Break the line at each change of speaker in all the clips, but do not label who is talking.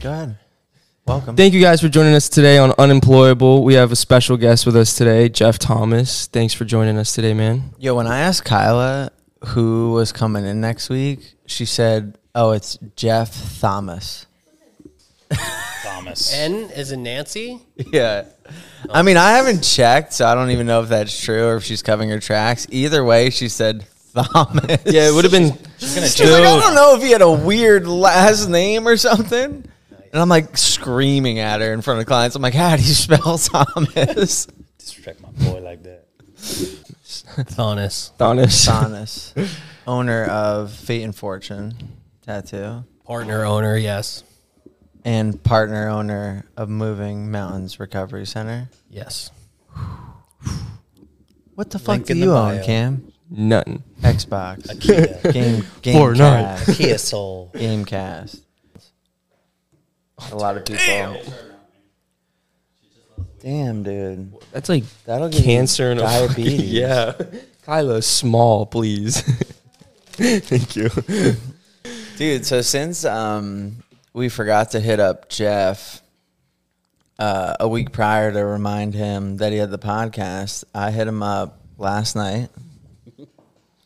Go ahead. Welcome.
Thank you guys for joining us today on Unemployable. We have a special guest with us today, Jeff Thomas. Thanks for joining us today, man.
Yo, when I asked Kyla who was coming in next week, she said, "Oh, it's Jeff Thomas."
Thomas.
N is in Nancy.
Yeah. I mean, I haven't checked, so I don't even know if that's true or if she's covering her tracks. Either way, she said Thomas.
Yeah, it would have been.
gonna
She's like, I don't know if he had a weird last name or something. And I'm like screaming at her in front of clients. I'm like, how do you spell Thomas?
disrespect my boy like that.
Thonis.
Thomas.
Thomas, owner of Fate and Fortune Tattoo
Partner owner, yes.
and partner owner of Moving Mountains Recovery Center.
Yes.
What the fuck
Link
do
in the
you own,
bio.
Cam?
Nothing.
Xbox,
Kia,
Game,
Fortnite.
Gamecast,
Kia soul.
Gamecast. A lot of people. Damn, dude.
That's like
That'll give you
cancer and a fucking-
diabetes.
yeah. Kyla, small, please. Thank you.
dude so since um we forgot to hit up jeff uh, a week prior to remind him that he had the podcast i hit him up last night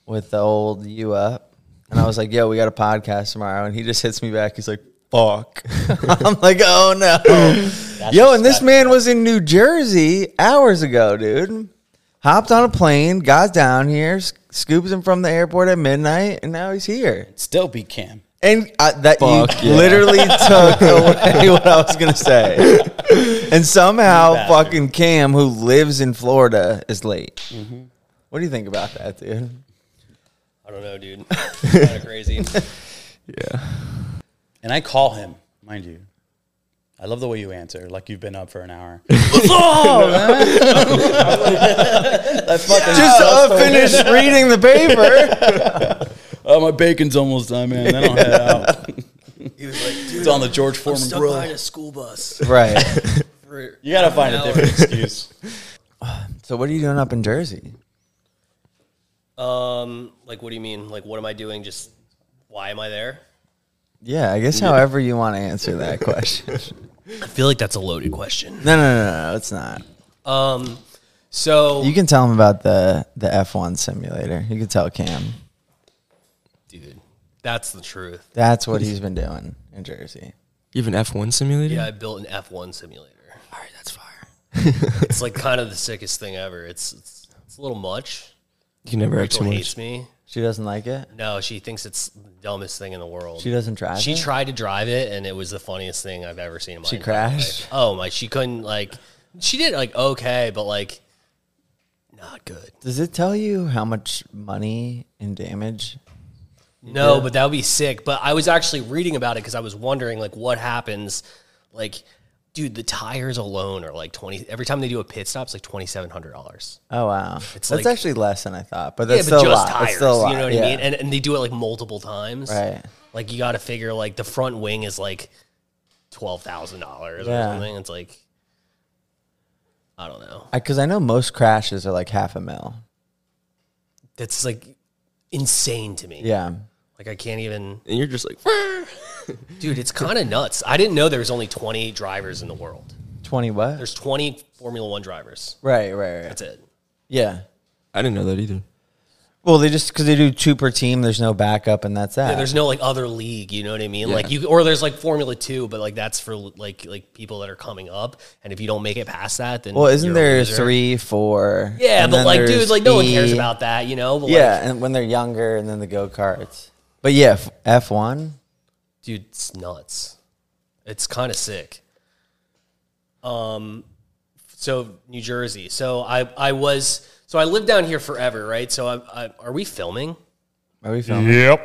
with the old you up and i was like yo we got a podcast tomorrow and he just hits me back he's like fuck i'm like oh no yo and this man was in new jersey hours ago dude hopped on a plane got down here s- scoops him from the airport at midnight and now he's here
Still be Cam.
and I, that
Fuck
you
yeah.
literally took away what I was gonna say. And somehow, fucking Cam, who lives in Florida, is late. What do you think about that, dude?
I don't know, dude. kind of crazy.
And I call him, mind you. I love the way you answer, like you've been up for an hour.
Just uh, finished reading the paper.
oh, my bacon's almost done, man. Then I'll head out.
He was like, dude,
It's on the George
I'm
Foreman
stuck behind
grill.
a school bus.
right.
For
You gotta find a
an
different excuse.
So, what are you doing up in Jersey?
hour. Um, like, what do you mean? Like, what am I doing? Just why am I there?
Yeah, I guess however you want to answer that question.
I feel like that's a loaded question.
No, no, no, no, no, it's not.
Um, so
You can tell him about the the F one simulator. You can tell Cam
dude, that's the truth.
that's what he's been doing in Jersey.
You have an F1 simulator?
Yeah, I built an F1 simulator. All right, that's fire. it's like kind of the sickest thing ever. It's it's, it's a little much.
You can never have too
Rachel
much.
hates me.
She doesn't like it.
No, she thinks it's the dumbest thing in the world.
She doesn't drive.
She
it?
tried to drive it, and it was the funniest thing I've ever seen in my.
She
entire life.
crashed?
Oh my! She couldn't like. She did like okay, but like, not good.
Does it tell you how much money and damage?
No, but that would be sick. But I was actually reading about it because I was wondering like what happens. Like, dude, the tires alone are like twenty. Every time they do a pit stop, it's like twenty seven hundred dollars.
Oh wow, that's
like-
actually less than I thought, but that's still a lot. That's still a lot.
you know what
yeah.
I mean? And and they do it like multiple times.
right.
Like you got to figure like the front wing is like twelve thousand dollars or
Yeah.
something. It's like I don't know.
Because I, know most crashes are like half a mil.
That's like insane to me.
Yeah.
Like I can't even,
And you're just like,
dude. It's kind of nuts. I didn't know there was only twenty eight drivers in the world.
Twenty what?
There's twenty Formula One drivers.
right, right, right.
That's it.
Yeah.
I didn't know that either.
Well, they just because they do two per team. There's no backup, and that's that.
Yeah, there's no like other league, you know what I mean? Like you, or there's like Formula Two, but like that's for like like people that are coming up, and if you don't make it past that, then
well, isn't
you're a
there
loser.
three, four?
Yeah,
and
but
then
like, dude,
there's
like no one cares
E.
about that, you know? But, like,
Yeah, and when they're younger, and then the go karts. But yeah, F one.
dude, it's nuts. It's kind of sick. Um, so New Jersey. So I I was so I lived down here forever, right? So I, I are we filming?
Are we filming?
Oh,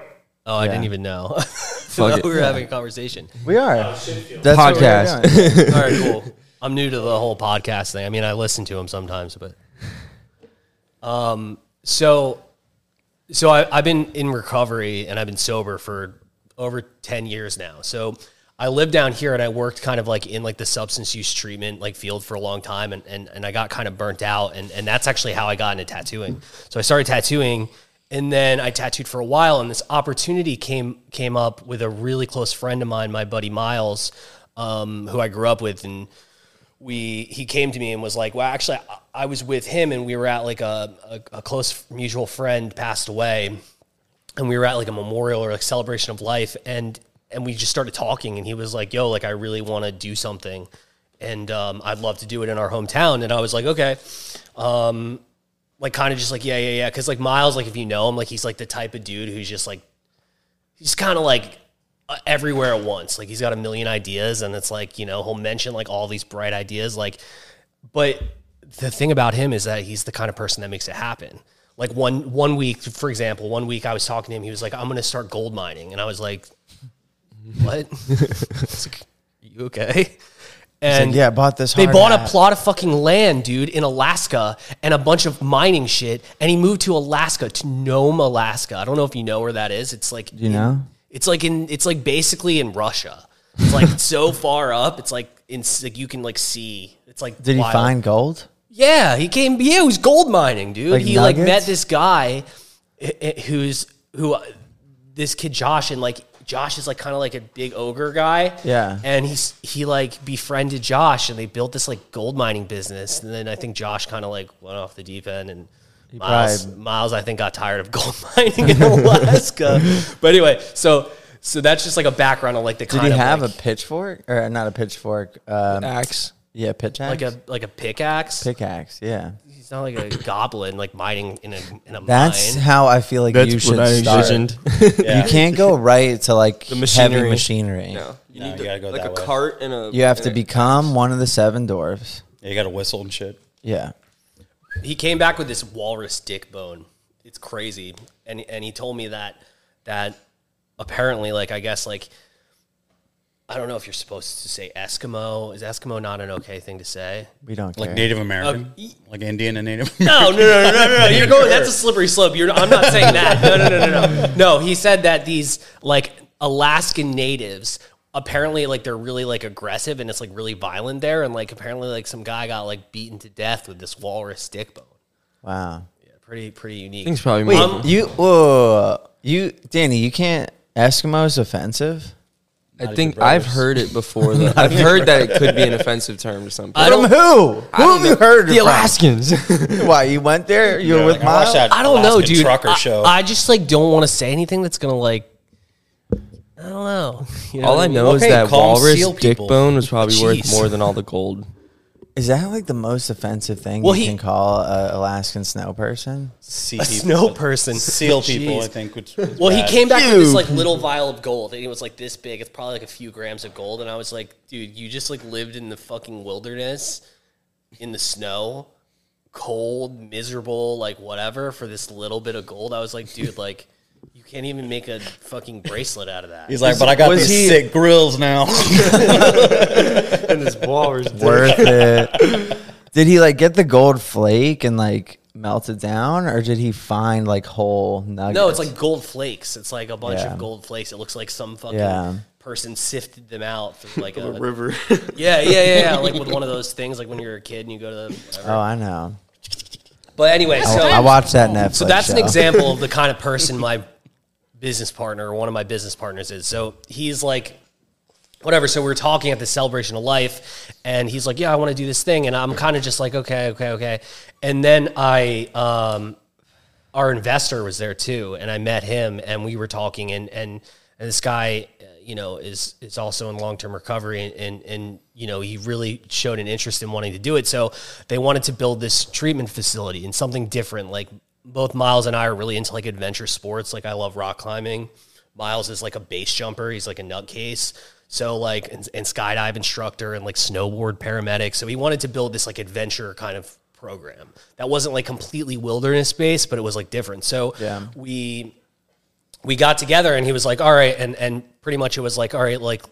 I didn't even know.
Fuck it.
we were having a conversation.
We are. that's what we're
Podcast.
doing.
All right, cool. I'm new to the whole podcast thing. I mean, I listen to them sometimes, but um, so so I, I've been in recovery and I've been sober for over ten years now. So I lived down here and I worked kind of like in like the substance use treatment like field for a long time, and and, and I got kind of burnt out, and and that's actually how I got into tattooing. So I started tattooing. And then I tattooed for a while, and this opportunity came came up with a really close friend of mine, my buddy Miles, um, who I grew up with, and we he came to me and was like, "Well, actually, I, I was with him, and we were at like a, a a close mutual friend passed away, and we were at like a memorial or like celebration of life, and and we just started talking, and he was like, "Yo, like I really want to do something, and um, I'd love to do it in our hometown," and I was like, "Okay." Um, like kind of just like yeah yeah yeah because like miles like if you know him like he's like the type of dude who's just like he's kind of like uh, everywhere at once like he's got a million ideas and it's like you know he'll mention like all these bright ideas like but the thing about him is that he's the kind of person that makes it happen like one one week for example one week i was talking to him he was like i'm gonna start gold mining and i was like what It's like, you okay and
yeah, I bought this
they
hard
bought a
hat.
plot of fucking land, dude, in Alaska and a bunch of mining shit. And he moved to Alaska, to Nome, Alaska. I don't know if you know where that is. It's like
You know?
it's like in it's like basically in Russia. It's like so far up. It's like in like you can like see. It's like
Did he
wild.
find gold?
Yeah, he came. Yeah, he was gold mining, dude.
Like
he like met
nuggets?
this guy eh, eh, who's who. uh, This kid Josh and like Josh is like kind of like a big ogre guy.
Yeah.
and he's he like befriended Josh and they built this like gold mining business. And then I think Josh kind of like went off the deep end and. Miles,
probably-
Miles, I think got tired of gold mining in Alaska. but anyway, so so that's just like a background on like the
Did
kind
he
of
have
like,
a pitchfork or uh, not a pitchfork? Um,
Axe.
yeah, pitch axe.
like a like a pickaxe.
pickaxe. Yeah,
He's not like a goblin, like mining in a in a
that's
mine.
how I feel like you should start. You can't go right to like the machinery.
machinery.
heavy machinery.
no, you
No,
need
you gotta go
like
that
a
way.
cart and a.
You have to
and a-
become one of the seven dwarves.
Yeah, you got to whistle and shit.
Yeah.
He came back with this walrus dick bone. It's crazy, and and he told me that that apparently, like I guess, like I don't know if you're supposed to say Eskimo. Is Eskimo not an okay thing to say?
We don't
Like
care.
Native
Um,
American, like Indian and Native.
No, no, no, no, no, no, no. You're going. That's a slippery slope. You're. I'm not saying that. No, no, no, no, no. No, he said that these like Alaskan natives apparently like they're really like aggressive and it's like really violent there and like apparently like some guy got like beaten to death with this walrus dick bone.
wow.
Yeah, pretty pretty unique.
Things probably.
Wait,
more-
you, whoa, you, Danny, you can't. Eskimo's offensive.
I think I've heard it before. Though. I've heard that it could be an offensive term to some people.
I
From
don't.
who? Who
I don't
have you
know.
heard?
The
from?
Alaskans.
Why you went there? You were with
I watched
Miles.
that
I don't know,
Alaskan
dude.
Trucker
I,
show.
I just like don't want to say anything that's gonna like. I don't know. You know
all
what
I
mean?
know
Okay,
is that
calm
walrus
seal
dick
people.
bone was probably worth
Jeez.
more than all the gold.
Is that like the most offensive thing
Well,
you
he-
can call a Alaskan snow person?
sea
A
people,
snow person.
seal people.
Jeez.
I think. Which is
Well,
bad.
he came back with
Ew.
this like little vial of gold, and it was like this big. It's probably like a few grams of gold, and I was like, dude, you just like lived in the fucking wilderness, in the snow, cold, miserable, like whatever, for this little bit of gold. I was like, dude, like you can't even make a fucking bracelet out of that.
He's like, but I got
Was
these
he-
sick grills now.
And this walrus
Worth it. Did he like get the gold flake and like melt it down, or did he find like whole nuggets?
no, it's like gold flakes. It's like a bunch
Yeah.
of gold flakes. It looks like some fucking
Yeah.
person sifted them out through like a,
river.
yeah, yeah, yeah, yeah, like with one of those things, like when you're a kid and you go to the. Whatever.
Oh, I know.
But anyway, so
I watched that Netflix.
So that's an
show.
example of the kind of person my business partner, or one of my business partners, is. So he's like, whatever. So we were talking at the celebration of life, and he's like, "Yeah, I want to do this thing," and I'm kind of just like, "Okay, okay, okay." And then I, um, our investor was there too, and I met him, and we were talking, and and, and this guy, uh, you know, is is also in long term recovery, and, and and you know, he really showed an interest in wanting to do it. So they wanted to build this treatment facility and something different. Like both Miles and I are really into like adventure sports. Like I love rock climbing. Miles is like a base jumper. He's like a nutcase. So like and, and skydive instructor and like snowboard paramedic. So he wanted to build this like adventure kind of program that wasn't like completely wilderness based, but it was like different. So
Yeah.
we we got together and he was like, all right, and and pretty much it was like, all right, like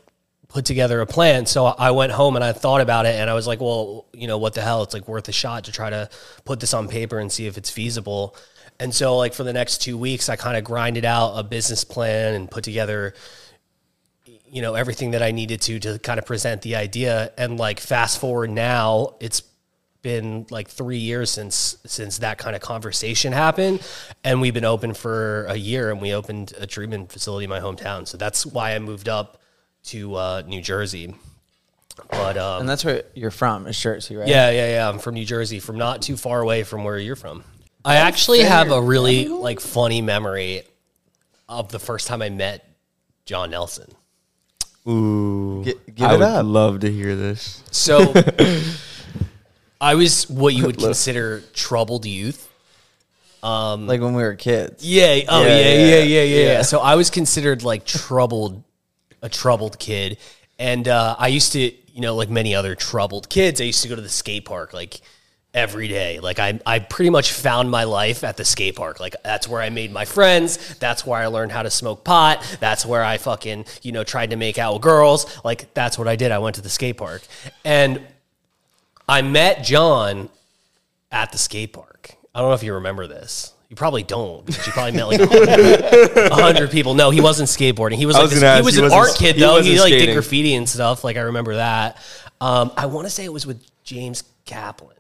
put together a plan. So I went home and I thought about it and I was like, well, you know, what the hell? It's like worth a shot to try to put this on paper and see if it's feasible. And so like for the next two weeks, I kind of grinded out a business plan and put together you know everything that I needed to to kind of present the idea and like fast forward now it's been like three years since since that kind of conversation happened, and we've been open for a year, and we opened a treatment facility in my hometown. So that's why I moved up to uh, New Jersey. But um,
And that's where you're from, is Jersey, right?
yeah, yeah, yeah. I'm from New Jersey, from not too far away from where you're from. I actually have a really like funny memory of the first time I met John Nelson.
Ooh,
Get- give
I
it
would
up.
love to hear this.
So I was what you would consider troubled youth.
Like when we were kids.
Yeah. Oh yeah
Yeah,
yeah yeah,
yeah,
yeah, yeah, So I was considered like troubled, a troubled kid, and uh, I used to, you know, like many other troubled kids, I used to go to the skate park like every day. Like I, I pretty much found my life at the skate park. Like that's where I made my friends. That's where I learned how to smoke pot. That's where I fucking, you know, tried to make out with girls. Like that's what I did. I went to the skate park, and I met John at the skate park. I don't know if you remember this. You probably don't because you probably met like a hundred people. No, he wasn't skateboarding. He was like
was
this-
gonna
he
ask,
was
he
an
wasn't-
art kid
he
though. He,
wasn't
like did
skating.
graffiti and stuff. Like I remember that. Um, I want to say it was with James Kaplan.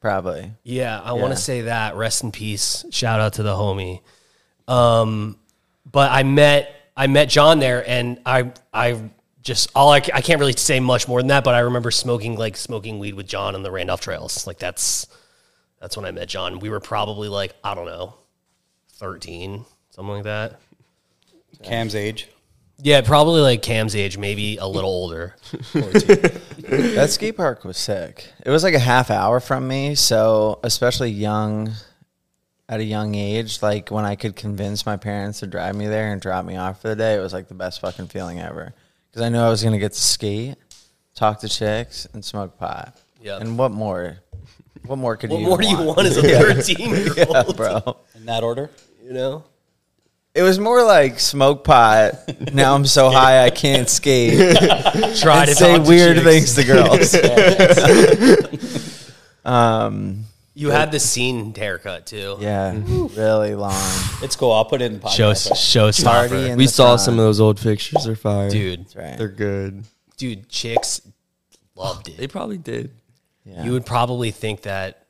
Probably.
Yeah, I want to say that. Rest in peace. Shout out to the homie. Um, but I met I met John there, and I I just all I, ca- I can't really say much more than that. But I remember smoking like smoking weed with John on the Randolph trails. Like that's that's when I met John. We were probably like I don't know, thirteen something like that.
Cam's age.
Yeah, probably like Cam's age, maybe a little older.
That skate park was sick. It was like a half hour from me, so especially young at a young age, like when I could convince my parents to drive me there and drop me off for the day, it was like the best fucking feeling ever. Because I knew I was gonna get to skate, talk to chicks, and smoke pot.
Yeah.
And what more? What more could
What
you?
more do you want as a thirteen year old?
bro?
In that order?
You know.
It was more like smoke pot. now I'm so high I can't skate.
Try to
Say
talk to
weird things
chicks.
to girls.
You had the scene haircut too.
yeah, really long.
It's cool. I'll put it in the podcast.
Show
right?
Party
showstopper,
in
We
the
saw
front.
some of those old pictures. They're fire,
dude.
Right.
They're good.
Dude, chicks loved
They
it.
probably did.
Yeah.
You would probably think that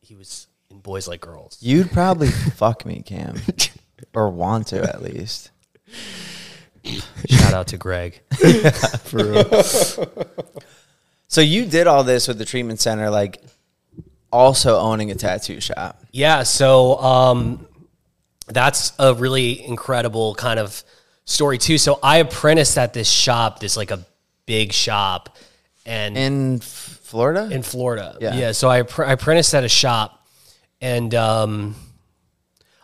he was in boys like girls.
You'd probably fuck me, Cam, or want to at least.
Shout out to Greg.
For real.
So you did all this with the treatment center, like also owning a tattoo shop.
Yeah, so um, that's a really incredible kind of story too. So I apprenticed at this shop, this like a big shop, and
in F- Florida.
in Florida.
Yeah.
Yeah. so I appre- I apprenticed at a shop, and um,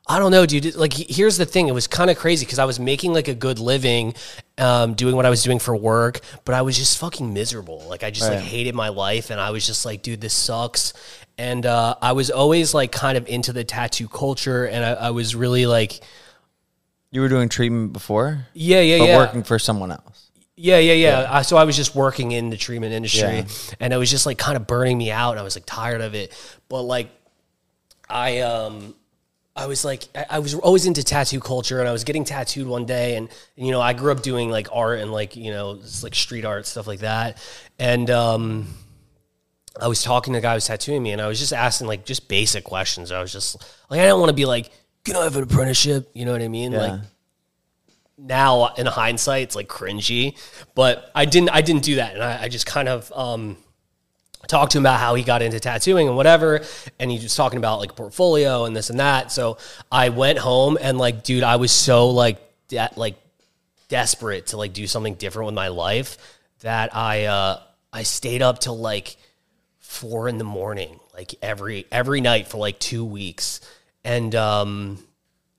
I don't know, dude. Like, he- here's the thing: it was kind of crazy because I was making like a good living, um, doing what I was doing for work, but I was just fucking miserable. Like, I just like hated my life, and I was just like, dude, this sucks. And uh, I was always like kind of into the tattoo culture, and I, I was really like,
you were doing treatment before,
yeah, yeah,
but
yeah,
working for someone else.
Yeah, yeah, yeah. I, so I was just working in the treatment industry,
Yeah.
and it was just like kind of burning me out, and I was like tired of it. But like, I um, I was like, I, I was always into tattoo culture, and I was getting tattooed one day, and, and, you know, I grew up doing like art and like you know, it's like street art stuff like that, and um, I was talking to the guy who was tattooing me, and I was just asking like just basic questions. I was just like, I don't want to be like, can I have an apprenticeship? You know what I mean? Like now in hindsight it's like cringy but i didn't i didn't do that and i, I just kind of um talked to him about how he got into tattooing and whatever and he was talking about like portfolio and this and that so i went home and like dude i was so like de- like desperate to like do something different with my life that i uh i stayed up till like four in the morning like every every night for like two weeks and um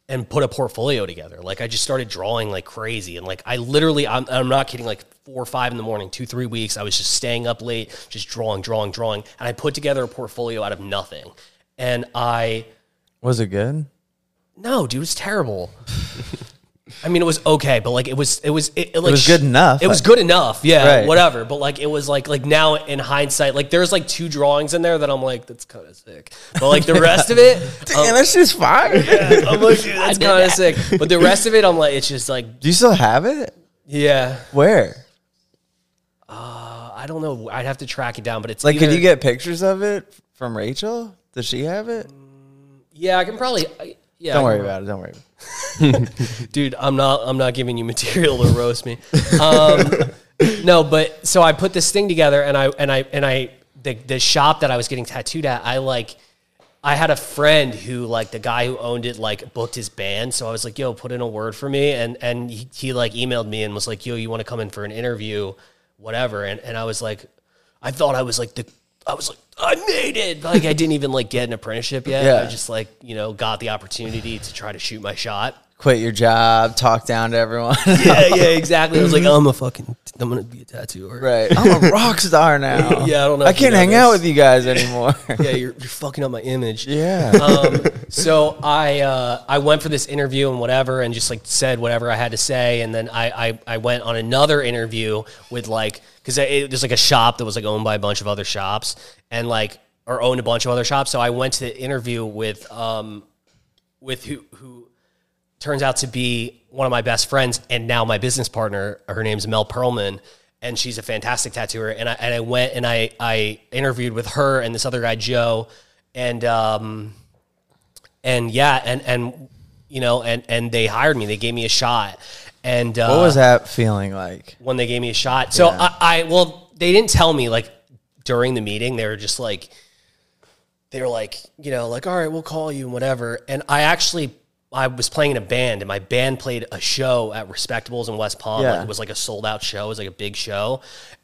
and put a portfolio together. Like I just started drawing like crazy, and like I literally, I'm, I'm not kidding, like four or five in the morning, two three weeks, I was just staying up late, just drawing, drawing, drawing, and I put together a portfolio out of nothing. And I,
Was it good?
no, dude, it was terrible. I mean, it was okay, but like it was, it was, it, it, like,
was good enough,
It was
I-
good enough, yeah,
Right.
whatever. But like, it was like, like now in hindsight, like there's like two drawings in there that I'm like, that's kind of sick. But like the rest of it,
Damn, that shit's fire.
I'm like, dude, that's kind of sick. But the rest of it, I'm like, it's just like,
Do you still have it?
yeah.
Where?
I I don't know. I'd have to track it down, but it's
Like,
either,
could you get pictures of it from Rachel? Does she have it?
Yeah, I can probably. I, yeah,
Don't
Mm, I
worry
can-
about it. Don't worry. about it.
dude. I'm not. I'm not giving you material to roast me. Um, no, but so I put this thing together, and I and I and I the the shop that I was getting tattooed at, I like. I had a friend who like the guy who owned it like booked his band, so I was like, "Yo, put in a word for me," and and he, he like emailed me and was like, "Yo, you want to come in for an interview, whatever?" And and I was like, I thought I was like the I was like I made it. Like I didn't even like get an apprenticeship yet. I
Yeah.
just like you know got the opportunity to try to shoot my shot.
Quit your job. Talk down to everyone.
yeah, yeah, exactly. I was like, I'm a fucking, I'm gonna be a tattoo artist.
right. I'm a rock star now.
Yeah, I don't know
I
if you
can't
know
hang out
this.
with you guys anymore.
Yeah, you're, you're fucking up my image.
yeah.
Um, so I uh, I went for this interview and whatever, and just like said whatever I had to say, and then I I, I went on another interview with like because there's like a shop that was like owned by a bunch of other shops and like or owned a bunch of other shops. So I went to the interview with um with who who turns out to be one of my best friends and now my business partner. Her name's Mel Perlman, and she's a fantastic tattooer. And I and I went and I I interviewed with her and this other guy Joe, and um, and yeah, and and you know, and and they hired me. They gave me a shot. And uh,
what was that feeling like?
when they gave me a shot. So I, I, well, they didn't tell me like during the meeting. They were just like, they were like, you know, like, all right, we'll call you and whatever. And I actually, I was playing in a band and my band played a show at Respectables in West Palm.
Yeah.
Like, it was like a sold out show. It was like a big show.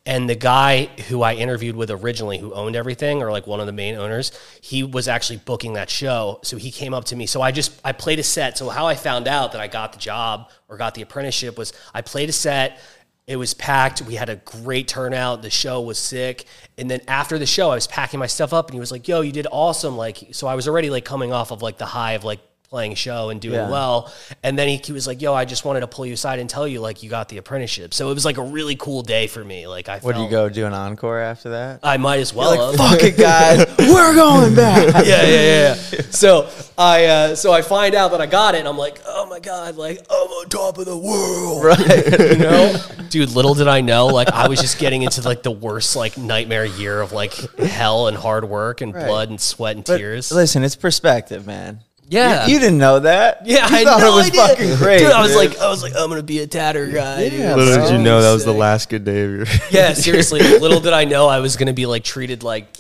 And the guy who I interviewed with originally, who owned everything or like one of the main owners, he was actually booking that show. So he came up to me. So I just, I played a set. So how I found out that I got the job or got the apprenticeship was I played a set. It was packed. We had a great turnout. The show was sick. And then after the show, I was packing my stuff up and he was like, yo, you did awesome. Like, so I was already like coming off of like the high of like playing a show and doing
Yeah.
well. And then he, he was like, yo, I just wanted to pull you aside and tell you like you got the apprenticeship. So it was like a really cool day for me. Like I
What do
felt,
you go do an encore after that?
I might as well.
Like,
have.
fuck it, guys. We're going back.
yeah, yeah, yeah, yeah. So I, uh, so I find out that I got it, and I'm like, oh my god, like I'm on top of the world, right? you know, dude. Little did I know, like I was just getting into like the worst like nightmare year of like hell and hard work and blood and sweat and
But
tears.
Listen, it's perspective, man.
Yeah.
You, you didn't know that.
yeah,
you
I
thought
know
it was
I did.
fucking great.
dude. I was
dude.
like, I was like, I'm gonna be a tatter guy. dude.
Yeah,
Little did you
so
know that was the
sick.
last good day of your.
Yeah, seriously. little did I know I was gonna be like treated like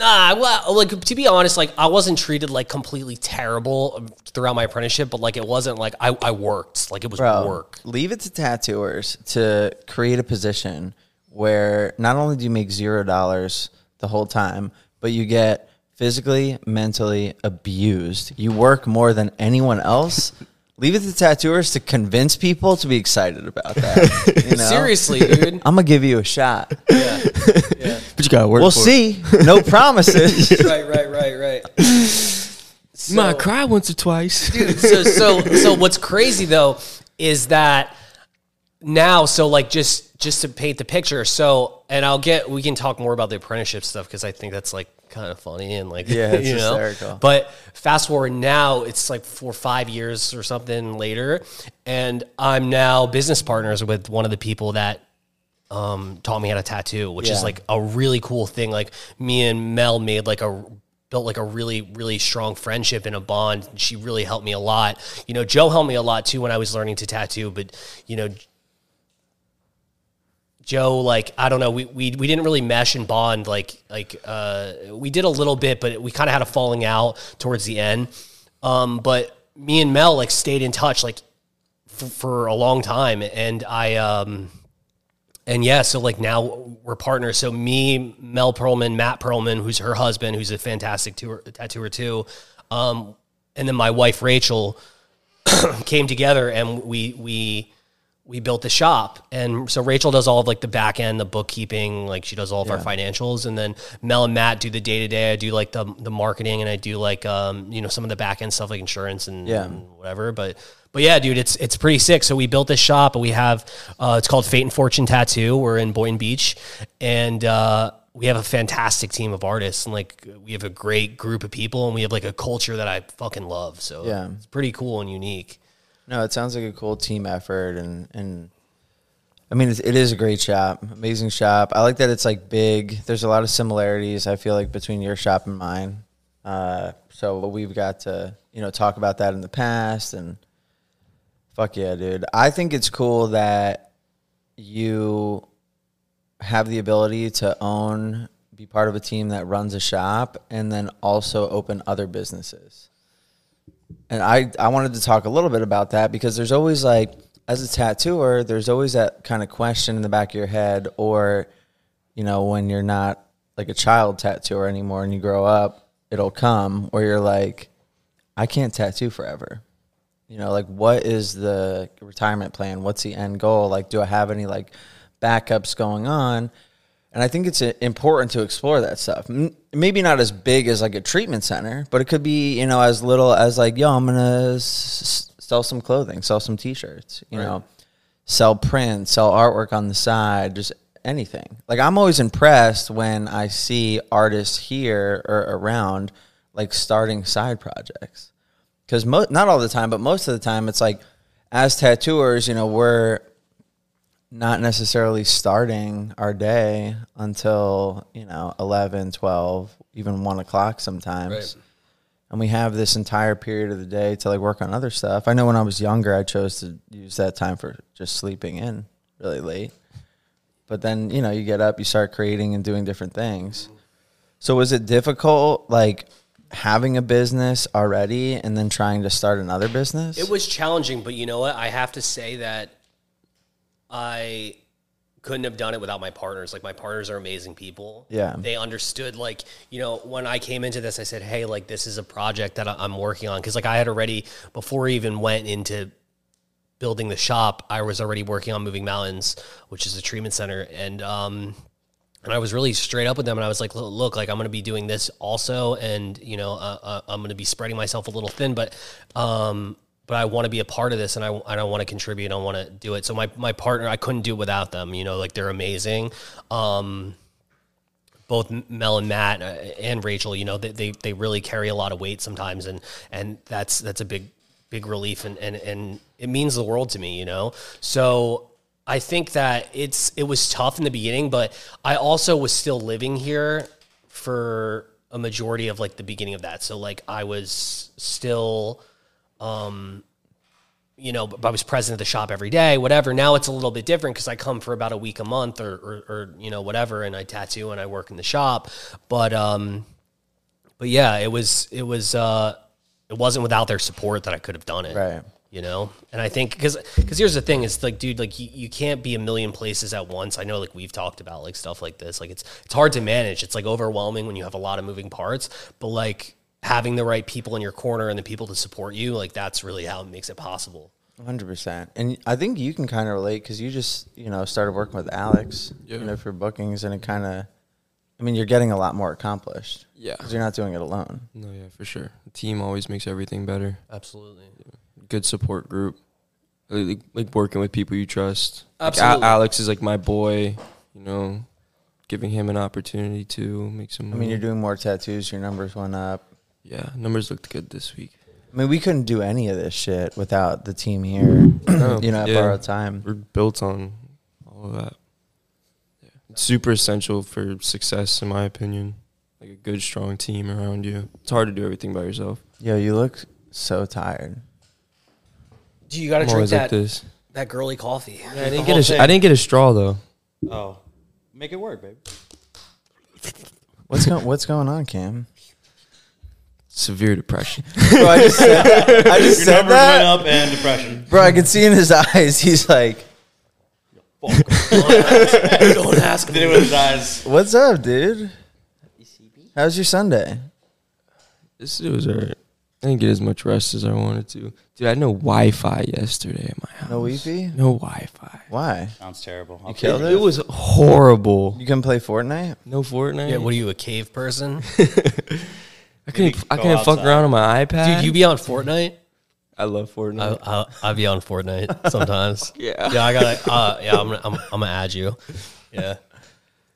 nah. Well, like to be honest, like I wasn't treated like completely terrible throughout my apprenticeship, but like it wasn't like I, I worked. Like it was
Bro,
work.
Leave it to tattooers to create a position where not only do you make zero dollars the whole time, but you get physically, mentally abused. You work more than anyone else. leave it to tattooers to convince people to be excited about that. you know?
Seriously, dude.
I'm gonna give you a shot.
But you gotta work.
We'll
for it.
see. No promises.
right, right, right, right.
You might cry once or twice.
so so so what's crazy though is that now so like just just to paint the picture so and i'll get we can talk more about the apprenticeship stuff because i think that's like kind of funny and like
Yeah, it's
you know
hysterical.
but fast forward now it's like four five years or something later and i'm now business partners with one of the people that um, taught me how to tattoo, which is
Yeah.
like a really cool thing. Like me and Mel made like a built like a really really strong friendship and a bond. She really helped me a lot. You know, Joe helped me a lot too when I was learning to tattoo, but you know. Joe, like I don't know, we, we we didn't really mesh and bond like like uh we did a little bit, but we kind of had a falling out towards the end. Um, but me and Mel like stayed in touch like f- for a long time, and I um and yeah, so like now we're partners. So me, Mel Perlman, Matt Perlman, who's her husband, who's a fantastic tour, tattooer too, um, and then my wife Rachel came together and we we we built the shop. And so Rachel does all of like the back end, the bookkeeping, like she does all of our financials, and then Mel and Matt do the day to day. I do like the the marketing, and I do like um you know some of the back end stuff like insurance and
Yeah.
whatever. But but yeah, dude, it's it's pretty sick. So we built this shop, and we have uh, it's called Fate and Fortune Tattoo. We're in Boynton Beach, and uh, we have a fantastic team of artists, and like we have a great group of people, and we have like a culture that I fucking love. So
Yeah.
it's pretty cool and unique.
No, it sounds like a cool team effort, and and I mean, it's, it is a great shop, amazing shop. I like that it's like big. There's a lot of similarities. I feel like between your shop and mine. Uh, so we've got to you know talk about that in the past and fuck yeah, dude. I think it's cool that you have the ability to own, be part of a team that runs a shop, and then also open other businesses. And I, I wanted to talk a little bit about that because there's always like, as a tattooer, there's always that kind of question in the back of your head, or, you know, when you're not like a child tattooer anymore and you grow up, it'll come where you're like, I can't tattoo forever. You know, like what is the retirement plan? What's the end goal? Like, do I have any like backups going on? And I think it's uh, important to explore that stuff. M- Maybe not as big as like a treatment center, but it could be, you know, as little as like, yo, I'm going to s- sell some clothing, sell some t shirts, you know, sell prints, sell artwork on the side, just anything. Like, I'm always impressed when I see artists here or around like starting side projects because mo- not all the time, but most of the time, it's like as tattooers, you know, we're not necessarily starting our day until, you know, 11, 12, even one o'clock sometimes. And we have this entire period of the day to like work on other stuff. I know when I was younger, I chose to use that time for just sleeping in really late. But then, you know, you get up, you start creating and doing different things. So was it difficult like having a business already and then trying to start another business?
It was challenging, but you know what? I have to say that I couldn't have done it without my partners. Like my partners are amazing people.
Yeah.
They understood like, you know, when I came into this, I said, "Hey, like this is a project that I- I'm working on" cuz like I had already before I even went into building the shop, I was already working on Moving Mountains, which is a treatment center and um and I was really straight up with them, and I was like, "Look, look, like I'm going to be doing this also, and you know, uh, uh, I'm going to be spreading myself a little thin, but, um, but I want to be a part of this, and I I don't want to contribute, I want to do it." So my my partner, I couldn't do it without them. You know, like they're amazing. Um, both Mel and Matt uh, and Rachel, you know, they, they they really carry a lot of weight sometimes, and and that's that's a big big relief, and and and it means the world to me, you know. So I think that it's it was tough in the beginning, but I also was still living here for a majority of like the beginning of that. So like I was still you know, but I was present at the shop every day, whatever. Now it's a little bit different because I come for about a week a month or, or, or, you know, whatever. And I tattoo and I work in the shop. But, um, but yeah, it was, it was, uh, it wasn't without their support that I could have done it.
Right.
You know? And I think, cause, cause here's the thing it's like, dude, like you, you can't be a million places at once. I know like we've talked about like stuff like this. Like it's, it's hard to manage. It's like overwhelming when you have a lot of moving parts, but like, having the right people in your corner and the people to support you like that's really how it makes it possible
Hundred percent, and I think you can kind of relate because you just you know started working with Alex, you know, for bookings, and it kind of, I mean, you're getting a lot more accomplished,
Yeah.
because you're not doing it alone.
No, yeah, for sure. The team always makes everything better.
Absolutely.
Good support group. Uh, Like, like working with people you trust. Like, A-
Absolutely.
Alex is like my boy, you know, giving him an opportunity to make some
I
money.
mean, you're doing more tattoos, your numbers went up.
yeah, numbers looked good this week.
I mean, we couldn't do any of this shit without the team here, you know, at
yeah.
borrowed time.
We're built on all of that. Yeah. It's super essential for success, in my opinion. Like a good, strong team around you. It's hard to do everything by yourself.
Yo, you look so tired.
Do you got to
I'm
drink
always like
that
this.
that girly coffee?
I didn't get a sh- I didn't get a straw though.
Oh, make it work, babe.
What's going What's going on, Cam?
Severe depression.
Bro, I just said, I just
Your
said
numbers
that.
went up and depression.
Bro, I could see in his eyes. He's like,
Don't ask
Did it with his eyes.
"What's up, dude? How's your Sunday?"
this dude was alright. I didn't get as much rest as I wanted to. Dude, I had no Wi-Fi yesterday at my house.
No Wi-Fi?
No Wi-Fi.
Why?
Sounds terrible. I'll
killed
take
It was horrible.
You can play Fortnite.
No Fortnite.
Yeah, what are you, a cave person?
I couldn't.
Maybe
I
go
couldn't fuck
outside.
around on my iPad.
Dude, you be on Fortnite?
I love Fortnite.
I, I, I be on Fortnite sometimes.
Yeah.
Yeah, I got to, uh, yeah, I'm, gonna- I'm, I'm going to add you. Yeah.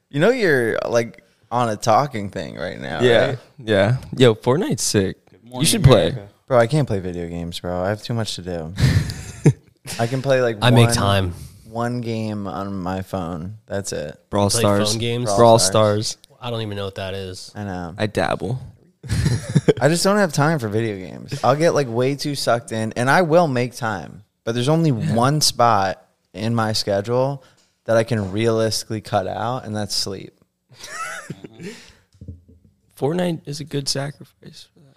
You know you're like on a talking thing right now.
yeah,
right?
yeah. Yo, Fortnite's sick.
morning,
you should play.
America.
Bro, I can't play video games, bro. I have too much to do. I can play like
I make time.
one game on my phone. That's it.
Brawl
Play
Stars.
phone games?
Brawl,
Brawl
Stars.
I don't even know what that is.
I know.
I dabble.
I just don't have time for video games. I'll get like way too sucked in, and I will make time. But there's only one spot in my schedule that I can realistically cut out, and that's sleep.
Fortnite is a good sacrifice. for that.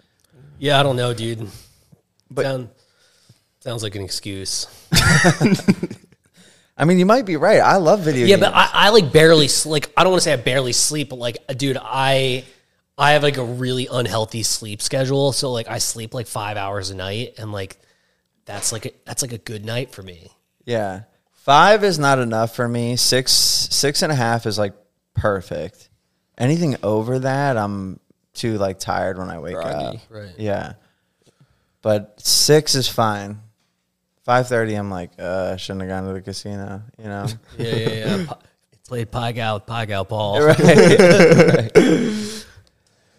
Yeah, I don't know, dude.
But-
Sound, sounds like an excuse.
I mean, you might be right. I love video
Yeah,
games.
but I, I like barely s- like I don't want to say I barely sleep, but like uh, dude, I I have like a really unhealthy sleep schedule. So like I sleep like five hours a night, and like that's like a, that's like a good night for me.
yeah, five is not enough for me. Six, six and a half is like perfect. Anything over that, I'm too like tired when I wake up.
Groggy.
Right.
Yeah, but six is fine. Five thirty, I'm like, uh, I shouldn't have gone to the casino. You know.
Yeah, yeah, yeah. Played Pie Gal with Pie Gal Paul.
Right.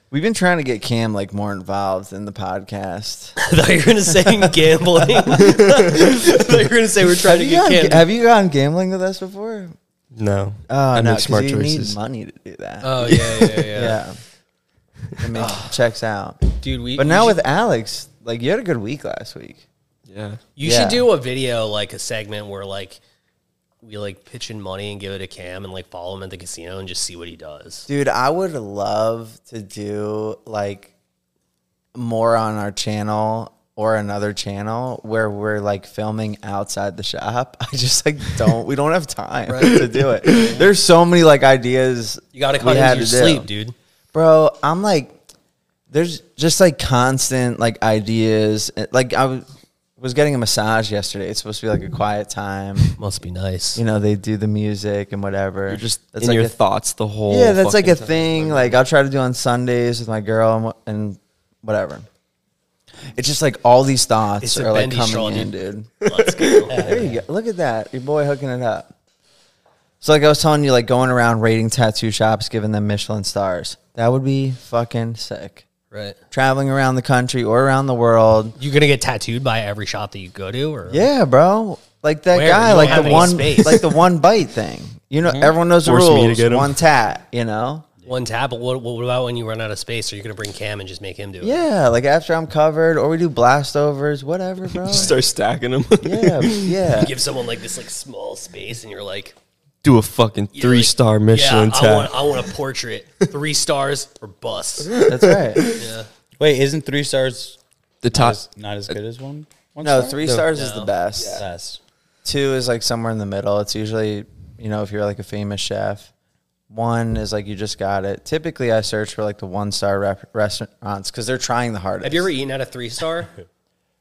We've been trying to get Cam like more involved in the podcast.
I thought you were gonna say gambling. I thought you were gonna say we're trying
Have
to
you,
get
gone,
Cam.
have you gone gambling with us before?
No,
Oh
I
no,
make smart
'cause you
choices.
need money to do that.
oh yeah, yeah, yeah.
yeah, I mean, checks out.
Dude, we
But
we
now
should-
with Alex, like you had a good week last week.
yeah,
You
Yeah.
should do a video like a segment where like we like pitch in money and give it to Cam and like follow him at the casino and just see what he does.
Dude, I would love to do like more on our channel or another channel where we're like filming outside the shop. I just like don't we don't have time to do it. There's so many like ideas
You got to
we
cut
had
into your
to do.
sleep, dude.
Bro, I'm like there's just like constant like ideas. Like I was was getting a massage yesterday. It's supposed to be like a quiet time.
Must be nice.
You know, they do the music and whatever.
You're just
That's
in
like
your
a-
thoughts the whole.
yeah, that's like
fucking
a
time.
thing. Like I'll try to do on Sundays with my girl and, wh- and whatever. It's just like all these thoughts
It's a
are like
bendy
coming
straw,
in,
dude.
dude.
Let's go.
There you go. Look at that, your boy hooking it up. So like I was telling you, like going around rating tattoo shops, giving them Michelin stars. That would be fucking sick.
right.
Traveling around the country or around the world.
You gonna get tattooed by every shop that you go to, or
Yeah, bro. Like that
Where? You
guy,
don't
like
have
the
any
one,
space. Mm-hmm.
like the one bite thing. You know, everyone knows the
Force me to
rules.
get 'em.
one tat. You know.
one tab? But what, what about when you run out of space? Are you gonna bring Cam and just make him do it?
Yeah, like after I'm covered, or we do blastovers, whatever, bro.
just start stacking them.
yeah, yeah.
Give someone like this like small space, and you're like
Do a fucking
you're
three
like,
star Michelin
Yeah,
tag.
I want, I want a portrait. Three stars or bust.
That's right.
Yeah.
Wait, isn't three stars
The
Uh,
top.
is not as good as one? one
No,
star?
three stars is
No.
the best.
That's-
Two is like somewhere in the middle. It's usually, you know, if you're like a famous chef. One is like you just got it. Typically, I search for like the one star rep- restaurants because they're trying the hardest.
Have you ever eaten at a three star?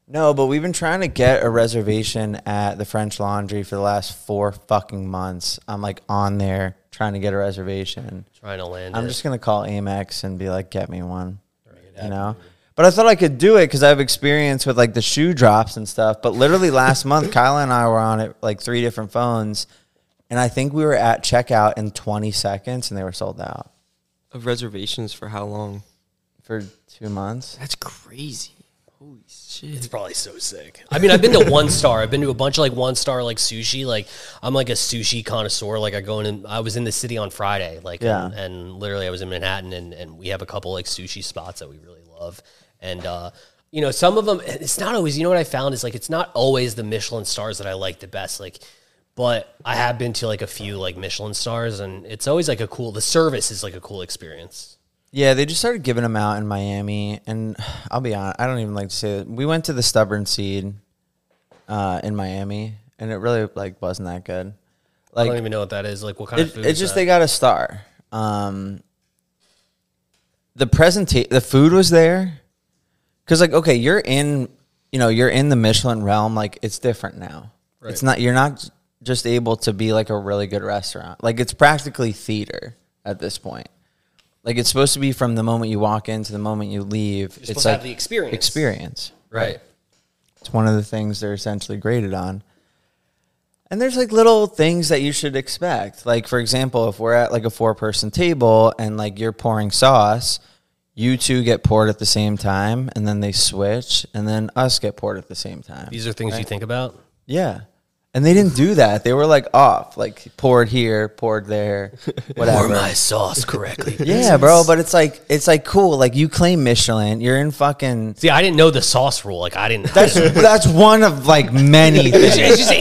No, but we've been trying to get a reservation at the French Laundry for the last four fucking months. I'm like on there trying to get a reservation.
Trying to land.
I'm
it.
just gonna call Amex and be like, get me one. You know, but I thought I could do it because I have experience with like the shoe drops and stuff. But literally last month, Kyla and I were on it like three different phones, and I think we were at checkout in 20 seconds, and they were sold out
Of reservations for how long?
for two months.
That's crazy. Holy
It's
shit.
probably so sick. I mean, I've been to one star. I've been to a bunch of like one star like sushi. Like I'm like a sushi connoisseur. Like I go in and I was in the city on Friday. Like
Yeah.
and, and literally I was in Manhattan and and we have a couple like sushi spots that we really love. And uh you know, some of them it's not always, you know what I found is like it's not always the Michelin stars that I like the best. Like but I have been to like a few like Michelin stars and it's always like a cool the service is like a cool experience.
Yeah, they just started giving them out in Miami, and I'll be honest, I don't even like to say it. We went to the Stubborn Seed uh, in Miami, and it really like wasn't that good.
I don't
Like
even know what that is. Like what kind of
it,
food
it's
is
just
that?
they got a star. Um, the presentation, the food was there, because like okay, you're in, you know, you're in the Michelin realm. Like it's different now. It's not you're not just able to be like a really good restaurant. Like it's practically theater at this point. Like it's supposed to be from the moment you walk in to the moment you leave.
supposed
it's
to
like
have the experience.
Experience.
right.
It's one of the things they're essentially graded on. And there's like little things that you should expect. Like for example, if we're at like a four-person table and like you're pouring sauce, you two get poured at the same time, and then they switch, and then us get poured at the same time.
These are things you think about.
Yeah. And they didn't do that. They were like off, like poured here, poured there,
Pour
whatever.
my sauce correctly.
yeah, bro. But it's like it's like cool. Like you claim Michelin, you're in fucking.
See, I didn't know the sauce rule. Like I didn't.
That's that's one of like many.
it's,
Things.
it's just an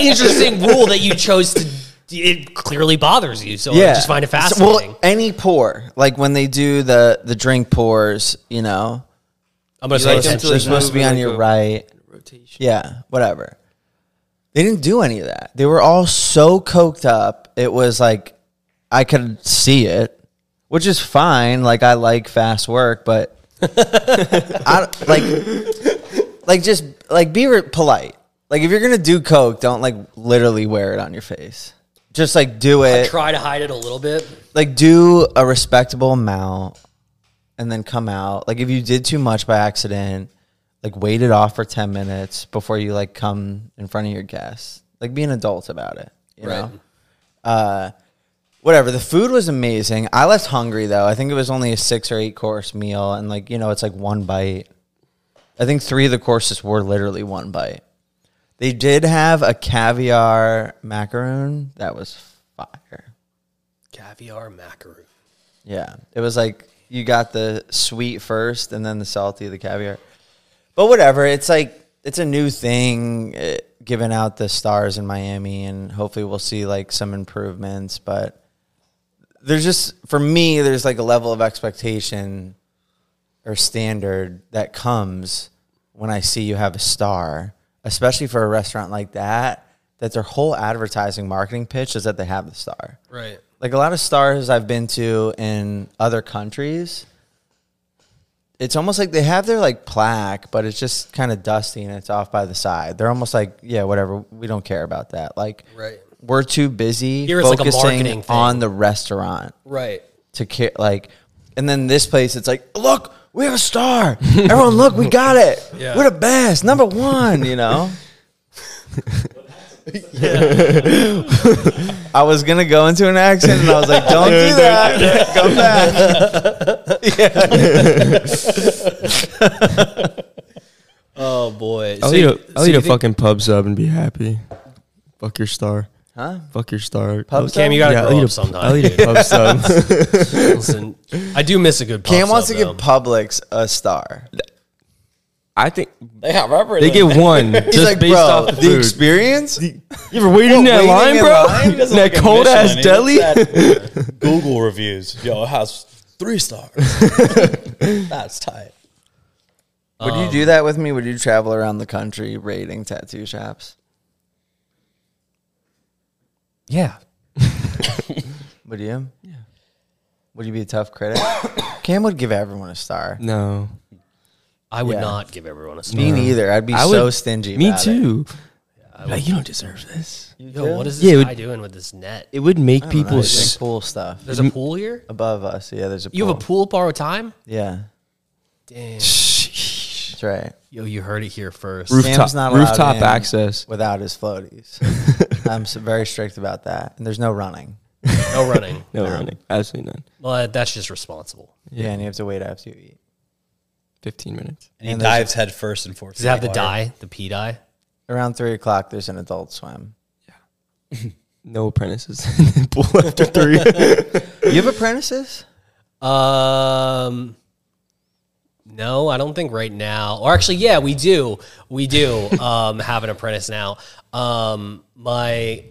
interesting rule that you chose to. It clearly bothers you, so I just find it
So-
fascinating.
well, any pour, like when they do the the drink pours, you know,
I'm gonna
like them
pay
they're
to,
attention.
like,
supposed to be
move
on
like
your
a-
right.
Rotation.
Yeah, whatever. They didn't do any of that. They were all so coked up. It was like I could see it, which is fine. Like I like fast work, but I don't- like like just like be re- polite. Like if you're gonna do coke, don't like literally wear it on your face. Just like do it.
Try to hide it a little bit.
Like do a respectable amount and then come out. Like if you did too much by accident, like wait it off for ten minutes before you like come in front of your guests. Like be an adult about it. You know? Uh whatever. The food was amazing. I left hungry though. I think it was only a six or eight course meal and like, you know, it's like one bite. I think three of the courses were literally one bite. They did have a caviar macaroon that was fire.
Caviar macaroon.
Yeah. It was like you got the sweet first and then the salty, the caviar. But whatever. It's like, it's a new thing eh, giving out the stars in Miami, and hopefully we'll see like some improvements. But there's just, for me, there's like a level of expectation or standard that comes when I see you have a star, especially for a restaurant like that, that their whole advertising marketing pitch is that they have the star
Right.
like a lot of stars I've been to in other countries, it's almost like they have their like plaque, but it's just kind of dusty and it's off by the side. They're almost like, yeah, whatever, we don't care about that. Like,
Right.
we're too busy
Here it's like a
focusing
marketing thing.
on the restaurant
Right.
to care. Like, and then this place, it's like, look, we have a star. Everyone, look, we got it.
Yeah.
We're the best, number one. You know. I was gonna go into an accent, and I was like, "Don't do that. Come back."
Oh boy.
I'll
So
eat
you-
a, I'll
so
eat
you
a
think-
fucking pub sub and be happy. Fuck your star.
Huh?
Fuck your star.
Pub
Cam, you gotta
yeah,
grow
I'll
up
eat a,
sometime.
I'll eat
dude.
a pub sub.
Listen, I do miss a good. Pub
Cam wants to
sub,
give
though.
Publix a star.
I think
They have rubber.
they get one just
He's like,
based
"Bro,
off
the
the food.
experience."
you ever waited
What,
in that
waiting
line,
in
bro?
line? He
that cold ass deli.
Google reviews. Yo, it has three stars. That's tight.
Would you do that with me? Would you travel around the country raiding tattoo shops?
Yeah.
Would you? Yeah. Would you be a tough critic? Cam would give everyone a star.
No.
I would
Yeah.
not give everyone a star.
Me neither. I'd be
I
so
would-
stingy.
Me
about it.
too. Like, you don't deserve this.
Yo, what is
Yeah,
this
it
guy
would-
doing with this net?
It would make
I don't know,
people.
it's
s-
like pool stuff
There's a pool here.
above us. Yeah, there's a. Pool.
You have a pool borrowed time.
Yeah,
Damn.
that's right.
Yo, you heard it here first.
Rooftop,
not allowed
rooftop
in.
access.
Without his floaties, I'm s- very strict about that. And there's no running.
No running.
No running. Absolutely none.
Well, that's just responsible.
Yeah, and you have to wait after you eat.
15 minutes.
And he
And there's-
dives head first and fourth.
Does it have the dye, the pea dye?
Around three o'clock, there's an adult swim.
No apprentices in the pool after three.
You have apprentices?
Um, no, I don't think right now. Or actually, yeah, we do. We do um, have an apprentice now. Um, my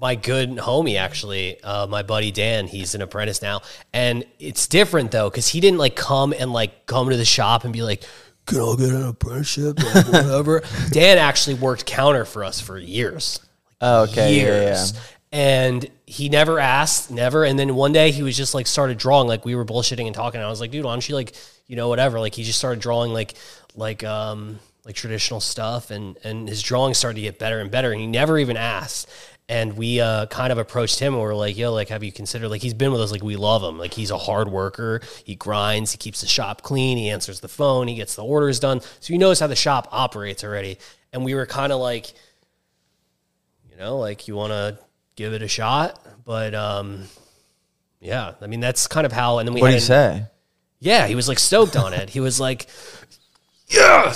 my good homie, actually, uh, my buddy Dan, he's an apprentice now, and it's different though because he didn't like come and like come to the shop and be like. Can I get an apprenticeship or whatever? Dan actually worked counter for us for years
Oh, okay. yeah, yeah,
years. And he never asked, never. And then one day he was just like started drawing, like we were bullshitting and talking. And I was like, dude, why don't you like, you know, whatever. Like he just started drawing like like um like traditional stuff and and his drawing started to get better and better. And he never even asked. And we uh, kind of approached him and we are like, yo, like, have you considered, like, he's been with us, like, we love him. Like, he's a hard worker. He grinds, he keeps the shop clean, he answers the phone, he gets the orders done. So he knows how the shop operates already. And we were kind of like, you know, like you want to give it a shot, but um, yeah, I mean that's kind of how. And then we
What do
had
you
an-
say?
Yeah, he was like stoked on it. He was like,
Yeah.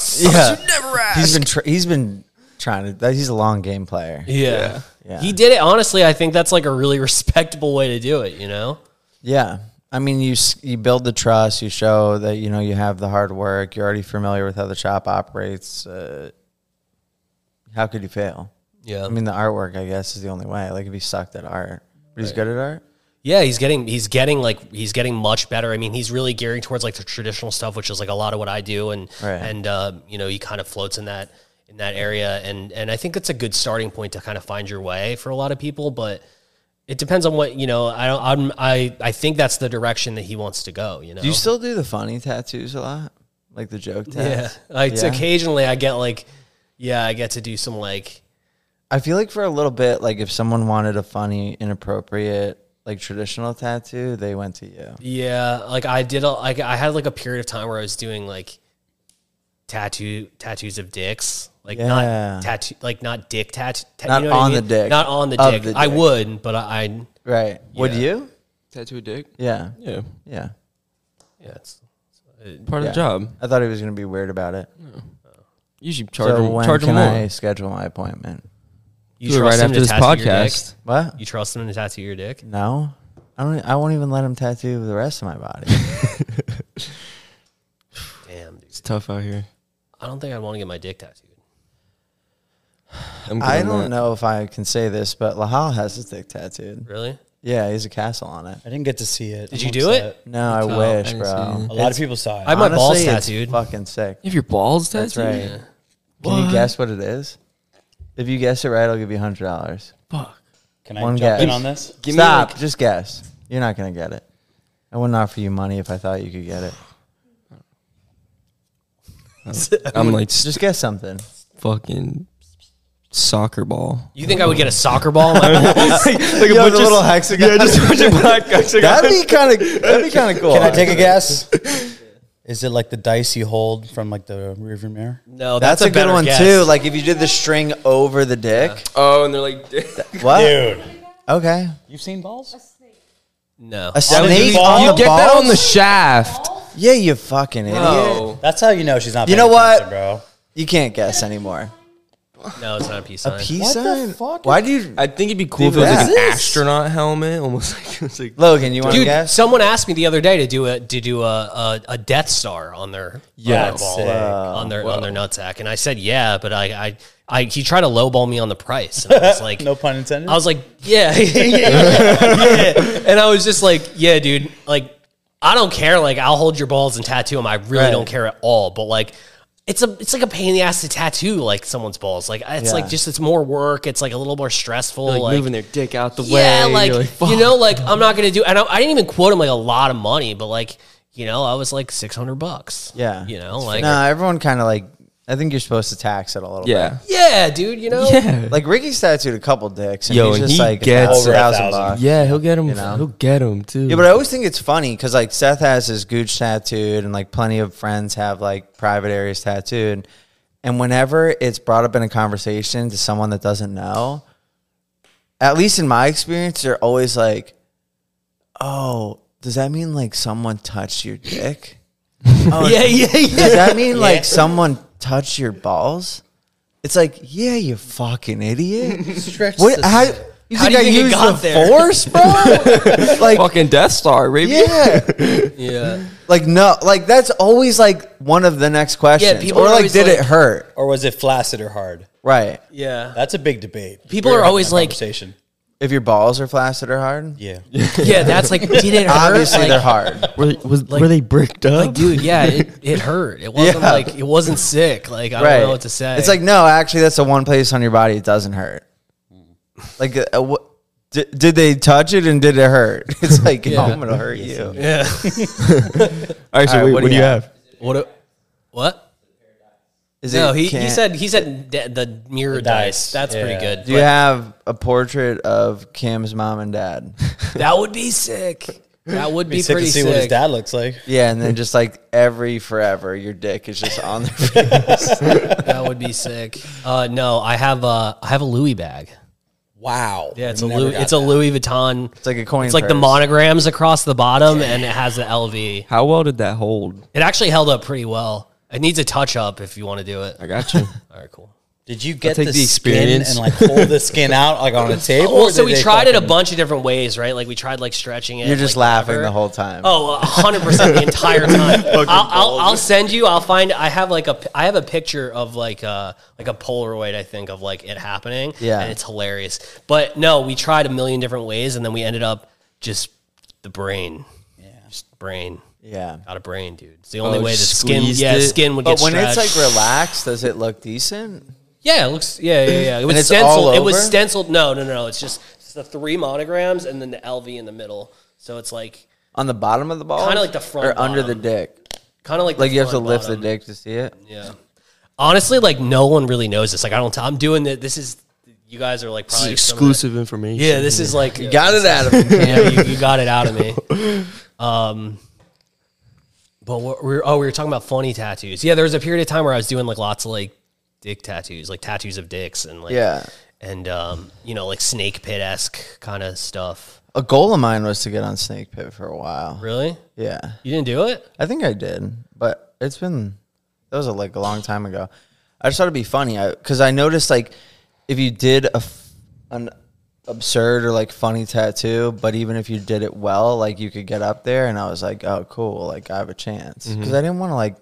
never He's been tra- he's been trying to. That, he's a long game player.
Yeah.
Yeah.
He did it. Honestly, I think that's like a really respectable way to do it, you know?
Yeah. I mean, you s- you build the trust. You show that you know you have the hard work. You're already familiar with how the shop operates. Uh, how could you fail?
Yeah.
I mean, the artwork, I guess, is the only way. Like if he sucked at art, but he's good at art.
yeah, he's getting he's getting like he's getting much better. I mean, he's really gearing towards like the traditional stuff, which is like a lot of what I do and
Right.
and uh, you know, he kind of floats in that in that area and and I think that's a good starting point to kind of find your way for a lot of people, but it depends on what, you know, I don't I'm, I I think that's the direction that he wants to go, you know.
Do you still do the funny tattoos a lot, like the joke
yeah.
tats?
Like
Yeah.
occasionally I get like yeah, I get to do some like
I feel like for a little bit, like if someone wanted a funny, inappropriate, like traditional tattoo, they went to you.
Yeah, like I did. A, like I had like a period of time where I was doing like tattoo tattoos of dicks, like
Yeah.
not tattoo, like not dick tattoo,
Not on the dick.
not on the
Of
dick.
the
I
dick.
would, but I, I
Right? Would
Yeah.
you?
Tattoo a dick?
Yeah.
Yeah.
Yeah.
yeah, it's,
Part
Yeah.
of the job.
I thought he was gonna be weird about it.
You should charge
so
them,
when
charge
can
them Mm. more.
I schedule my appointment?
you
Do it right
trust him
after
to
this
tattoo your dick?
podcast.
What?
You trust him to tattoo your dick?
No, I don't. e, I won't even let him tattoo the rest of my body.
Damn, dude.
It's tough out here.
I don't think I'd want to get my dick tattooed.
I'm good
I
on
don't
that.
know if I can say this, but Lahal has his dick tattooed.
Really?
Yeah, he's a castle on it.
I didn't get to see it.
Did you do it?
No, I
Oh,
wish,
I didn't see
bro.
it.
A lot of people saw it.
I might- my balls
Honestly, it's
tattooed.
Fucking sick.
You have your balls tattooed?
That's right. Can you guess what it is? If you guess it right, I'll give you hundred dollars.
Fuck.
Can I
One
jump
guess.
in on this?
Give me,
Stop.
like-
Just guess. You're not gonna get it. I wouldn't offer you money if I thought you could get it.
I'm like s-
Just guess something.
fucking soccer ball.
You think I would get a soccer ball? in my balls?
Like
You have the little hexagon. that'd be kind of that'd be kind of cool.
Can I take a guess? Is it like the dice you hold from like the rearview mirror?
no, that's,
That's, a, good
better
one
guess.
too. Like if you did the string over the dick.
Oh, and they're like,
What?
Dude,
Okay.
you've seen balls?
no,
A
the
snake
balls?
on
You
the
get that on the
balls?
shaft.
Yeah, you fucking idiot.
Oh,
That's how you know she's not.
You
paying
know what?
attention, bro?
You can't guess anymore.
no, it's not a peace
A
sign.
peace
What the
sign?
fuck?
Why do you
I think it'd be cool
Dude,
if it was
what
like
is
an
this?
astronaut helmet, almost like it was like.
Logan, you want to
Dude,
guess?
someone asked me the other day to do a to do a a, a Death Star on their
Yeah,
on their, ball,
sick.
on their on their nutsack, and I said yeah, but I I, I he tried to lowball me on the price, and I was like,
No pun intended.
I was like, yeah, yeah, yeah. and I was just like, yeah, dude, like I don't care, like I'll hold your balls and tattoo them. I really
Right.
don't care at all, but like. It's a it's like a pain in the ass to tattoo like someone's balls like it's
Yeah.
like just it's more work it's like a little more stressful
Like,
like
moving their dick out the
yeah,
way.
like,
you're
you
fuck.
know, like I'm not gonna do. And I, I didn't even quote him like a lot of money, but like you know, I was like six hundred bucks.
yeah.
you know, like
No, everyone kind of like I think you're supposed to tax it a little
yeah,
yeah, dude, you know,
yeah,
bit. Like Ricky's tattooed a couple dicks and
Yo,
he's
and
just
he
like
gets
a
over a
thousand
thousand.
bucks.
yeah. He'll get him.
know?
He'll get him too.
Yeah, but I always think it's funny because like Seth has his gooch tattooed, and like plenty of friends have like private areas tattooed. And whenever it's brought up in a conversation to someone that doesn't know, at least in my experience, they're always like, "Oh, does that mean like someone touched your dick? Oh,
yeah, yeah, yeah.
does that mean like someone touched your balls?" It's like, yeah, you fucking idiot.
stretched
What? How, you think
How do you
I
think it
used
got
the
there?
force, bro? like,
fucking Death Star, baby.
yeah.
yeah.
Like no, like that's always like one of the next questions.
people
or
are
like,
always
did it
like-
hurt?
or was it flaccid or hard?
Right.
Yeah,
That's a big debate.
People
We're
are
having
always
that
like-
conversation.
If your balls are flaccid or hard,
Yeah.
That's like, did it hurt?
obviously
Like-
they're hard.
Were, they- was, were they bricked up?
Like, dude, yeah, it, it hurt. It wasn't
Yeah.
like it wasn't sick. Like I
Right.
don't know what to say.
It's like no, actually, that's the one place on your body it doesn't hurt. Like, uh, what? Did, did they touch it and did it hurt? It's like oh, I'm gonna hurt you.
All
yeah.
right, so
All right,
wait, what, do you have?
What? a- what?
Is
No,
it
he, he
can't-
said he said de- the mirror
dice,
dice. That's
yeah.
pretty good.
Do you have a portrait of Kim's mom and dad?
that would be sick. That would be,
Be sick
pretty
to see
sick.
what his dad looks like.
Yeah, and then just like every forever, your dick is just on there.
That would be sick. Uh, no, I have a I have a Louis bag.
Wow.
Yeah, it's
I've
a
never
Louis,
got
it's a
that.
Louis Vuitton.
It's like a coin.
It's like the
purse.
monograms across the bottom, and it has the LV.
How well did that hold?
It actually held up pretty well. It needs a touch up if you want to do it.
I got you.
All right, cool.
Did you get
take
the,
the experience.
skin and like hold the skin out like on a table?
Well,
or
Oh, so
did
we
they
tried it a
fucking-
bunch of different ways, right? Like we tried like stretching it.
You're just
like,
laughing
whatever.
the whole time.
Oh, hundred percent the entire time. I'll, I'll, I'll send you. I'll find. I have like a. p- I have a picture of like a like a Polaroid. I think of like it happening.
Yeah.
and it's hilarious. But no, we tried a million different ways, and then we ended up just the brain. Yeah, just brain.
Yeah.
Got a brain, dude. It's the only
Oh,
way the
just
skin.
squeezed
Yeah,
it?
skin would
But
get
when
stretched.
it's like relaxed, does it look decent?
Yeah, it looks. Yeah, yeah, yeah. It was
it's
stenciled.
all
It was
over?
stenciled. No, no, no. It's just it's the three monograms and then the LV in the middle. So it's like
On the bottom of the ball?
Kinda like the front
Or under the
bottom.
dick.
kind of like the
Like you have to
front
lift
bottom.
the dick to see it.
Yeah. Honestly, like no one really knows this. Like I don't. i I'm doing that. This is you guys are like
This is
probably some of the-
exclusive information.
yeah, this is like you
Got it out of him.
Yeah, you, you got it out of me. Um, but what we were, oh, we were talking about funny tattoos. Yeah, there was a period of time where I was doing like lots of like dick tattoos, like tattoos of dicks and like
Yeah.
and um, you know, like snake pit esque kind of stuff.
A goal of mine was to get on Snake Pit for a while.
Really?
Yeah.
You didn't do it?
I think I did, but it's been that was like a long time ago. I just thought it'd be funny because I, noticed like if you did a f- an absurd or like funny tattoo, but even if you did it well, like you could get up there, and I was like, oh cool, like I have a chance
Mm-hmm.
because I didn't want to like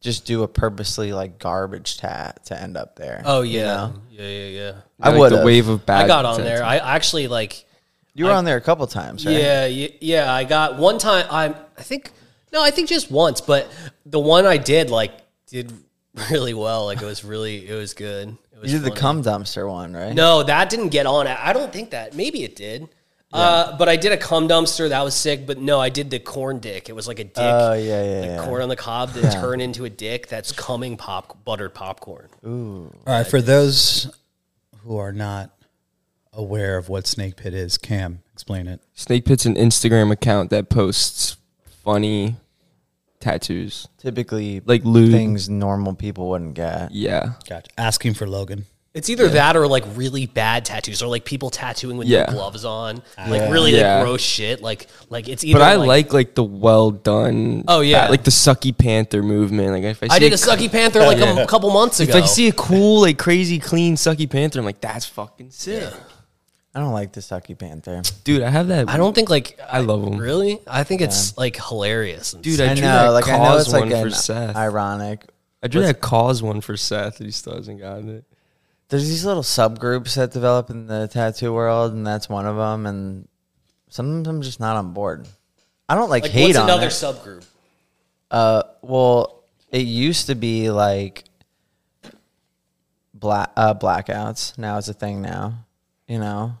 just do a purposely like garbage tat to end up there.
Oh
you
yeah.
know?
Yeah, yeah, yeah.
I
like
would
the wave of bad.
I got on there.
tattoos.
I actually like
You were on there a couple times, right?
Yeah, yeah, yeah. I got one time. I I think no, I think just once. But the one I did like did really well. Like it was really it was good. It was
You did the
funny.
cum dumpster one, right?
No, that didn't get on. I I don't think that. Maybe it did. Uh, but I did a cum dumpster that was sick. But no, I did the corn dick. It was like a dick.
Oh yeah, yeah,
like
yeah.
corn on the cob that turned into a dick that's coming pop buttered popcorn.
All right, for those who are not aware of what Snake Pit is, Cam, explain it.
Snake Pit's an Instagram account that posts funny tattoos.
Typically,
Like lewd.
things normal people wouldn't get.
Yeah.
Gotcha. Asking for Logan.
It's either that or like really bad tattoos or like people tattooing with
Yeah.
no gloves on. Like really
Yeah.
like gross shit. Like like it's either
But I like like the well done.
Oh, yeah.
pat- like the sucky panther movement. Like if I, see
I did a
c-
sucky panther like a m- couple months ago.
like see a cool like crazy clean sucky panther. I'm like that's fucking sick,
I don't like the sucky panther.
dude. I have that.
I don't think like
I love 'em.
Really, I think it's like hilarious, and
dude.
stuff.
I,
I
drew
know,
that
like I know
cause
it's like
one for
an
Seth.
ironic.
I drew that cause one for Seth. and He still hasn't gotten it.
There's these little subgroups that develop in the tattoo world, and that's one of them. And sometimes I'm just not on board. I don't like,
like
hate
what's
on
another
it.
subgroup?
uh, well, it used to be like black uh, blackouts. Now it's a thing. Now, you know.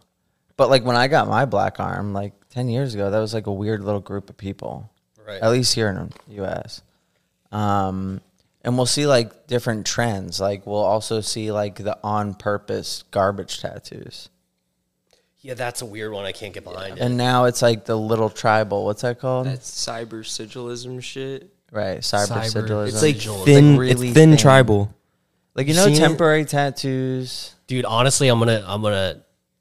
But like when I got my black arm, like ten years ago, that was like a weird little group of people.
Right.
At least here in the U.S. um, and we'll see like different trends. Like we'll also see like the on purpose garbage tattoos,
Yeah, that's a weird one. I can't get behind it.
and now it's like the little tribal. What's that called?
cyber sigilism shit.
right, cyber,
Cyber-
sigillism.
it's
It's like
Sigil.
thin,
It's like really
it's thin
thin.
tribal.
like you know
seen it?
temporary tattoos.
Dude, honestly, I'm gonna I'm gonna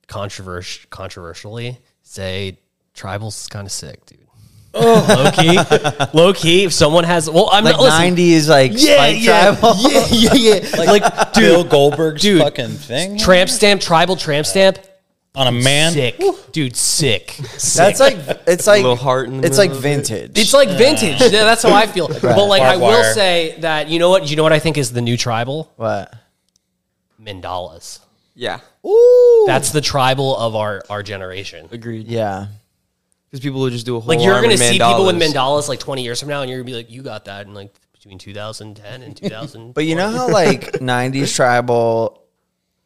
controversial controversially say tribal's kind of sick, dude. low key, low key. If someone has, well, I'm
Like
not listen,
nineties, like
yeah,
spike
yeah,
tribal.
yeah, yeah, yeah. Like,
Bill Goldberg's
Dude.
fucking thing
tramp stamp, tribal tramp stamp,
on a man.
sick, dude, sick.
That's like it's like
little heart in the
it's like
middle of it.
vintage.
It's like vintage. Yeah, that's how I feel. But like, I
Barbed
will
wire.
say that you know what? You know what I think is the new tribal
what?
mandalas.
Yeah,
That's the tribal of our our generation.
agreed.
Yeah,
Because people will just do a whole
Like you're
arm
gonna
of
see people with
mandalas.
mandalas like 20 years from now, and you're gonna be like, you got that in like between 2010 and 2000.
but you know how like '90s tribal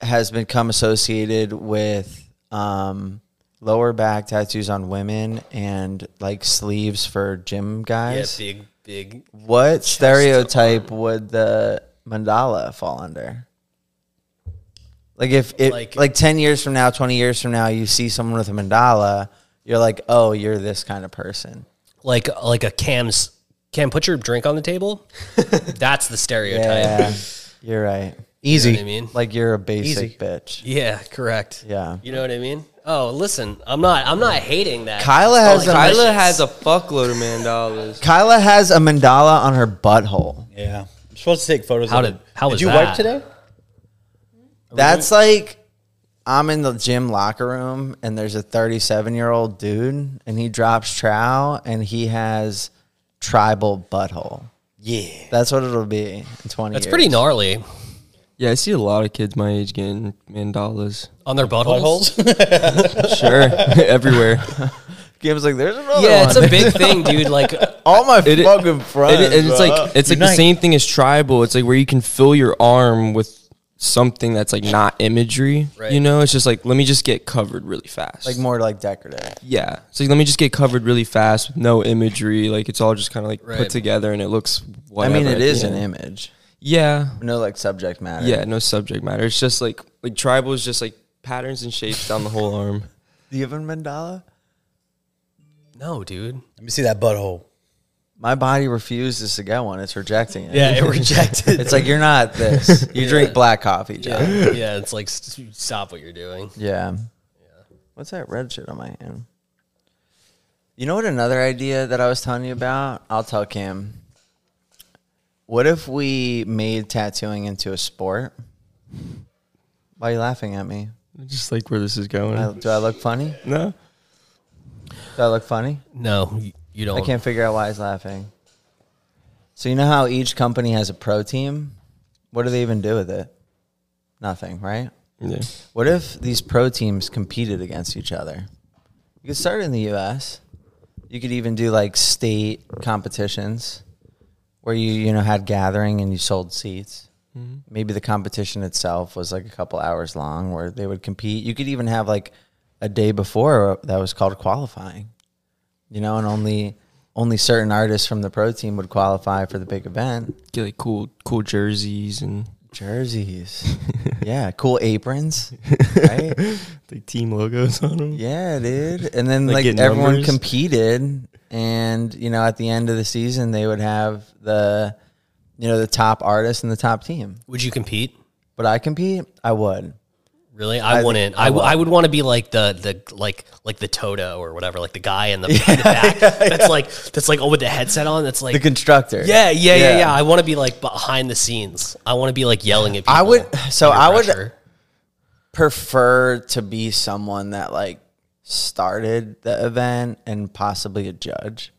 has become associated with um, lower back tattoos on women and like sleeves for gym
yeah,
guys.
big big.
what stereotype would the mandala fall under? Like if it
Like-
like, ten years from now, twenty years from now, you see someone with a mandala, you're like, oh, you're this kind of person.
like like a Cam's Cam, put your drink on the table. That's the stereotype.
Yeah, you're right.
You
Easy.
know what I mean?
Like you're a basic bitch.
Yeah, correct.
Yeah.
You know what I mean? Oh, listen, I'm not I'm not hating that.
Kyla
It's all
has
like-
a-
Kyla has a fuckload of mandalas.
Kyla has a mandala on her butthole.
Yeah. I'm supposed to take photos
How
of
did-
it.
how
did
was
you
that?
wipe today?
That's like I'm in the gym locker room and there's a 37 year old dude and he drops trowel and he has tribal butthole.
Yeah.
That's what it'll be in 20
That's
years.
pretty gnarly
Yeah, I see a lot of kids my age getting mandalas.
on their buttholes.
Buttholes?
Sure, everywhere.
Kim's like, there's another
Yeah,
one.
it's a big thing, dude. Like,
All my
It-
fucking friends.
and, and it's
bro.
like it's like the
Unite.
same thing as tribal. It's like where you can fill your arm with something that's like not imagery.
Right.
You know, it's just like let me just get covered really fast.
like more like decorative.
yeah, so let me just get covered really fast with no imagery. Like it's all just kind of like
Right.
put together and it looks.
I
Whatever
mean, it
at the
is an
end.
image,
Yeah,
no like subject matter.
yeah. No subject matter. It's just like like tribal is just like patterns and shapes down the whole arm.
Do you have a mandala?
no, dude.
Let me see that butthole.
My body refuses to get one. It's rejecting it.
Yeah, it rejected.
It's like you're not this. You drink black coffee, John. Yeah.
yeah, yeah, it's like s- stop what you're doing.
What's that red shit on my hand? You know what another idea that I was telling you about? I'll tell Kim. What if we made tattooing into a sport? Why are you laughing at me?
Just like where this is going.
I- do I look funny?
no.
Do I look funny?
No, y- you don't.
I can't figure out why he's laughing. So you know how each company has a pro team? What do they even do with it? Nothing, right?
Yeah.
What if these pro teams competed against each other? You could start in the US. You could even do like state competitions where you, you know, had gathering and you sold seats. Maybe the competition itself was like a couple hours long where they would compete. You could even have like a day before that was called qualifying. You know, and only only certain artists from the pro team would qualify for the big event.
Get like cool cool jerseys and
Jerseys. yeah, cool aprons. Right?
like team logos on them.
Yeah, dude. And then
Like,
like,
get
everyone
numbers?
competed, and you know, at the end of the season, they would have the, you know, the top artist and the top team.
Would you compete?
Would I compete? I would.
Really, I, wouldn't. I, w- I would want to be like the the like like the Toto or whatever, like the guy in the, in the back that's like that's like oh with the headset on. That's
The
like
constructor.
yeah, yeah, yeah, yeah,
Yeah.
I want to be like behind the scenes. I want to be like yelling at people.
I would- so
under
I would-
pressure.
Prefer to be someone that like started the event and possibly a judge.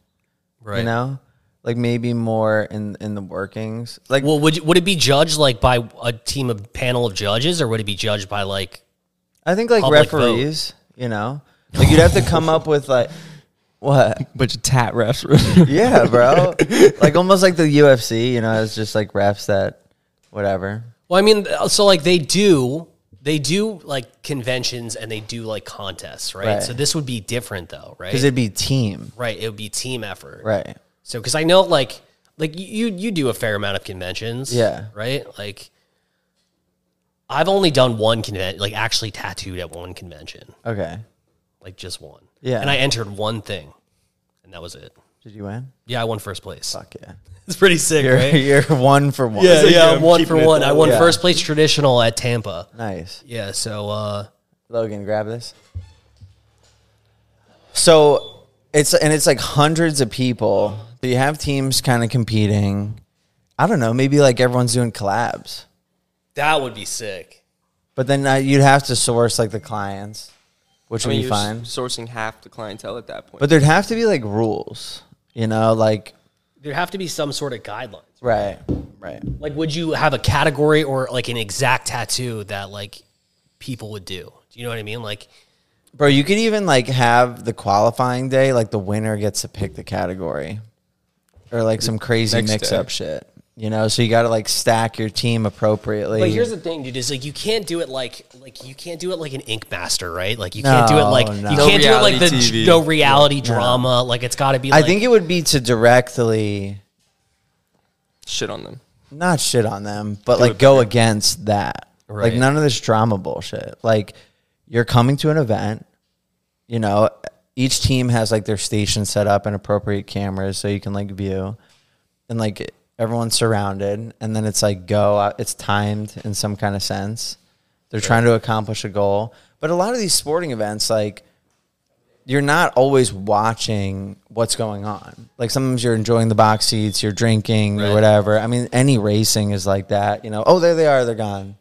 right.
You know, like maybe more in in the workings. Like
Well, would you- would it be judged like by a team of panel of judges, or would it be judged by like
I think like
public vote.
referees. You know, like you'd have to come up with like what.
Bunch of tat refs.
Yeah, bro. like almost like the UFC, you know, it's just like refs that whatever.
Well, I mean, so like they do, they do like conventions and they do like contests, right?
Right.
So this would be different though, right?
Because it'd be team.
right, it would be team effort,
Right.
So because I know like like you you do a fair amount of conventions,
Yeah.
right? Like I've only done one convention, like actually tattooed at one convention,
Okay.
like just one,
Yeah.
and I entered one thing, and that was it.
Did you win?
Yeah, I won first place.
Fuck yeah.
It's pretty sick,
You're,
right?
you're one for one.
Yeah, yeah, I'm one for
it
one. I won
Yeah.
first place traditional at Tampa.
Nice.
Yeah, so uh
Logan, grab this. So it's and it's like hundreds of people. So you have teams kind of competing. I don't know, maybe like everyone's doing collabs.
that would be sick.
But then uh, you'd have to source like the clients, which
I mean,
would be
you're
fine.
sourcing half the clientele at that point.
But there'd have to be like rules, you know, like
There have to be some sort of guidelines.
Right. Right.
Like, would you have a category or like an exact tattoo that like people would do? Do you know what I mean? Like,
Bro, you could even like have the qualifying day, like the winner gets to pick the category. Or like some crazy
Next
mix up
day.
shit. You know, so you gotta like stack your team appropriately.
but here's the thing, dude. Is like you can't do it like like you can't do it like an ink master, right? Like you can't do it like
No, no.
you
No
can't do it like the
reality TV.
no reality drama. Like it's got to be. Like,
I think it would be to directly
shit on them.
not shit on them, but like go against that.
Right.
Like none of this drama bullshit. Like you're coming to an event, you know, each team has like their station set up and appropriate cameras so you can like view and like everyone's surrounded and then it's like go out- it's timed in some kind of sense. They're trying to accomplish a goal. But a lot of these sporting events like you're not always watching what's going on. Like sometimes you're enjoying the box seats, you're drinking or whatever. I mean, any racing is like that. You know, oh there they are, they're gone.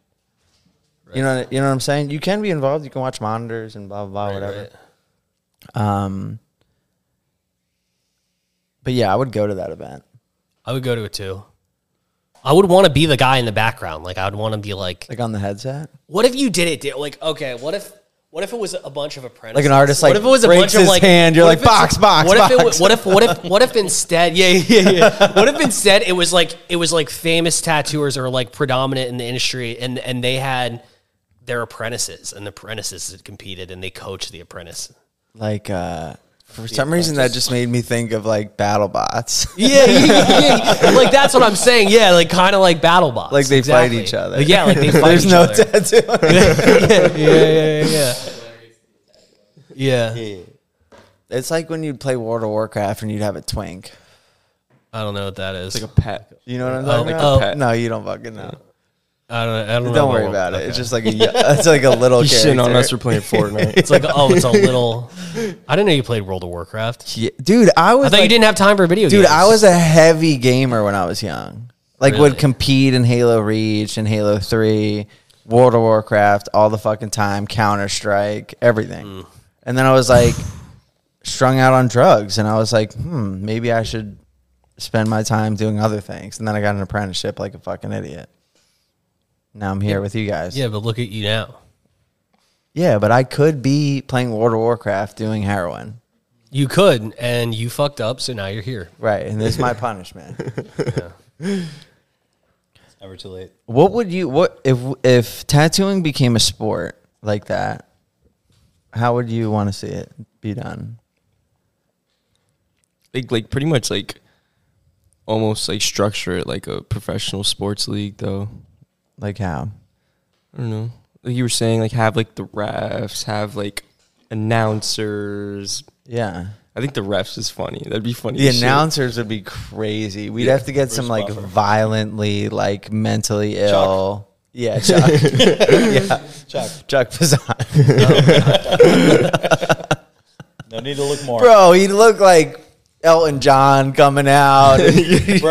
You know, what- you know what I'm saying. You can be involved. You can watch monitors and blah blah blah, whatever. Um, but yeah, I would go to that event.
I would go to it too. I would want to be the guy in the background. Like I would want to be like,
Like on the headset,
what if you did it? Dude? Like okay, what if what if it was a bunch of apprentices?
Like an artist,
What
like,
if it was a
breaks
bunch of
his
like
hand, you're
what
like,
if
"Box,
it's-
box,
What if it,
box."
wa- what if what if what if instead? Yeah, yeah, yeah. What if instead it was like it was like famous tattooers are like predominant in the industry, and and they had their apprentices, and the apprentices had competed, and they coached the apprentice.
like uh, for some reason that just made me think of like battle bots.
Yeah, yeah, yeah, yeah. like that's what I'm saying. Yeah, like kind of like battle bots.
Like they fight
Exactly.
each other.
Like, yeah, like they fight
There's
each
no
other.
tattoo.
yeah, yeah, yeah. Yeah.
It's like when you'd play World of Warcraft and you'd have a twink.
I don't know what that is.
Like a pet.
You know what I'm talking
like a
about?
pet.
No, you don't fucking know.
I don't. I don't. know
Don't worry
what-
about it. It's just like a it's like a little
He's
character.
shitting on us for playing Fortnite.
It's like oh, it's a little. I didn't know you played World of Warcraft.
Yeah, dude, I was
I thought you
like-
didn't have time for video
Dude,
games.
I was a heavy gamer when I was young. Like
Really?
would compete in Halo Reach and Halo 3, World of Warcraft all the fucking time, Counter-Strike, everything.
Mm.
And then I was like strung out on drugs and I was like, "Hmm, maybe I should spend my time doing other things." And then I got an apprenticeship like a fucking idiot. Now I'm here with you guys.
Yeah, but look at you now.
Yeah, but I could be playing World of Warcraft doing heroin.
You could, and you fucked up, so now you're here.
Right, and this is my punishment.
It's never too late.
What would you what if if tattooing became a sport like that? How would you want to see it be done?
like like pretty much like almost like structure it like a professional sports league though.
Like how?
I don't know. Like you were saying, like have like the refs, have like announcers.
Yeah.
I think the refs is funny. That'd be funny.
The
as shit.
announcers would be crazy. We'd have to get some like violently like mentally ill. Yeah, Chuck. yeah.
Chuck.
Chuck Pizzano.
No need to look more. Bro,
Bro, he looked like Elton John coming out.
he would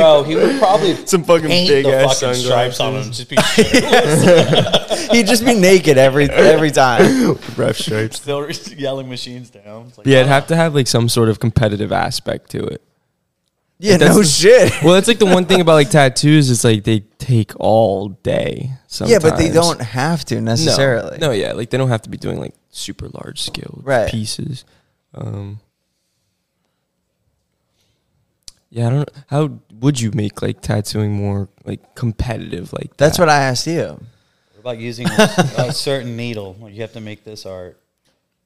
probably
some fucking
paint
big
the
ass
fucking stripes
sunglasses.
on him. Just be shit.
He'd just be naked every every time.
Ref stripes.
still yelling machines down. It's like, "Ah."
Yeah, it'd have to have like some sort of competitive aspect to it.
Yeah, no shit.
Well, that's like the one thing about like tattoos. It's like they take all day.
Yeah,
Sometimes.
but they don't have to
No.
necessarily.
No, yeah, like they don't have to be doing like super large scale
Right.
pieces. Um, yeah, I don't. How would you make like tattooing more like competitive? Like
That's
that?
what I asked you.
What about using a, a certain needle? Like, you have to make this art.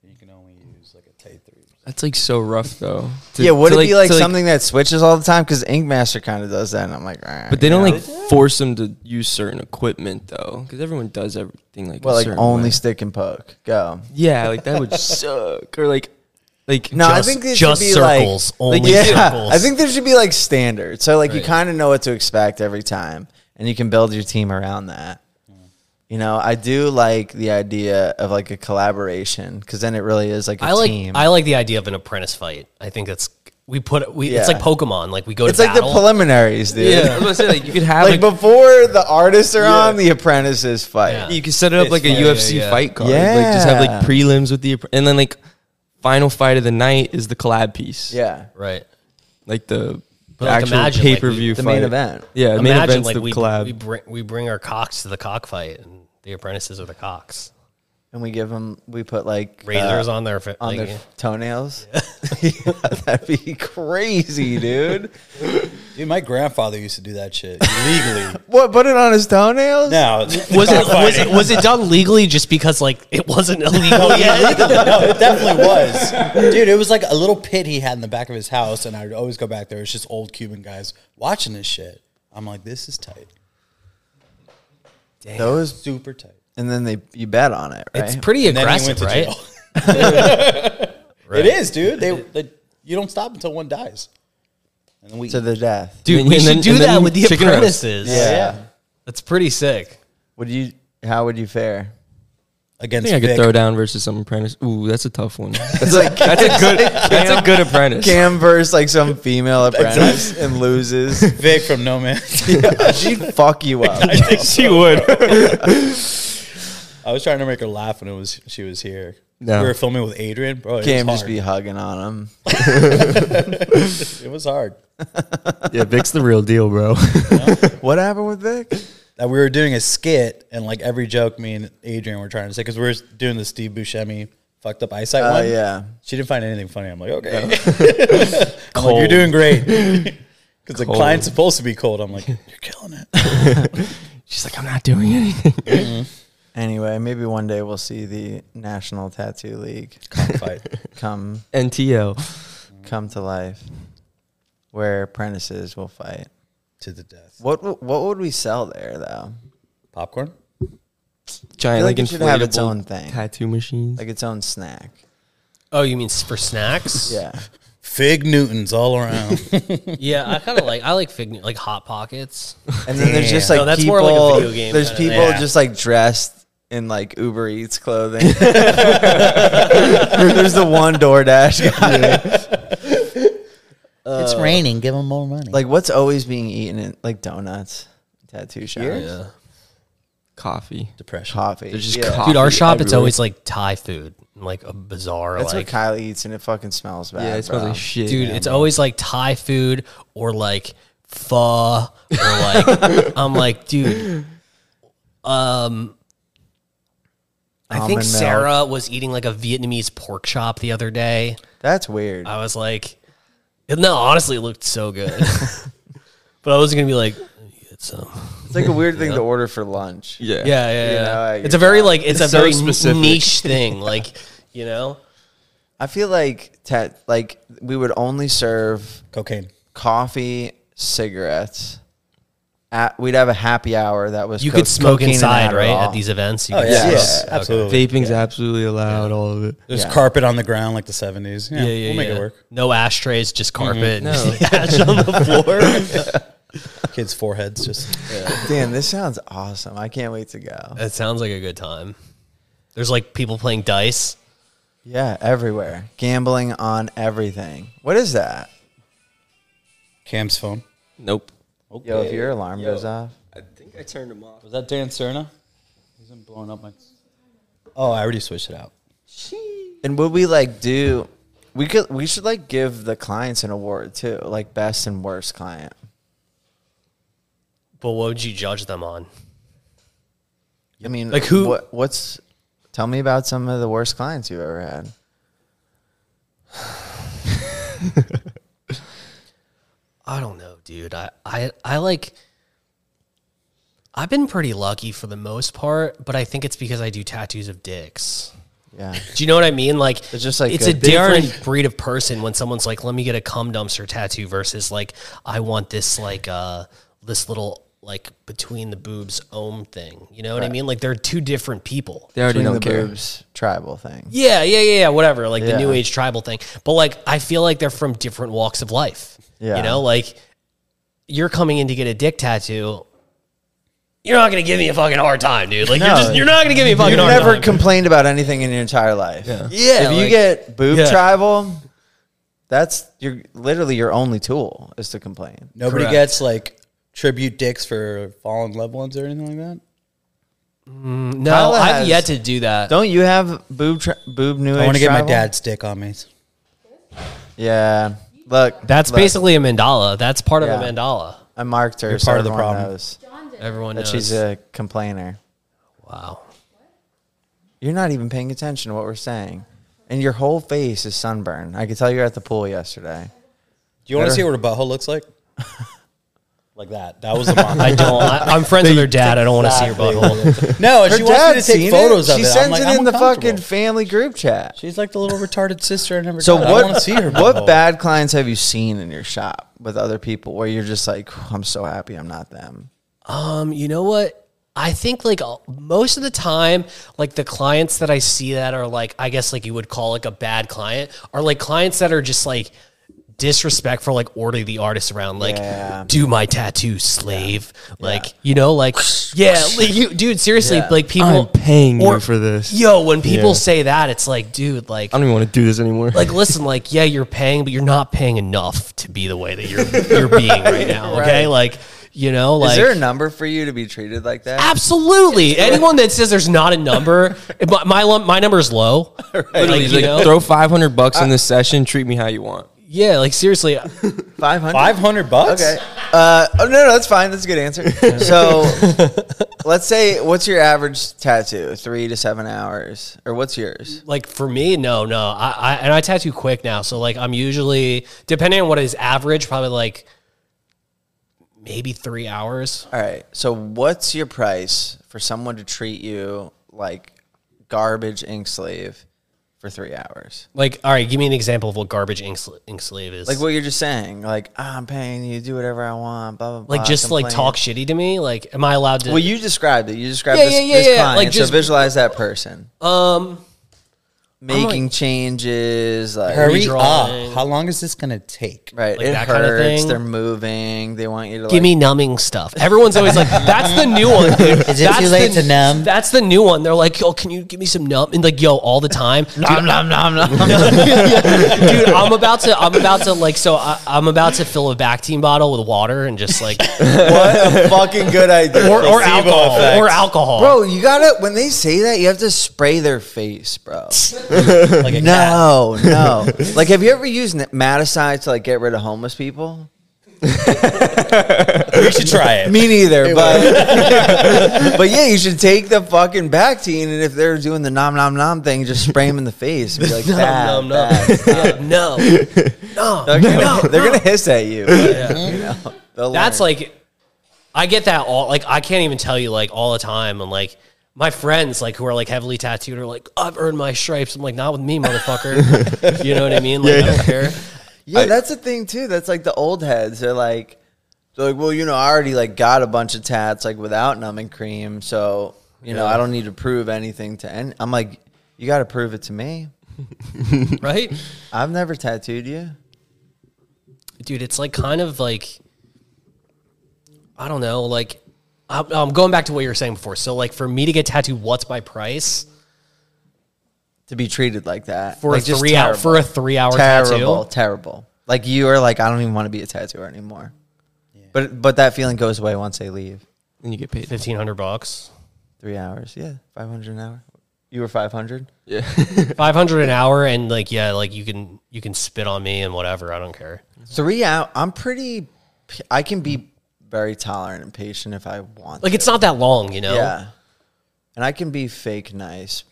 You can only use like a tight three.
That's like so rough though. To-
yeah, would
to,
it be like
to,
something that switches all the time? Because Ink Master kind of does that, and I'm like, alright.
But they don't like force them to use certain equipment though, because everyone does everything like. a
well, like
certain
only
way.
stick and poke. Go.
Yeah, like that would suck. Or like, like
No, I
Just-
think it
just
should be
circles,
like, like,
only
yeah,
circles.
I think there should be like standards. So like you
Right.
kind of know what to expect every time, and you can build your team around that.
Mm.
You know, I do like the idea of like a collaboration because then it really is like a
I like.
team.
I like the idea of an apprentice fight. I think that's we put. We
Yeah.
it's like Pokemon. Like we go
it's
to
like the
battle.
preliminaries, dude.
I was gonna say like you could have
Like,
like,
before the artists are on, the apprentices fight.
Yeah.
you could set it up like a UFC
yeah.
fight card. Like just have
Yeah.
like prelims with the and then like final fight of the night is the collab piece.
yeah.
right.
Like the
But, like,
actual
imagine, like,
pay per view
The
fight.
main event.
Yeah, the main
Imagine
event's
like
the
we
collab.
we bring we bring our cocks to the cockfight, and the apprentices are the cocks.
and we give them we put like
Razors
uh,
on their fa-
on
like,
their f- toenails. Yeah, that'd be crazy, dude.
Dude, my grandfather used to do that shit legally.
what? Put it on his toenails?
now,
was it was it was it done legally just because like it wasn't illegal yet?
no, it definitely was, dude. It was like a little pit he had in the back of his house, and I'd always go back there. It's just old Cuban guys watching this shit. I'm like, this is tight,
Those,
super tight.
and then they you bet on it, right?
It's pretty
And then he
aggressive,
went to
right?
jail. It is, dude. They, they you don't stop until one dies, and then we
to the death.
Dude,
And
we
then-
should
and
do
then
that with the
chicken roast.
apprentices.
yeah.
That's pretty sick.
Would you? How would you fare?
I
against
think I could
Vic.
throw down versus some apprentice. Ooh, that's a tough one. That's
It's like
a good. That's a good apprentice.
Cam versus like some female apprentice and loses.
Vic from No Man's.
She'd fuck you up.
she would.
I was trying to make her laugh when it was she was here.
No.
We were filming with Adrian, bro. It
Cam
was
just
hard.
be hugging on him.
It was hard.
Yeah, Vic's the real deal, bro.
What happened with Vic?
That we were doing a skit, and like every joke, me and Adrian were trying to say because we were doing the Steve Buscemi fucked up eyesight
Oh
one.
yeah.
She didn't find anything funny. I'm like, okay. I'm like, you're doing great. Because the client's supposed to be cold. I'm like, you're killing it.
She's like, I'm not doing anything.
Anyway, maybe one day we'll see the National Tattoo League
Fight.
come
NTO.
come to life, where apprentices will fight.
To the death.
What w- what would we sell there though?
Popcorn?
I
Giant
feel
like,
like it should have its
inflatable
own thing,
tattoo machines.
like its own snack.
Oh, you mean s- for snacks?
Yeah,
Fig Newtons all around.
yeah. I kind of like I like fig like hot pockets.
and then there's just
Damn.
like
No, that's
people.
more like a video game
there's
kinda thing.
people
Yeah.
just like dressed in like Uber Eats clothing. there's the one DoorDash guy.
it's raining. Give them more money.
Like what's always being eaten in like donuts, tattoo shop,
Coffee.
depression.
coffee.
There's just
yeah.
coffee.
Dude, our shop it's
everywhere.
always like Thai food, like a bizarre
That's
like.
what Kylie eats, and it fucking smells bad.
Yeah, it smells
bro.
like shit.
dude, it's always like Thai food or like pho or like I'm like, dude. Um, I
Almond
think
milk.
Sarah was eating like a Vietnamese pork chop the other day.
That's weird.
I was like, no, honestly, it looked so good, but I wasn't gonna be like, get some.
It's like a weird thing to order for lunch.
Yeah.
Yeah, yeah,
You
yeah.
know, like,
it's a very like it's,
It's
a
so
very
specific.
niche thing, like you know.
I feel like tat like we would only serve
Cocaine.
coffee, cigarettes. At, we'd have a happy hour that was
You
co-
could smoke
cocaine and
inside, right?
Adderall.
At these events. You
Oh, yeah.
could
Yes.
smoke.
Yes.
Yeah, Absolutely.
Vaping's absolutely allowed, all of it.
There's
Yeah.
carpet on the ground like the 70s. Yeah,
Yeah, yeah,
we'll make
yeah.
it work.
No ashtrays, just carpet. No. ash on the floor.
Kids' foreheads just.
Damn, this sounds awesome! I can't wait to go.
that sounds like a good time. There's like people playing dice.
Yeah, everywhere, gambling on everything. What is that?
Cam's phone.
Nope.
Yo, if your alarm goes off,
I think I turned him off.
Was that Dan Cerna? He's been blowing up my. Oh, I already switched it out.
and would we like do? We could. We should like give the clients an award too, like best and worst client.
But what would you judge them on?
I mean,
Like, who-
What, what's? Tell me about some of the worst clients you've ever had.
I don't know, dude. I, I, I like. I've been pretty lucky for the most part, but I think it's because I do tattoos of dicks.
Yeah,
Do you know what I mean? Like
It's just like
it's
a-
a
they aren't-
different breed of person when someone's like, "Let me get a cum dumpster tattoo," versus like, "I want this like uh this little like between the boobs ohm thing." You know what I mean? Like they're two different people.
They already
between the
don't care.
boobs tribal thing.
Yeah, yeah, yeah, yeah. Whatever, like
Yeah.
the new age tribal thing. But like, I feel like they're from different walks of life.
Yeah.
you know, like you're coming in to get a dick tattoo. You're not gonna give me a fucking hard time, dude. Like
No.
you're just you're not gonna give me a fucking
You've
hard
never
time.
complained about anything in your entire life. Yeah. If you
like-
get boob
Yeah.
tribal, that's your literally your only tool is to complain.
Nobody
Correct.
gets like tribute dicks for fallen loved ones or anything like that.
no,
Tyler
I've
has-
yet to do that.
Don't you have boob tri- boob new?
I want
age
to get my
tribal?
dad's dick on me.
Yeah. Look,
That's
look,
basically a mandala. That's part of
Yeah.
a mandala.
I marked her.
You're
so
part of the
everyone
problem.
knows
Everyone
that
knows.
she's a complainer.
wow.
You're not even paying attention to what we're saying, and your whole face is sunburned. I could tell you were at the pool yesterday.
Do you want to
Better-
see what a butthole looks like? like that. That was the mom.
I don't. I, I'm friends with her dad. I don't want to see her butthole.
no, and she wants me to
seen
take photos
it.
of
she
it. I'm
sends
like,
it
I'm
in the fucking
uncomfortable.
family group chat.
She's like the little retarded sister I never.
So
got. I
what?
want to see her.
what
butthole.
bad clients have you seen in your shop with other people where you're just like, I'm so happy I'm not them.
Um, you know what? I think like uh, most of the time, like the clients that I see that are like, I guess like you would call like a bad client, are like clients that are just like disrespectful, like order the artist around, like
Yeah.
do my tattoo, slave, like you know, like yeah, like you, dude, seriously, like people
I'm paying you for this.
Yo, when people
Yeah.
say that, it's like, dude, like.
I don't even want to do this anymore.
like listen, like yeah, you're paying, but you're not paying enough to be the way that you're you're being right now. Okay, like You know, like
Is there a number for you to be treated like that?
Absolutely. Anyone that says there's not a number, my my, lum- my number is low. Literally,
He's
you
like,
know?
throw 500 bucks in this session, treat me how you want.
yeah, like seriously,
Five hundred.
Five hundred bucks.
Okay. Uh, oh no, no, that's fine. That's a good answer. So, let's say, what's your average tattoo? Three to seven hours, or what's yours?
like for me, no, no. I, I and I tattoo quick now, so like I'm usually depending on what is average, probably like maybe three hours.
All right. So, what's your price for someone to treat you like garbage ink sleeve for three hours?
Like, all right, give me an example of what garbage ink, sl- ink sleeve is.
Like what you're just saying. Like "Ah, I'm paying you, do whatever I want. Blah blah. blah.
like just like
complain."
talk shitty to me. Like, am I allowed to?
Well, you described it. You described
Yeah,
this,
yeah, yeah,
this
yeah.
client.
Like, just-
so visualize that person
um,
making changes. Like
Hurry
Redrawing.
up! How long is this gonna take?
right,
Like
it
that
hurts.
kinda thing.
They're moving. They want you to like,
give me numbing stuff. Everyone's always like, "That's the new one." Dude.
Is it
that's
too late
the,
to numb?
That's the new one. They're like, "Yo, can you give me some numb?" And like, "Yo," all the time. Dude,
nom nom nom.
dude, I'm about to, I'm about to like, so I, I'm about to fill a Bactine bottle with water and just like,
what a fucking good idea.
or, or
Placebo
alcohol,
effect.
or alcohol.
Bro, you gotta when they say that, you have to spray their face, bro.
Like a cat.
No, no. like, have you ever used n- Maticide to like get rid of homeless people?
We should try it.
Me neither, but but yeah, you should take the fucking Bactine, and if they're doing the nom nom nom thing, just spray them in the face and be like, bad,
Nom, nom, nom.
bad.
Yeah, no, no,
They're, gonna, they're gonna hiss at you. but, you know, they'll
That's
learn.
like, I get that all. Like, I can't even tell you like all the time. And like, my friends like who are like heavily tattooed are like, I've earned my stripes. I'm like, not with me, motherfucker. you know what I mean? Like, I don't care.
yeah, that's the thing too. That's like the old heads. They're like, they're like, well, you know, I already like got a bunch of tats like without numbing cream, so you know, I don't need to prove anything to. And I'm like, you got to prove it to me.
right?
I've never tattooed you.
Dude, it's like kind of like I don't know, like I'm, I'm going back to what you were saying before. So like for me to get tattooed, what's my price
To be treated like that
for
like,
a
just
three hour
terrible.
for a three hour
terrible,
tattoo?
terrible. Like you are like, I don't even want to be a tattooer anymore. But but that feeling goes away once they leave.
And you get paid.
Fifteen hundred bucks,
Three hours, yeah, five hundred an hour. You were five hundred.
five hundred an hour, and like yeah, like you can you can spit on me and whatever. I don't care.
Three hour. I'm pretty. p- I can be very tolerant and patient if I want.
Like
to.
it's not that long, you know.
yeah, and I can be fake nice.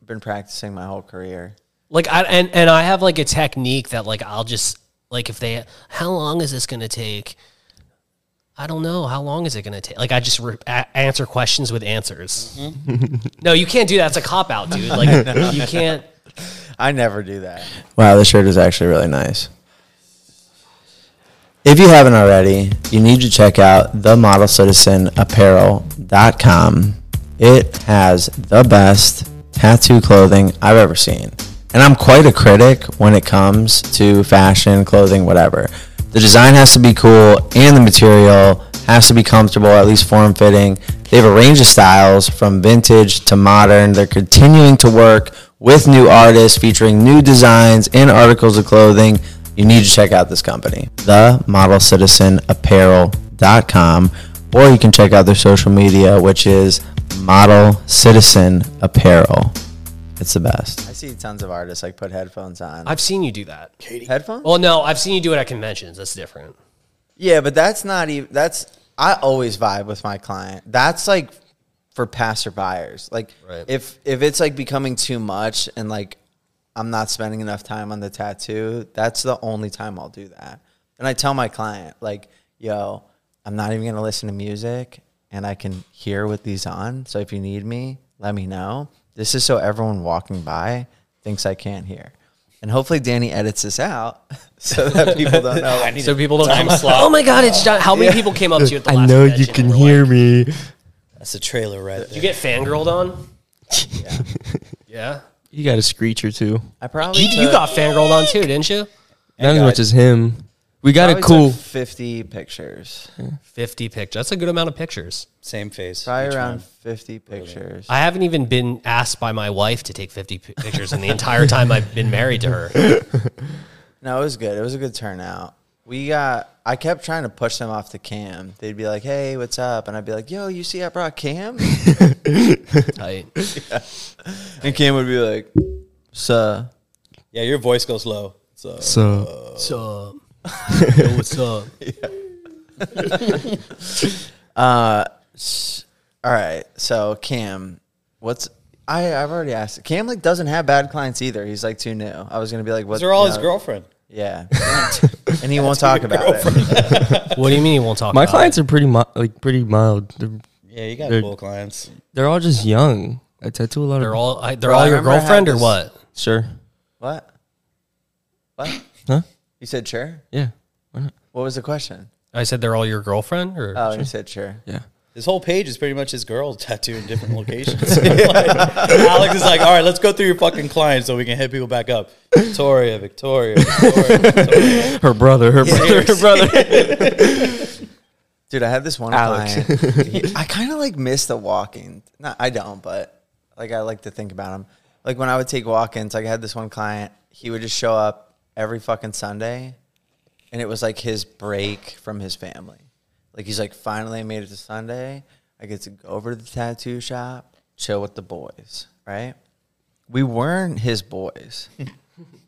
I've been practicing my whole career.
Like I and and I have like a technique that like I'll just like if they how long is this going to take? I don't know. How long is it going to take? Like I just re- a- answer questions with answers. no, you can't do that. It's a cop out, dude. Like you can't.
I never do that. Wow, this shirt is actually really nice. If you haven't already, you need to check out themodelcitizenapparel.com. It has the best tattoo clothing I've ever seen. And I'm quite a critic when it comes to fashion, clothing, whatever. The design has to be cool and the material has to be comfortable, at least form fitting. They have a range of styles from vintage to modern. They're continuing to work with new artists featuring new designs and articles of clothing you need to check out this company, themodelcitizenapparel.com, or you can check out their social media, which is Model Citizen Apparel. It's the best. I see tons of artists like put headphones on.
I've seen you do that.
headphones?
Well, no, I've seen you do it at conventions. That's different.
Yeah, but that's not even. That's I always vibe with my client. That's like for passerbyers. Like
Right.
if if it's like becoming too much and like I'm not spending enough time on the tattoo, that's the only time I'll do that. And I tell my client like, "Yo, I'm not even gonna listen to music, and I can hear with these on. So if you need me, let me know. This is so everyone walking by thinks I can't hear." And hopefully Danny edits this out so that people don't know. I
So people don't come. Oh my god, it's John. How many people came up to you at the last
I know you
convention
can
and were
hear
like-
me.
That's a trailer right there.
you get fangirled on. Yeah.
You got a screech or two.
I probably
You, you
took-
got fangirled on too, didn't you?
Not as
got-
much as him. We got
Probably
it cool.
took 50 pictures.
50 pictures. That's a good amount of pictures.
Same face.
Probably
Each
around
one.
50 pictures.
I haven't even been asked by my wife to take 50 pi- pictures in the entire time I've been married to her.
no, it was good. It was a good turnout. We got. I kept trying to push them off the cam. They'd be like, "Hey, what's up?" And I'd be like, "Yo, you see, I brought Cam."
Tight.
and Cam would be like, "Suh."
Yeah, your voice goes low. So
So
What's up? Yo, what's up?
Uh, s- all right. So Cam, what's I? I've already asked. Cam like doesn't have bad clients either. He's like too new. I was gonna be like, what?
those are all
you
his
know,
girlfriend.
Yeah, and he won't talk about it.
What do you mean he won't talk?
my
uh,
about
clients are pretty mi- like pretty mild. They're,
Yeah, you got
Dude.
cool clients.
they're all just young. I tattoo a lot
It?
of
They're all. I, they're
Bro, I
all your
remember I had
girlfriend or
this-
what?
sure.
What? What?
Huh?
You said sure.
Yeah.
What was the question?
I said they're all your girlfriend or.
Oh, you said sure.
Yeah.
His whole page is pretty much his girl tattooed in different locations. Like, Alex is like, all right, let's go through your fucking clients so we can hit people back up. Victoria, Victoria, Victoria. Victoria.
Her brother, her brother, her brother.
Dude, I had this one
Alex.
client. He- I kind of like miss the walk-in. No, I don't, but like I like to think about him. Like when I would take walk-ins, like I had this one client. He would just show up every fucking Sunday, and it was like his break from his family. Like he's like, finally, I made it to Sunday. I get to go over to the tattoo shop, chill with the boys. Right? We weren't his boys,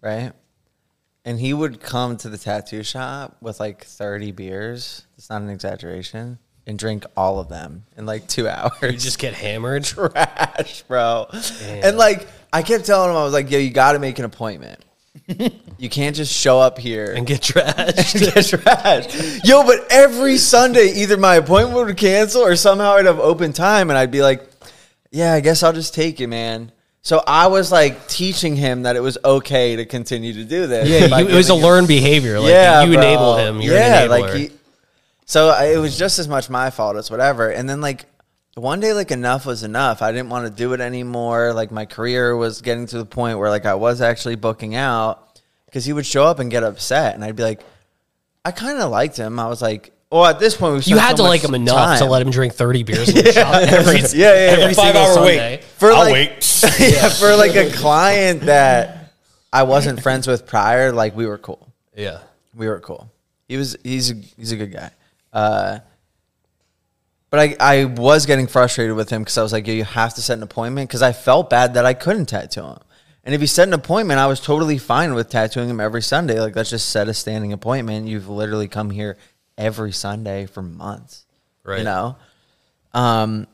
right? and he would come to the tattoo shop with like 30 beers it's not an exaggeration and drink all of them in like two
You
hours
just get hammered.
trash bro and like i kept telling him i was like yo you gotta make an appointment you can't just show up here
and get trashed.
get trash yo but every sunday either my appointment would cancel or somehow i'd have open time and i'd be like yeah i guess i'll just take it man so I was like teaching him that it was okay to continue to do this.
Yeah,
by
you, it was a
giving him-
learned behavior. Like you
bro.
enable him. You're yeah, an like he,
So I, it was just as much my fault as whatever. And then like one day, like enough was enough. I didn't want to do it anymore. Like my career was getting to the point where like I was actually booking out because he would show up and get upset, and I'd be like, I kind of liked him. I was like, well, at this point, we
you had to like him enough to let him drink 30 beers in the shop every,
Yeah, yeah, yeah.
every
Five
single
hour
Sunday.
wait.
for
I'll
like,
wait.
yeah, for like a client that I wasn't friends with prior. Like we were cool.
Yeah.
we were cool. He was he's a, he's a good guy. Uh, but I I was getting frustrated with him because I was like, you have to set an appointment because I felt bad that I couldn't tattoo him. And if he set an appointment, I was totally fine with tattooing him every Sunday. Like let's just set a standing appointment. You've literally come here every Sunday for months,
Right.
You know. Um.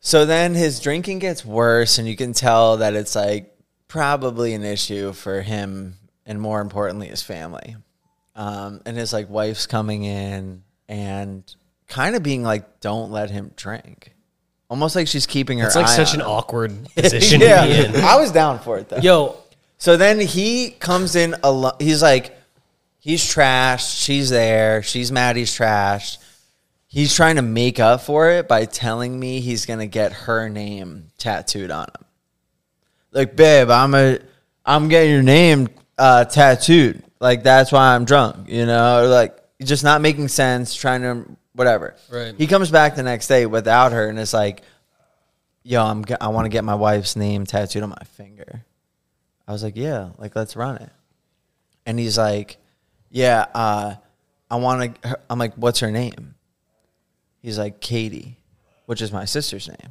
So then his drinking gets worse, and you can tell that it's like probably an issue for him, and more importantly, his family. Um, and his like wife's coming in and kind of being like, "Don't let him drink," almost like she's keeping her.
It's like
eye
such
on
an
him.
awkward position
uh, Yeah,
to be in.
I was down for it though.
Yo,
So then he comes in alone. He's like, he's trashed. She's there. She's mad. He's trashed. He's trying to make up for it by telling me he's gonna get her name tattooed on him. Like, babe, I'm a, I'm getting your name uh, tattooed. Like that's why I'm drunk. You know, like just not making sense. Trying to whatever.
Right.
He comes back the next day without her, and it's like, yo, I'm, g- I want to get my wife's name tattooed on my finger. I was like, yeah, like let's run it. And he's like, yeah, uh, I want to. I'm like, what's her name? He's like, Katie, which is my sister's name.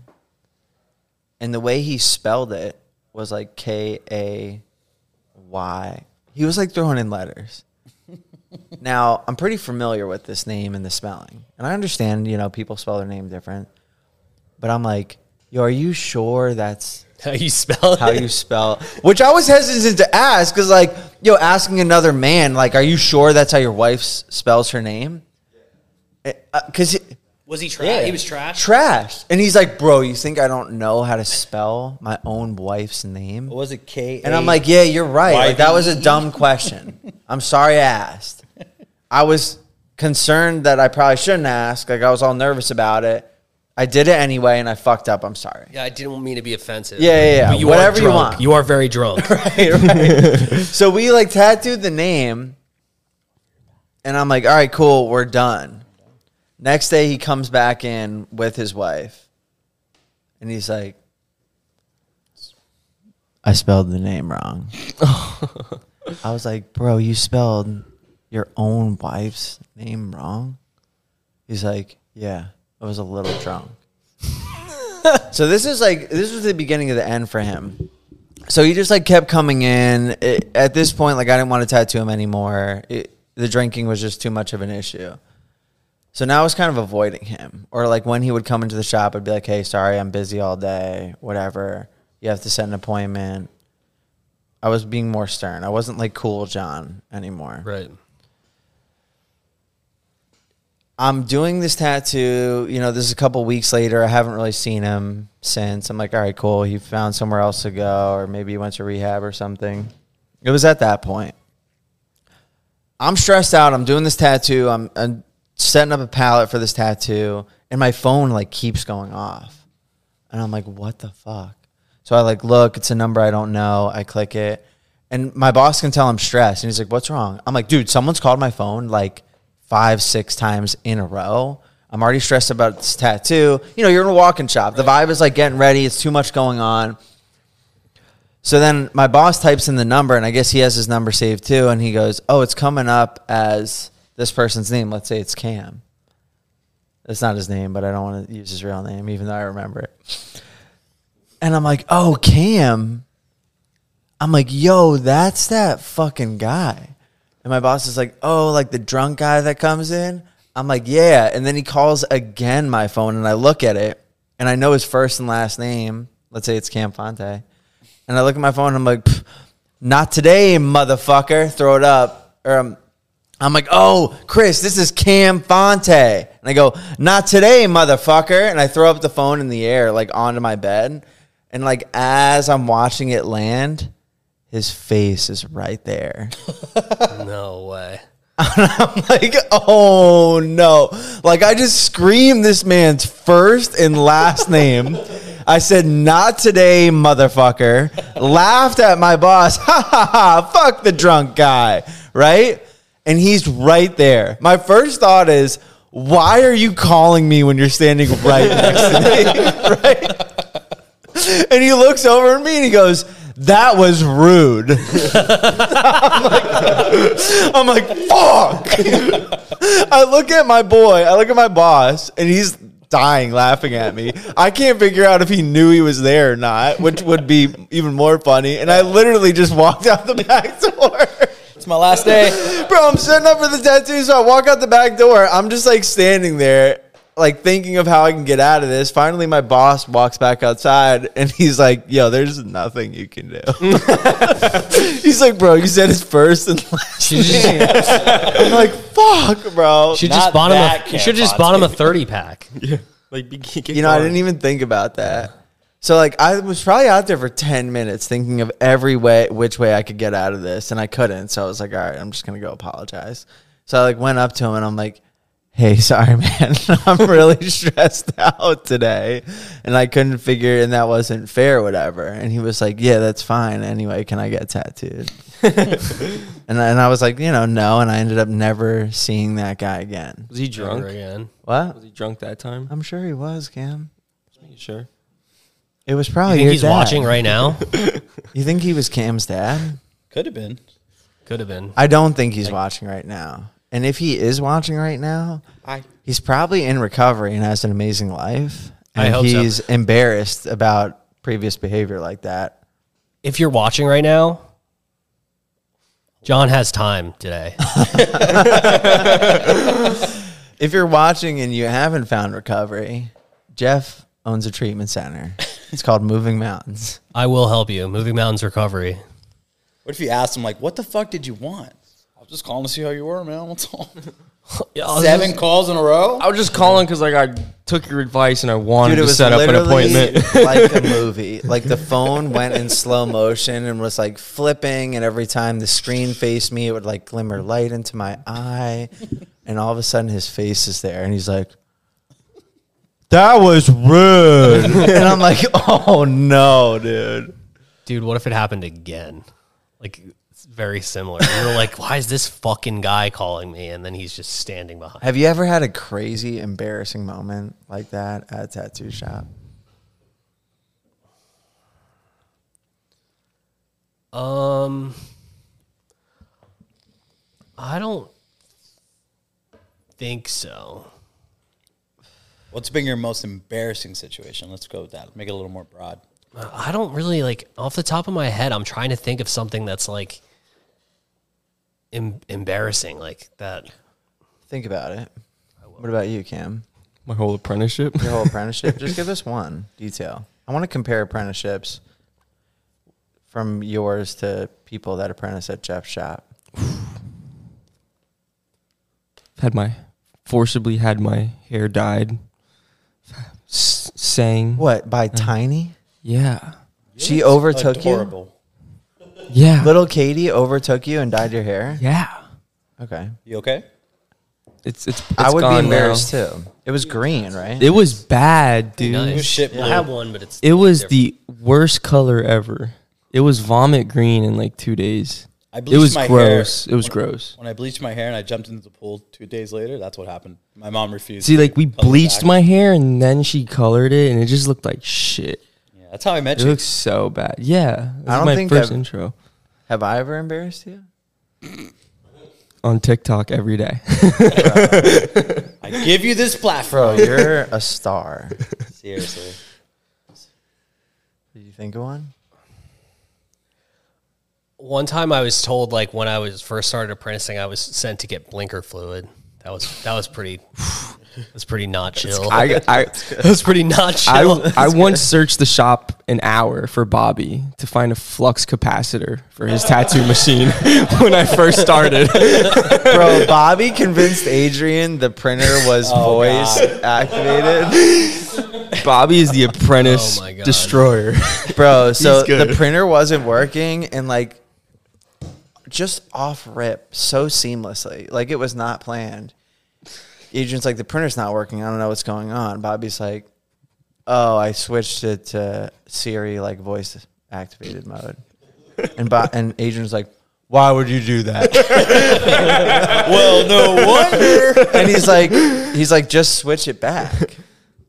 And the way he spelled it was like K A Y. He was like throwing in letters. now, I'm pretty familiar with this name and the spelling. And I understand, you know, people spell their name different. But I'm like, yo, are you sure that's
how you spell it?
how you spell, which I was hesitant to ask because, like, yo, asking another man, like, are you sure that's how your wife s- spells her name? Eh, uh, Because
was he trash? He was trash.
trash, and he's like, bro, you think I don't know how to spell my own wife's name?
What was it? K.
And
A-
I'm like, yeah, you're right.
Why
Like, that was a dumb question. I'm sorry I asked. I was concerned that I probably shouldn't ask. Like, I was all nervous about it. I did it anyway, and I fucked up. I'm sorry.
Yeah, I didn't mean to be offensive.
Yeah, yeah, yeah.
But you
Whatever
are
you
drunk.
want.
You are very drunk.
So we like tattooed the name, and I'm like, all right, cool, we're done. Next day, he comes back in with his wife, and he's like, I spelled the name wrong. I was like, bro, you spelled your own wife's name wrong? He's like, yeah, I was a little drunk. so this is like this was the beginning of the end for him. So he just like kept coming in. It, at this point, like I didn't want to tattoo him anymore. It, the drinking was just too much of an issue. So now I was kind of avoiding him, or like when he would come into the shop, I'd be like, "Hey, sorry, I'm busy all day. Whatever. You have to set an appointment." I was being more stern. I wasn't like cool John anymore.
Right.
I'm doing this tattoo. You know, this is a couple weeks later. I haven't really seen him since. I'm like, all right, cool. He found somewhere else to go, or maybe he went to rehab or something. It was at that point. I'm stressed out. I'm doing this tattoo. I'm, I'm setting up a palette for this tattoo, and my phone like keeps going off, and I'm like, what the fuck? So I like look. It's a number I don't know. I click it, and my boss can tell I'm stressed, and he's like, what's wrong? I'm like, dude, someone's called my phone like five, six times in a row. I'm already stressed about this tattoo. You know, you're in a walking shop. The vibe is like getting ready. It's too much going on. So then my boss types in the number, and I guess he has his number saved too. And he goes, "Oh, it's coming up as this person's name. Let's say it's Cam. That's not his name, but I don't want to use his real name, even though I remember it." And I'm like, "Oh, Cam." I'm like, "Yo, that's that fucking guy." And my boss is like, "Oh, like the drunk guy that comes in." I'm like, "Yeah." And then he calls again my phone, and I look at it, and I know his first and last name. Let's say it's Cam Fonte. And I look at my phone and I'm like, "Pff, not today, motherfucker. Throw it up. Or um, I'm, I'm like, oh, Chris, this is Cam Fonte. And I go, not today, motherfucker. And I throw up the phone in the air, like onto my bed. And like as I'm watching it land, his face is right there.
No way.
I'm like, oh no. Like I just screamed this man's first and last name. I said, not today, motherfucker. Laughed at my boss. Ha ha ha. Fuck the drunk guy. Right? And he's right there. My first thought is, why are you calling me when you're standing right next to me? right? And he looks over at me and he goes, that was rude. I'm like, fuck. I look at my boy, I look at my boss, and he's dying laughing at me. I can't figure out if he knew he was there or not, which would be even more funny. And I literally just walked out the back door.
It's my last day.
Bro, I'm setting up for the tattoo, so I walk out the back door. I'm just like standing there, like thinking of how I can get out of this. Finally, my boss walks back outside and he's like, Yo, there's nothing you can do. he's like, Bro, you said it's first and last.
She just,
I'm like, Fuck, bro.
she just
Not
bought him.
that
A, you
Cam
should just bought him a thirty pack.
Like, be- get
You know, I
going.
didn't even think about that. So like I was probably out there for 10 minutes thinking of every way which way I could get out of this and I couldn't. So I was like, all right, I'm just going to go apologize. So I like went up to him and I'm like, "Hey, sorry man. I'm really stressed out today and I couldn't figure and that wasn't fair or whatever." And he was like, "Yeah, that's fine. Anyway, can I get tattooed?" and I- and I was like, "You know, no." And I ended up never seeing that guy again.
Was he drunk?
Ever again.
What?
Was he drunk that time?
I'm sure he was, Cam.
You sure?
It was probably
You think
your
he's
dad.
watching right now?
You think he was Cam's dad?
Could have been.
Could have been.
I don't think he's watching right now. And if he is watching right now,
I
he's probably in recovery and has an amazing life. And
I hope so.
he's embarrassed about previous behavior like that.
If you're watching right now, John has time today.
If you're watching and you haven't found recovery, Jeff owns a treatment center. It's called Moving Mountains.
I will help you. Moving Mountains Recovery.
What if you asked him like, "What the fuck did you want?" I was just calling to see how you were, man. What's all? Seven calls in a row.
I was just calling because like I took your advice and I wanted
Dude,
to
it was
set up an
literally
appointment.
like a movie. Like the phone went in slow motion and was like flipping, and every time the screen faced me, it would like glimmer light into my eye, and all of a sudden his face is there, and he's like, "That was rude," and I'm like, "Oh no, dude."
Dude, what if it happened again? Like, it's very similar. You were like, why is this fucking guy calling me? And then he's just standing behind.
Have you ever had a crazy, embarrassing moment like that at a tattoo shop?
Um, I don't think so.
What's been your most embarrassing situation? Let's go with that. Make it a little more broad.
Uh, I don't really like off the top of my head. I'm trying to think of something that's like em- embarrassing, like that.
Think about it. What about you, Cam?
My whole apprenticeship.
Your whole apprenticeship. Just give us one detail. I want to compare apprenticeships from yours to people that apprentice at Jeff's shop.
had my forcibly had my hair dyed. S- sang.
What by
Mm-hmm.
Tiny?
Yeah.
She overtook
Adorable.
Yeah.
you. Little Katie overtook you and dyed your hair.
yeah.
Okay,
You okay?
It's it's.
I
it's
would be
gone
embarrassed
now.
too. It was green, right?
It was bad, dude.
Nice.
It was shit blue.
I have one, but it's
It was the worst color ever. It was vomit green in like two days.
I
It was
my
gross.
hair.
It was
when,
gross.
When I bleached my hair and I jumped into the pool two days later, that's what happened. My mom refused.
See, like we
Color
bleached
back.
my hair and then she colored it, and it just looked like shit.
Yeah, that's how I met
It
you.
looks so bad. Yeah, this
I
is
don't
my
think
1st
I've-
intro
Have I ever embarrassed you?
on TikTok every day.
I give you this
Bro,
platform.
you're a star. Did
Seriously.
you think of one?
one time I was told like when I was first started apprenticing, I was sent to get blinker fluid. That was that was pretty. That's pretty not chill.
I, I,
That was pretty not chill.
I, I once searched the shop an hour for Bobby to find a flux capacitor for his tattoo machine when I first started.
Bro, Bobby convinced Adrian the printer was
Oh,
voice activated.
Bobby is the apprentice
Oh my God.
destroyer.
Bro, so
good.
the printer wasn't working and like just off rip so seamlessly. Like it was not planned. Adrian's like, the printer's not working. I don't know what's going on. Bobby's like, oh, I switched it to Siri, like voice activated mode. And, Bo- and Adrian's like, why would you do that?
well, no wonder.
and he's like, he's like, just switch it back.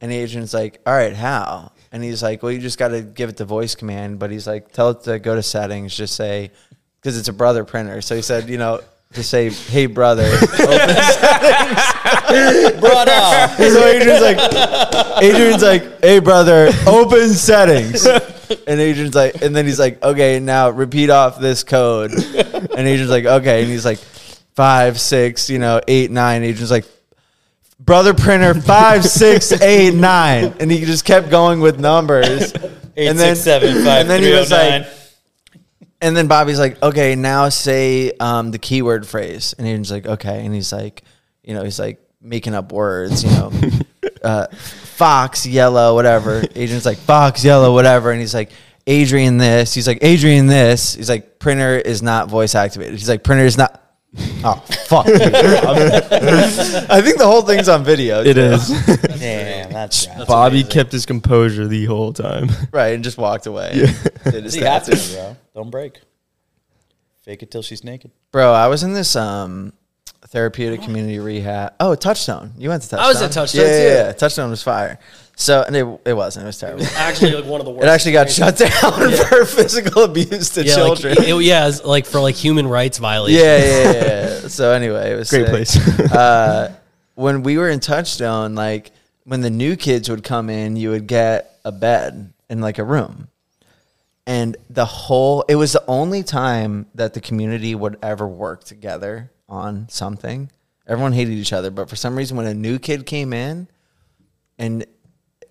And the agent's like, all right, how? And he's like, well, you just got to give it the voice command. But he's like, tell it to go to settings. Just say, because it's a brother printer. So he said, you know, to say, hey, brother.
Brother.
so Adrian's like, Adrian's like, hey, brother, open settings. And Adrian's like, and then he's like, okay, now repeat off this code. And Adrian's like, okay. And he's like, five, six, you know, eight, nine. Adrian's like, brother printer, five, six, eight, nine. And he just kept going with numbers.
Eight
and then,
six seven five
and then he
three oh
was like,
nine.
and then Bobby's like, okay, now say um, the keyword phrase. And Aiden's like, okay. And he's like, you know, he's like making up words, you know, uh, fox, yellow, whatever. Adrian's like, fox, yellow, whatever. And he's like, Adrian this. He's like, Adrian this. He's like, printer is not voice activated. He's like, printer is not. Oh, fuck. you. I think the whole thing's on video.
It
too.
is.
Damn, that's right.
Bobby kept his composure the whole time.
Right. And just walked away. Did his
See, that's
tattoo.
it, bro. Don't break. Fake it till she's naked.
Bro, I was in this um therapeutic community rehab. Oh, Touchstone. You went to Touchstone.
I was at Touchstone,
yeah, yeah,
too.
Yeah, yeah. Touchstone was fire. So and it, it wasn't. It was terrible.
actually like one of the worst.
It actually got shut down for physical abuse to
yeah, like,
children.
it- yeah, it's like for like human rights violations.
yeah, yeah, yeah, yeah. So anyway, it was
Great
sick.
place.
uh, when we were in Touchstone, like when the new kids would come in, you would get a bed and like a room. And the whole, it was the only time that the community would ever work together on something. Everyone hated each other, but for some reason, when a new kid came in, and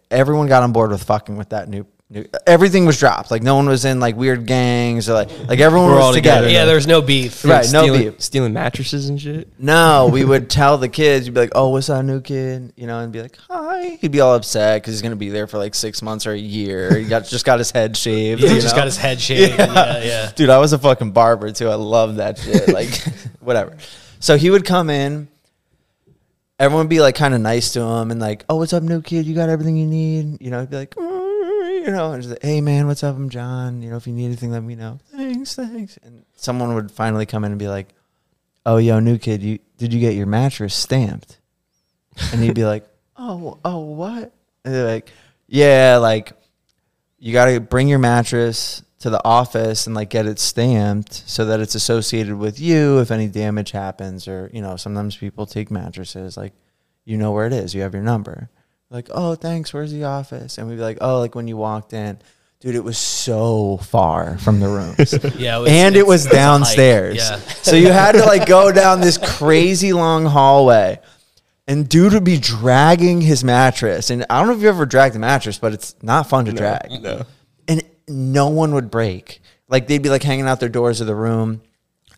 everyone got on board with fucking with that new, new everything was dropped. Like no one was in like weird gangs or like like everyone
We're
was
all
together.
together.
yeah. There's no beef.
Right, no
stealing,
beef.
stealing mattresses and shit.
No, we would tell the kids, you'd be like, oh, what's that new kid? You know, and be like, hi. He'd be all upset because he's going to be there for like six months or a year. He got, just got his head shaved.
He
you
just
know?
got his head shaved. Yeah, yeah.
Dude, I was a fucking barber too. I love that shit. Like, whatever. So he would come in. Everyone would be like kind of nice to him and like, oh, what's up, new kid? You got everything you need? You know, he'd be like, "Mm," you know, and just like, hey, man, what's up? I'm John. You know, if you need anything, let me know. Thanks, thanks. And someone would finally come in and be like, oh, yo, new kid, you did you get your mattress stamped? And he'd be like, oh, oh, what? And they're like, yeah, like you got to bring your mattress to the office and like get it stamped so that it's associated with you if any damage happens or you know sometimes people take mattresses like you know where it is you have your number like oh thanks where's the office and we'd be like oh like when you walked in dude it was so far from the rooms
Yeah,
and it
it's-
was
it's a hike.
downstairs.
Yeah,
So you had to like go down this crazy long hallway. And dude would be dragging his mattress. And I don't know if you ever dragged a mattress, but it's not fun to drag. No. And no one would break. Like they'd be like hanging out their doors of the room.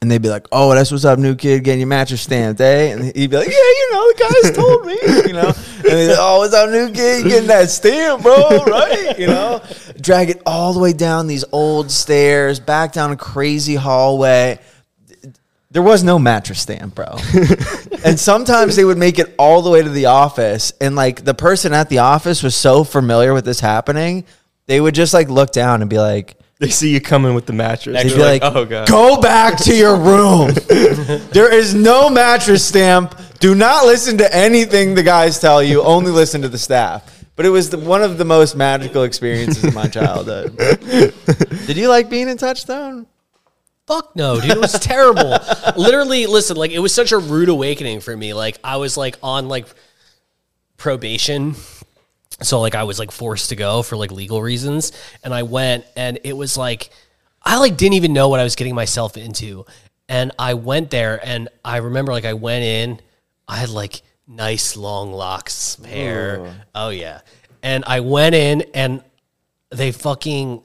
And they'd be like, "Oh, that's what's up, new kid, getting your mattress stamped, eh?" And he'd be like, "Yeah, you know, the guys told me, you know." And he's like, "Oh, what's up, new kid, getting that stamp, bro? Right? You know, drag it all the way down these old stairs, back down a crazy hallway. There was no mattress stamp, bro. and sometimes they would make it all the way to the office, and like the person at the office was so familiar with this happening, they would just like look down and be like."
They see you coming with the mattress.
They'd
They're
be like,
oh god.
go back to your room. there is no mattress stamp. Do not listen to anything the guys tell you. Only listen to the staff. But it was the, one of the most magical experiences of my childhood. Did you like being in Touchstone?
Fuck no, dude. It was terrible. Literally, listen, like it was such a rude awakening for me. Like I was like on like probation. So like I was like forced to go for like legal reasons. And I went and it was like I like didn't even know what I was getting myself into. And I went there and I remember like I went in, I had like nice long locks of hair. Oh yeah. And I went in and they fucking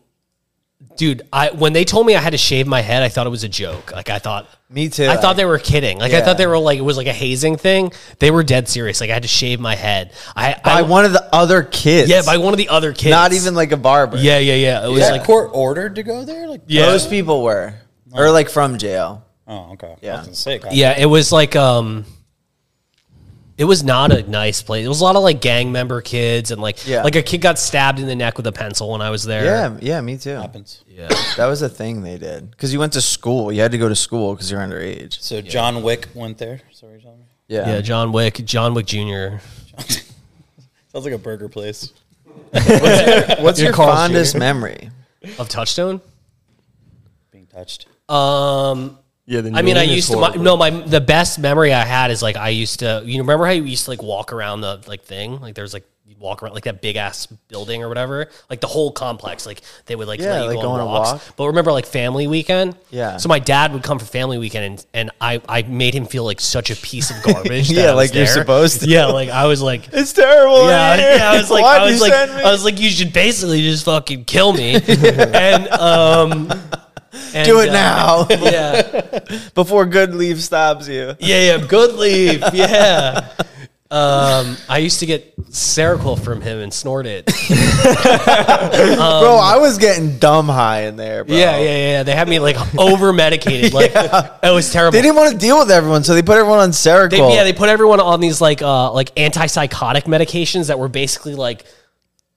dude, I when they told me I had to shave my head, I thought it was a joke. Like I thought
Me too.
I thought they were kidding. Like I
Yeah.
thought they were like it was like a hazing thing. They were dead serious. Like I had to shave my head. I
by
I,
one of the other kids.
yeah by one of the other kids.
not even like a barber.
Yeah, yeah, yeah. It was
Yeah.
like
court ordered to go there? Like,
yeah,
Those people were, or like from jail.
oh, okay.
Yeah.
I was gonna say, God.
yeah. It was like um, it was not a nice place. It was a lot of like gang member kids and like
Yeah.
like a kid got stabbed in the neck with a pencil when I was there.
Yeah, yeah, me too.
happens.
That was a thing they did because you went to school. You had to go to school because you're underage.
So John Wick went there. Sorry, John.
Yeah,
yeah. John Wick, John Wick Jr.
Sounds like a burger place.
What's your fondest memory?
of Touchstone.
Being touched.
Um,
Yeah, the
I mean, I
name is
used to. My,
horrible.
no, my the best memory I had is like I used to. You remember how you used to like walk around the like thing? Like there's like you walk around like that big ass building or whatever. Like the whole complex. Like they would like
Yeah,
let you
like
go on
go on a
walks.
walk.
But remember like family weekend.
Yeah.
So my dad would come for family weekend, and and I I made him feel like such a piece of garbage. that
Yeah,
I was
like you're
there.
supposed to.
Yeah, like I was like
It's terrible.
yeah,
in here.
I- yeah, I was like,
Why'd
I
you
was like,
send me?
I was like, you should basically just fucking kill me, and um, and,
do it
uh,
now
Yeah,
before good leave stops you.
yeah, yeah. Good leave. Yeah. Um, I used to get Seroquel from him and snort it.
bro, I was getting dumb high in there, bro.
Um, Yeah, yeah, yeah. They had me like over medicated. Like it was terrible.
They didn't want to deal with everyone, so they put everyone on Seroquel.
They- yeah, they put everyone on these like uh like antipsychotic medications that were basically like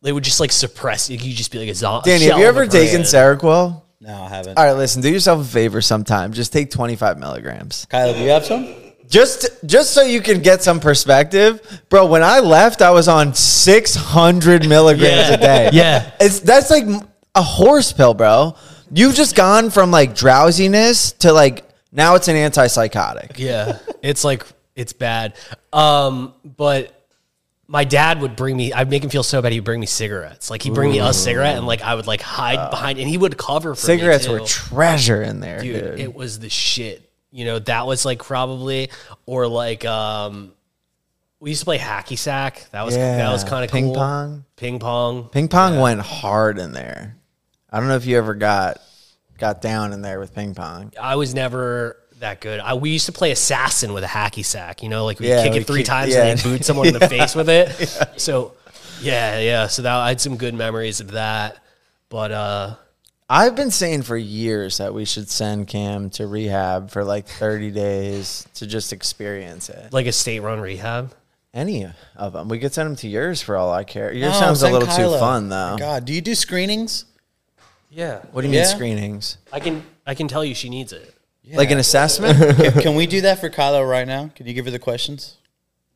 they would just like suppress you. You'd just be like a zombie.
Danny, have you ever taken Seroquel?
No, I haven't.
All right, listen, do yourself a favor sometime. Just take 25 milligrams.
Kyler, do you have some?
Just just so you can get some perspective, bro, when I left, I was on 600 milligrams
Yeah.
a day.
Yeah.
It's that's like m- a horse pill, bro. You've just gone from like drowsiness to like now it's an antipsychotic.
Yeah, it's like it's bad. Um, but my dad would bring me. I'd make him feel so bad. He'd bring me cigarettes. Like he'd bring me a cigarette, and like I would like hide behind, and he would cover for me,
Uh, Cigarettes
too.
were treasure in there, dude.
dude, It was the shit. You know, that was like probably or like um, we used to play hacky sack. That was that was
Yeah,
kind of
ping
cool.
pong.
ping pong.
Ping pong went hard in there. I don't know if you ever got got down in there with ping pong.
I was never that good. I, we used to play assassin with a hacky sack. You know, like we
Yeah,
kick
we
it three
kick-
times
yeah.
and then boot someone in the face with it. So, yeah, yeah. So that I had some good memories of that. But uh,
I've been saying for years that we should send Cam to rehab for like 30 days to just experience it.
like a state run rehab.
Any of them. We could send him to yours for all I care. Yours
No,
sounds a
send
little too
Kyla.
fun though.
God, do you do screenings?
Yeah,
What do you mean
Yeah.
screenings?
I can I can tell you she needs it.
Like an assessment?
Can, can we do that for Kylo right now? Can you give her the questions?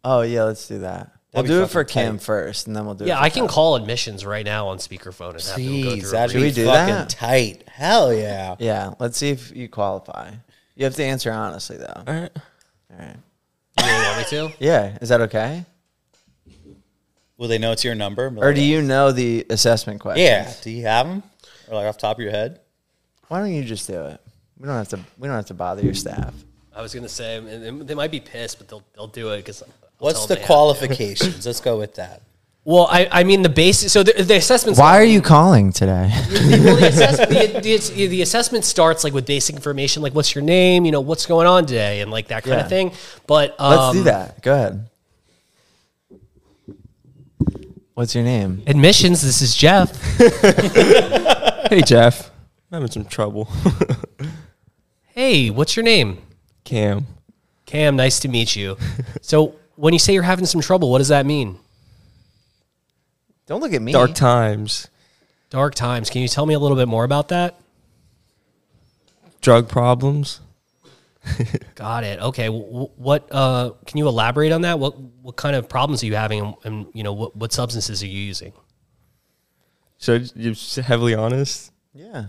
oh yeah, let's do that. We'll
That'd
do it
be fucking
for
tight.
Kim first, and then we'll do it.
Yeah,
for
I can
Kyle.
call admissions right now on speakerphone and have them go
Jeez,
through. a
that'd
Should
be
we do
fucking
that?
tight. Hell yeah.
Yeah, let's see if you qualify. You have to answer honestly, though. All
right.
All right.
re- You want me to?
Yeah, is that okay?
Will they know it's your number?
Or do you know the assessment question?
Yeah. Do you have them? Or like off the top of your head?
Why don't you just do it? We don't have to. We don't have to bother your staff.
I was gonna say, and- and they might be pissed, but they'll they'll do it because.
What's the qualifications? Let's go with that.
Well, I, I mean the basic. So the, the assessments.
Why are you calling today?
well, the, assess- the, the, it's- the assessment starts like with basic information, like what's your name, you know, what's going on today, and like that kind
Yeah.
of thing. But um,
Let's do that. Go ahead. What's your name?
Admissions. This is Jeff.
Hey, Jeff.
I'm having some trouble.
Hey, what's your name?
Cam.
Cam. Nice to meet you. So when you say you're having some trouble, what does that mean?
Don't look at me.
Dark times.
Dark times. Can you tell me a little bit more about that?
Drug problems.
Got it. Okay. W- what uh, can you elaborate on that? What what kind of problems are you having, and, and you know what what substances are you using?
Should I just heavily honest?
yeah.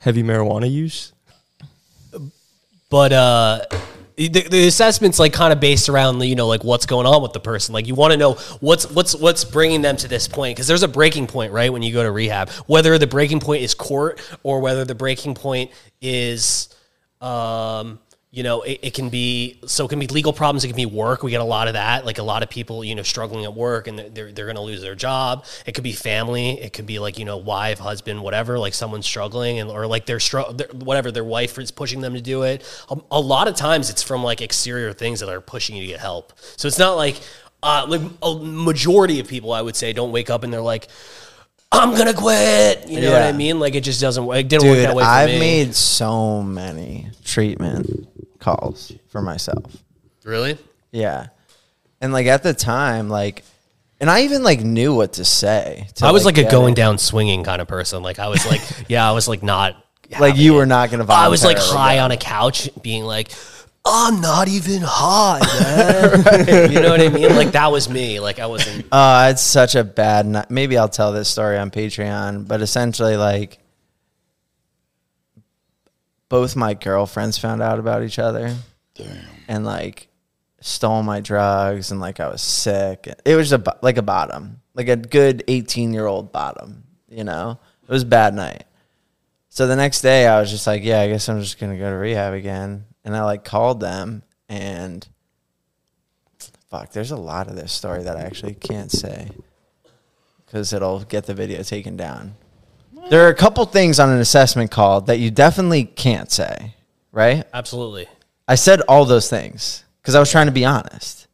Heavy marijuana use?
But uh, the, the assessment's like kind of based around you know like what's going on with the person. Like you want to know what's what's what's bringing them to this point because there's a breaking point right when you go to rehab. Whether the breaking point is court or whether the breaking point is um, you know, it, it can be so it can be legal problems. It can be work. We get a lot of that. Like a lot of people, you know, struggling at work and they're they're, they're going to lose their job. It could be family. It could be like you know, wife, husband, whatever. Like someone's struggling and or like they're stru- their- whatever their wife is pushing them to do it. A, a lot of times it's from like exterior things that are pushing you to get help. So it's not like uh, like a majority of people, I would say, don't wake up and they're like. I'm gonna quit. You know what
Yeah.
I mean? Like it just doesn't. It didn't work
Dude,
that way. For
I've
me.
made so many treatment calls for myself.
really.
Yeah. And like at the time, like, and I even like knew what to say. to,
I was like a
get
going
it.
down swinging kind of person. Like I was like, yeah, I was like not.
Like
having
you
it.
were not going to.
Oh, I was like high on a couch, being like, I'm not even high. man." You know what I mean? Like that was me. Like I wasn't.
Uh, it's such a bad night. Maybe I'll tell this story on Patreon, but essentially, like, both my girlfriends found out about each other. And, like, stole my drugs, and, like, I was sick. It was a, bo- like a bottom, like a good 18 year old bottom, you know? It was a bad night. So the next day, I was just like, yeah, I guess I'm just going to go to rehab again. And I, like, called them and fuck, there's a lot of this story that I actually can't say because it'll get the video taken down. There are a couple things on an assessment call that you definitely can't say, right?
Absolutely.
I said all those things because I was trying to be honest.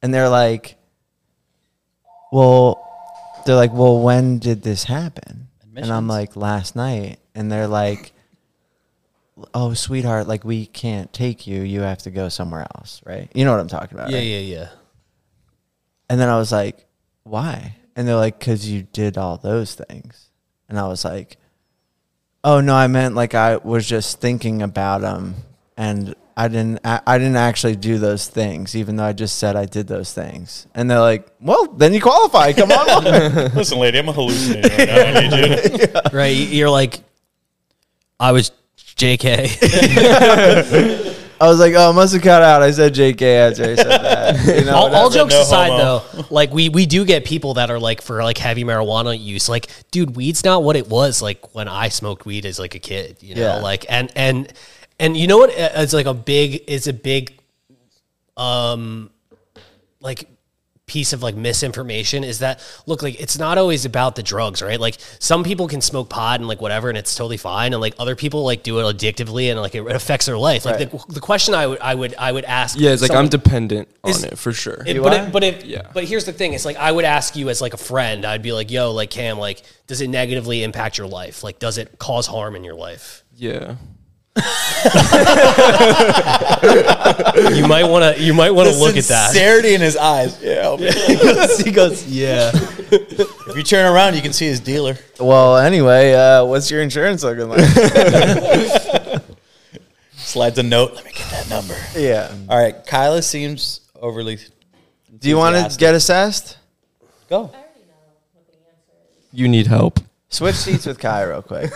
And they're like, well, they're like, well, when did this happen? And I'm
Admissions.
like, last night. And they're like, oh, sweetheart, like, we can't take you. You have to go somewhere else, right? You know what I'm talking about.
Yeah,
right?
yeah, yeah.
And then I was like, why? And they're like, because you did all those things. And I was like, oh no, I meant like I was just thinking about them, and I didn't, I, I didn't actually do those things, even though I just said I did those things. And they're like, well, then you qualify. Come on.
Listen, lady, I'm a hallucinator right now. I need you to-
Right? you- You're like, I was JK.
I was like, oh, must have cut out. I said JK after I said that. You know,
all, all jokes
no
aside,
homo.
though, like we we do get people that are like for like heavy marijuana use. Like, dude, weed's not what it was like when I smoked weed as like a kid. You know,
Yeah.
like and and and you know what? It's like a big. It's a big um, like piece of like misinformation is that look like it's not always about the drugs right like some people can smoke pot and like whatever and it's totally fine and like other people like do it addictively and like it affects their life like
Right.
the, the question i would i would i would ask
Yeah, it's like I'm
someone-
dependent on
Is-
it for sure.
it- but
are?
it, but it,
Yeah.
but here's the thing: it's like I would ask you as like a friend. I'd be like, "Yo, like Cam, like does it negatively impact your life? Like, does it cause harm in your life?
yeah.
You might want to. You might want to look at that.
Sincerity in his eyes. Yeah.
he goes, "Yeah."
If you turn around, you can see his dealer.
well, anyway, uh, what's your insurance looking like?
Slides a note. Let me get that number.
yeah.
All right. Kyla seems overly
Do you want to get assessed?
Go.
You need help.
Switch seats with Kai real quick.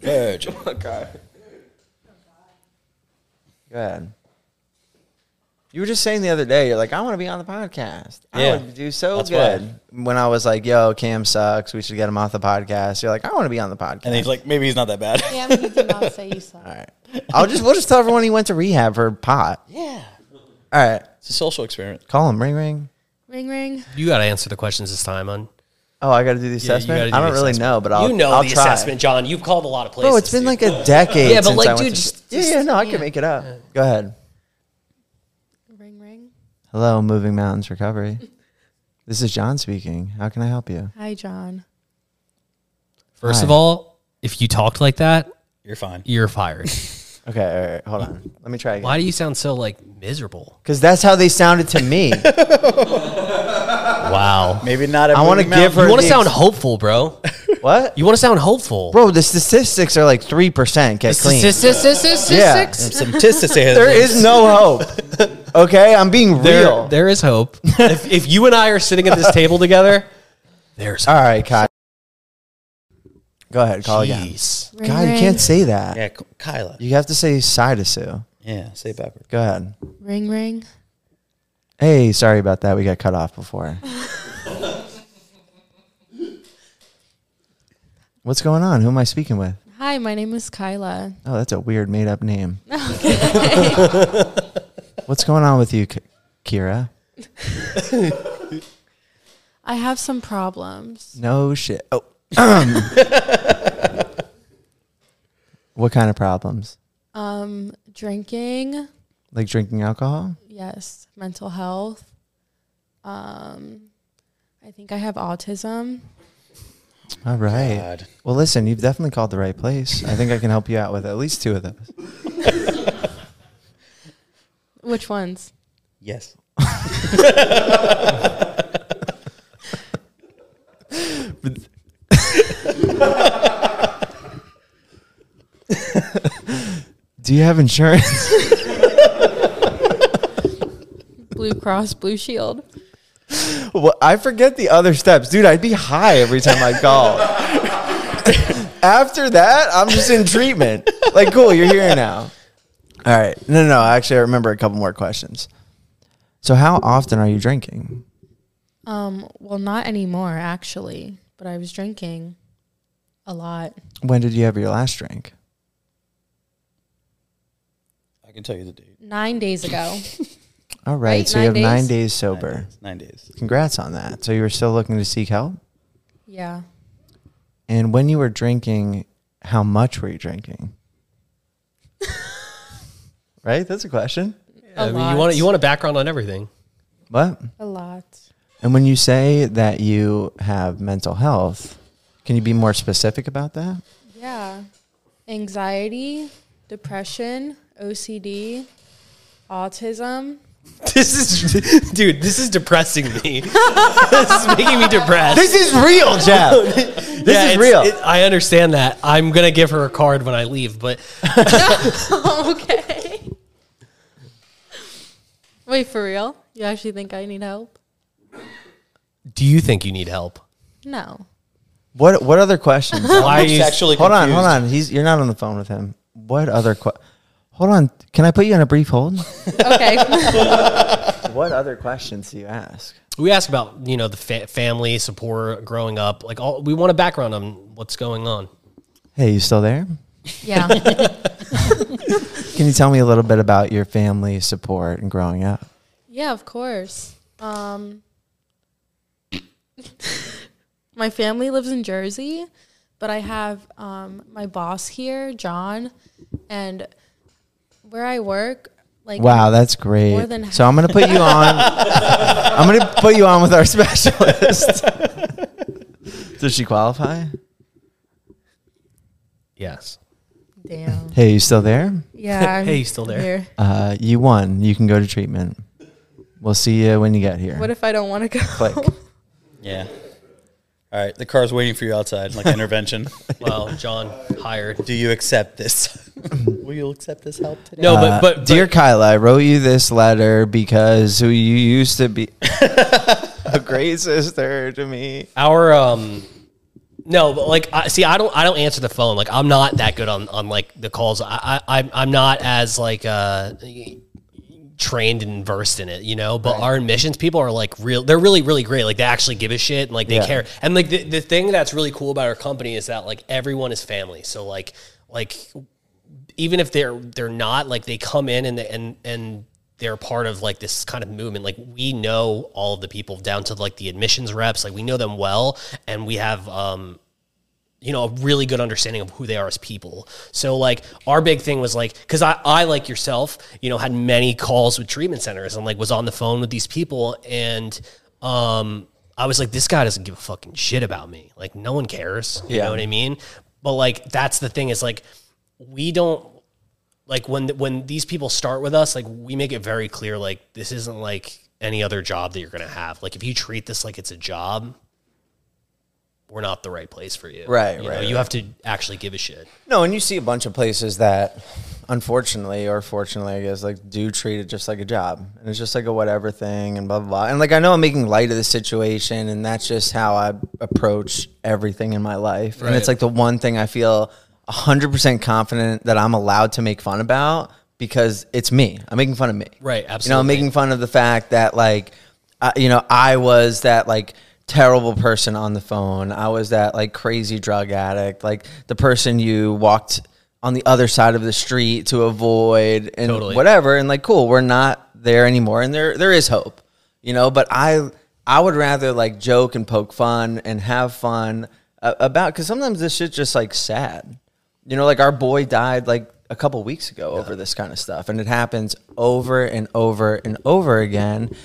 Virgin.
Go ahead. You were just saying the other day, you're like, I want to be on the podcast. I
Yeah.
would do so
That's
good. When I was like, yo, Cam sucks. We should get him off the podcast. You're like, I want to be on the podcast.
And he's like, maybe he's not that bad.
Yeah, but you did not say you suck.
All right. I'll just, we'll just tell everyone he went to rehab for pot.
Yeah.
All right.
It's a social experiment.
Call him. Ring, ring.
Ring ring.
You got to answer the questions this time on.
Oh, I got to do the
Yeah, you
assessment?
gotta do
I
the
don't really
assessment.
know, but I'll,
you know
I'll
the
try.
assessment, John. You've called a lot of places.
Bro, it's been
dude.
like a decade.
Yeah, but,
since
like,
I went
dude,
to-
just-
yeah, yeah, no, I can
yeah.
make it up. Go ahead.
Ring ring.
Hello, Moving Mountains Recovery. This is John speaking. How can I help you?
Hi, John.
First of
Hi.
all, if you talked like that,
You're fine.
you're fired.
Okay, all right, hold on. Let me try again.
Why do you sound so like miserable?
Because that's how they sounded to me.
Wow.
Maybe not.
I want to give her.
You want to
the
sound
ex-
hopeful, bro.
what,
You want to sound hopeful.
bro? The statistics are like three percent. Get clean. Yeah.
Statistics.
some statistics.
There is no hope. Okay, I'm being real.
There, there is hope. if, if you and I are sitting at this table together, there's
All right, Kai. Go ahead, call again.
peace.
Ring,
God, you
ring.
can't say that.
Yeah, K- Kyla.
You have to say Sidesu.
Yeah, say Pepper.
Go ahead.
Ring ring.
Hey, sorry about that. We got cut off before. What's going on? Who am I speaking with?
Hi, my name is Kyla.
Oh, that's a weird made up name. What's going on with you, K- Kira?
I have some problems.
No shit. Oh. what kind of problems?
Um, drinking.
Like drinking alcohol?
Yes, mental health. Um, I think I have autism.
All right.
God.
Well, listen, you've definitely called the right place. I think I can help you out with at least two of those.
Which ones?
Yes.
Do you have insurance?
Blue Cross Blue Shield.
well, I forget the other steps. Dude, I'd be high every time I call. After that, I'm just in treatment. Like, cool, you're here now. All right. No, no, no. Actually, I remember a couple more questions. So, how often are you drinking?
Um, well, not anymore actually, but I was drinking a lot.
When did you have your last drink?
I can tell you the date.
Nine days ago.
All right,
Right,
so you have
nine
nine
days.
days
Nine
sober.
days. Nine days.
Congrats on that. So you were still looking to seek help.
yeah.
And when you were drinking, how much were you drinking? right, that's a question.
A
I mean,
lot.
you want you want a background on everything.
What?
a lot.
And when you say that you have mental health, can you be more specific about that?
Yeah. Anxiety, depression, OCD, autism.
This is, dude. This is depressing me. this is making me depressed.
This is real, Jeff. this
Yeah,
is
it's-
real.
it- I understand that. I'm gonna give her a card when I leave, but
okay. Wait, for real? You actually think I need help?
do you think you need help?
No.
what? What other questions?
Why are
It's
you?
actually
hold on, hold
confused.
on. He's you're not on the phone with him. What other? Que- hold on. Can I put you on a brief hold?
Okay.
what other questions do you ask?
We ask about you know the fa- family support, growing up, like all. We want a background on what's going on.
Hey, you still there?
yeah.
Can you tell me a little bit about your family support and growing up?
Yeah, of course. Um, my family lives in Jersey, but I have um, my boss here, John, and where I work. Like,
Wow, that's great.
More than
so I'm gonna put you on. I'm gonna put you on with our specialist. Does she qualify?
Yes.
Damn.
Hey, you still there?
Yeah. I'm
Hey, you still there?
Here.
Uh, you won. You can go to treatment. We'll see you when you get here.
What if I don't want to go?
Click.
Yeah. All right. The car's waiting for you outside, like intervention.
Wow, John hired.
Do you accept this? Will you accept this help today?
No, but but, but
Dear Kyla, I wrote you this letter because you used to be a great sister to me.
our um no but like I, see i don't i don't answer the phone like i'm not that good on on like the calls i i I'm- i'm not as like uh trained and versed in it you know but our admissions people are like real they're really really great like they actually give a shit and like they care and like the, the thing that's really cool about our company is that like everyone is family so like like even if they're they're not like they come in and and and they're part of like this kind of movement like we know all of the people down to like the admissions reps like we know them well and we have um you know a really good understanding of who they are as people so like our big thing was like because I, I like yourself you know had many calls with treatment centers and like was on the phone with these people and um i was like this guy doesn't give a fucking shit about me like no one cares you
Yeah.
know what i mean but like that's the thing is like we don't like when when these people start with us like we make it very clear like this isn't like any other job that you're gonna have like if you treat this like it's a job we're not the right place for you
Right,
you
right,
you have to actually give a shit
No, and you see a bunch of places that, unfortunately or fortunately, I guess, like do treat it just like a job, and it's just like a whatever thing, and blah blah. blah. And like I know I'm making light of the situation, and that's just how I approach everything in my life. And it's like the one thing I feel hundred percent confident that I'm allowed to make fun about because it's me. I'm making fun of me.
Right,
You know, I'm
absolutely.
making fun of the fact that like, I, you know, I was that like terrible person on the phone. I was that like crazy drug addict, like the person you walked on the other side of the street to avoid and
Totally.
whatever. And like, cool, we're not there anymore, and there there is hope, you know. But I I would rather like joke and poke fun and have fun uh, about because sometimes this shit's just like sad. You know, like our boy died like a couple weeks ago over this kind of stuff, and it happens over and over and over again.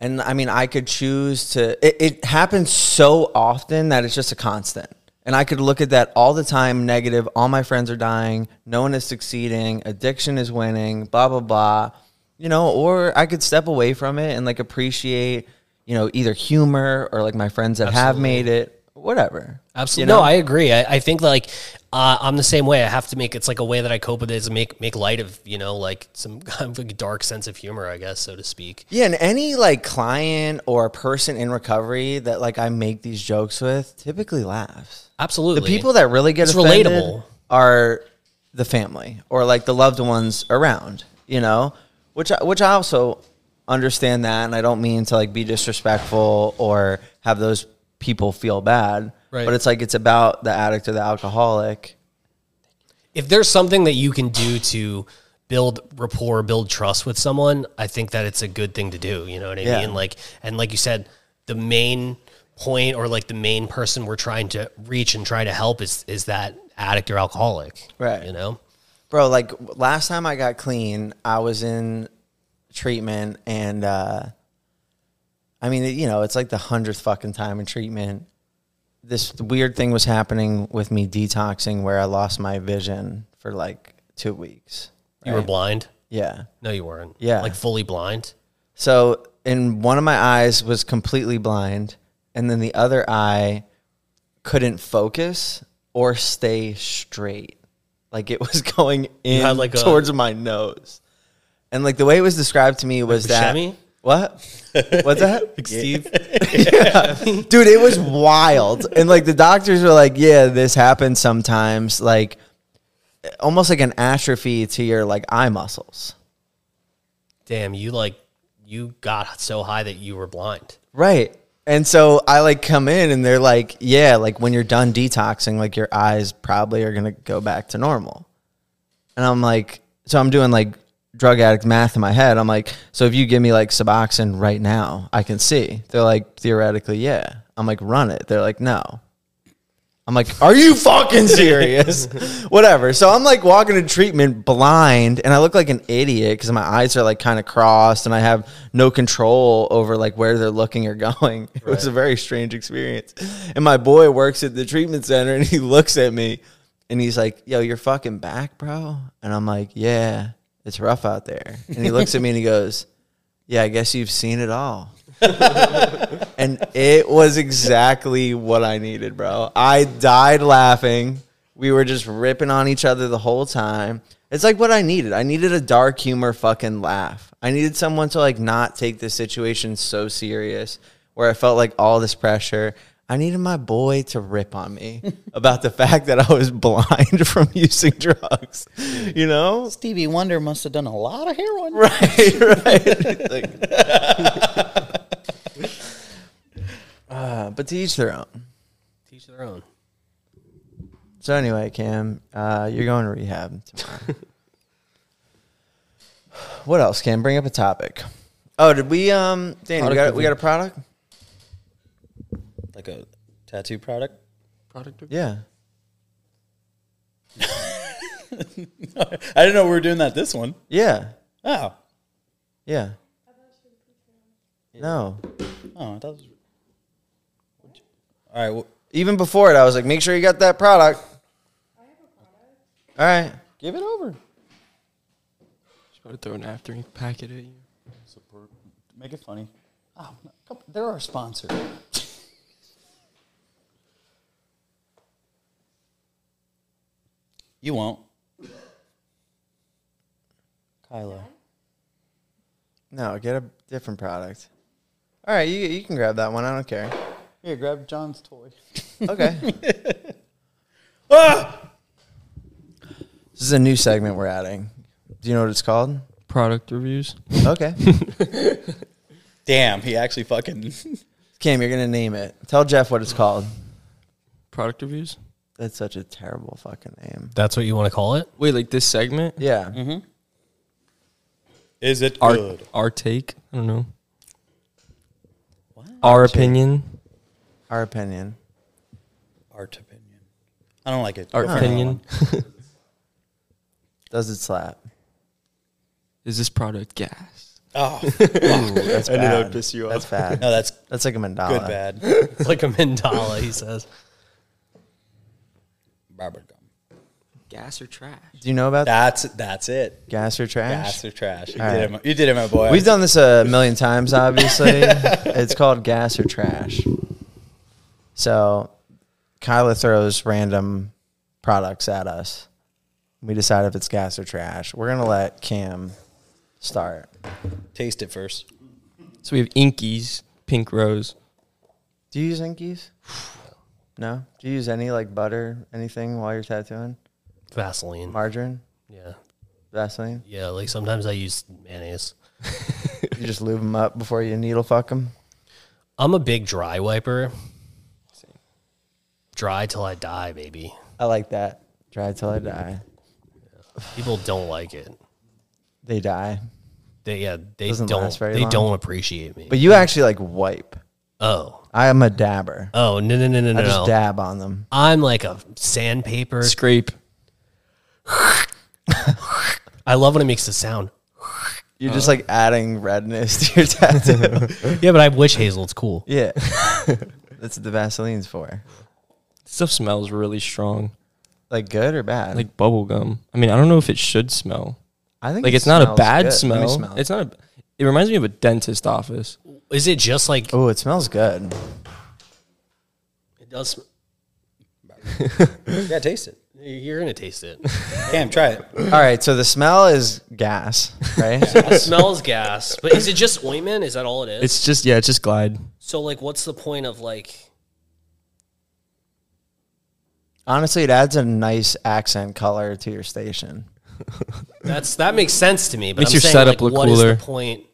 And I mean, I could choose to. It, it happens so often that it's just a constant. And I could look at that all the time negative. All my friends are dying. No one is succeeding. Addiction is winning. Blah, blah, blah. You know, or I could step away from it and like appreciate, you know, either humor or like my friends that have made it, whatever.
Absolutely. No, I agree. I, I think like uh, I'm the same way. I have to make it's like a way that I cope with it is make make light of you know like some kind of like dark sense of humor, I guess, so to speak.
Yeah, and any like client or person in recovery that like I make these jokes with typically laughs.
Absolutely.
The people that really get
It's
offended
relatable.
are the family or like the loved ones around, you know, which I, which I also understand that, and I don't mean to like be disrespectful or have those people feel bad,
Right.
but it's like it's about the addict or the alcoholic.
if there's something that you can do to build rapport, build trust with someone, I think that it's a good thing to do. You know what I
Yeah.
mean? Like, and like you said, the main point or like the main person we're trying to reach and try to help is is that addict or alcoholic,
Right.
You know,
Bro, like last time I got clean, I was in treatment and uh I mean, you know, it's like the hundredth fucking time in treatment. This weird thing was happening with me detoxing where I lost my vision for like two weeks.
you were blind.
Yeah.
No, you weren't.
Yeah.
like fully blind.
So, and one of my eyes was completely blind, and then the other eye couldn't focus or stay straight. Like it was going in
had like a-
towards my nose. And like the way it was described to me was
Buscemi?
that. What? What's that? Steve. Dude, it was wild. And like the doctors were like, yeah, this happens sometimes. Like almost like an atrophy to your like eye muscles.
Damn, you like you got so high that you were blind.
Right. And so I like come in and they're like, yeah, like when you're done detoxing, like your eyes probably are going to go back to normal. And I'm like, so I'm doing like drug addict math in my head. I'm like, so if you give me like Suboxone right now, I can see. They're like, theoretically, yeah. I'm like, run it. They're like, no. I'm like, are you fucking serious? Whatever. So I'm like walking to treatment blind and I look like an idiot because my eyes are like kind of crossed and I have no control over like where they're looking or going. It was a very strange experience. And my boy works at the treatment center and he looks at me and he's like, yo, you're fucking back, bro. And I'm like, yeah, it's rough out there. And he looks at me and he goes, yeah, I guess you've seen it all and it was exactly what I needed, bro. I died laughing. We were just ripping on each other the whole time. It's like what I needed. I needed a dark humor fucking laugh. I needed someone to like not take this situation so serious where I felt like all this pressure. I needed my boy to rip on me about the fact that I was blind from using drugs. You know?
Stevie Wonder must have done a lot of heroin.
Right, right. Like- Uh, but to each their own.
Teach their own.
So anyway, Cam, uh, you're going to rehab tomorrow. what else, Cam? Bring up a topic. Oh, did we? Um, Danny, we got, we got a product.
Like a tattoo product.
Product review.
Yeah.
I didn't know we were doing that this one.
Yeah.
Oh.
Yeah. No.
Oh, that was. All right. Well,
Even before it, I was like, make sure you got that product. All right.
give it over.
Just about to throw an after me packet at you.
Make it funny. Oh, no, come- they're our sponsor. you won't. Kylo.
No, get a different product. All right, you you can grab that one. I don't care.
Here, grab John's toy.
Okay. Ah! This is a new segment we're adding. Do you know what it's called?
Product reviews.
Okay.
Damn, he actually fucking.
Cam, you're gonna name it. Tell Jeff what it's called.
Product reviews.
That's such a terrible fucking name.
That's what you want to call it?
Wait, like this segment?
Yeah.
Is it
Our
good?
our take. I don't know. Our opinion.
Our opinion.
Art opinion. I don't like it.
Our
Go for another
opinion.
one.
Does it slap?
Is this product gas?
Oh,
That's
I knew
bad.
that would piss you
That's
off.
bad.
no, that's
That's like a mandala.
good bad.
It's like a mandala, he says.
Barber gum.
Gas or trash?
Do you know about
That's that's it.
gas or trash?
Gas or trash. You,
All
did,
right.
it, my- you did it, my boy.
We've done this a million times, obviously. it's called gas or trash. So Kyla throws random products at us. We decide if it's gas or trash. We're gonna let Cam start.
Taste it first.
So we have Inkies, Pink Rose.
Do you use inkies? No. Do you use any like butter, anything while you're tattooing?
Vaseline.
Margarine,
Yeah.
Vaseline.
Yeah, like sometimes I use mayonnaise.
You just lube them up before you needle fuck them.
I'm a big dry wiper. Dry till I die, baby.
I like that. Dry till I die.
People don't like it.
They die.
They yeah, they
Doesn't
don't
last very
they
long.
don't appreciate me.
But you actually like wipe.
oh.
I am a dabber.
Oh, no no no no
I just
no.
dab on them.
I'm like a sandpaper.
Scrape.
I love when it makes the sound.
You're
Oh.
just like adding redness to your tattoo.
Yeah, but I have witch hazel. It's cool.
yeah. That's what the Vaseline's for.
Stuff smells really strong.
Like good or bad?
Like bubble gum. I mean, I don't know if it should smell.
I think
Like
it
it's not a
smells
bad
good. Let me
smell.
smell.
It's not a it reminds me of a dentist office.
Is it just like
oh, it smells good.
it does?
Yeah, taste it.
You're gonna taste it.
Cam, try it.
All right, so the smell is gas, right?
It smells gas, but is it just ointment? Is that all it is?
It's just yeah, it's just glide.
so like, what's the point of like?
Honestly, it adds a nice accent color to your station.
That's that makes sense to me. But
Makes
I'm
your
saying,
setup
like,
look
what is
cooler.
the point?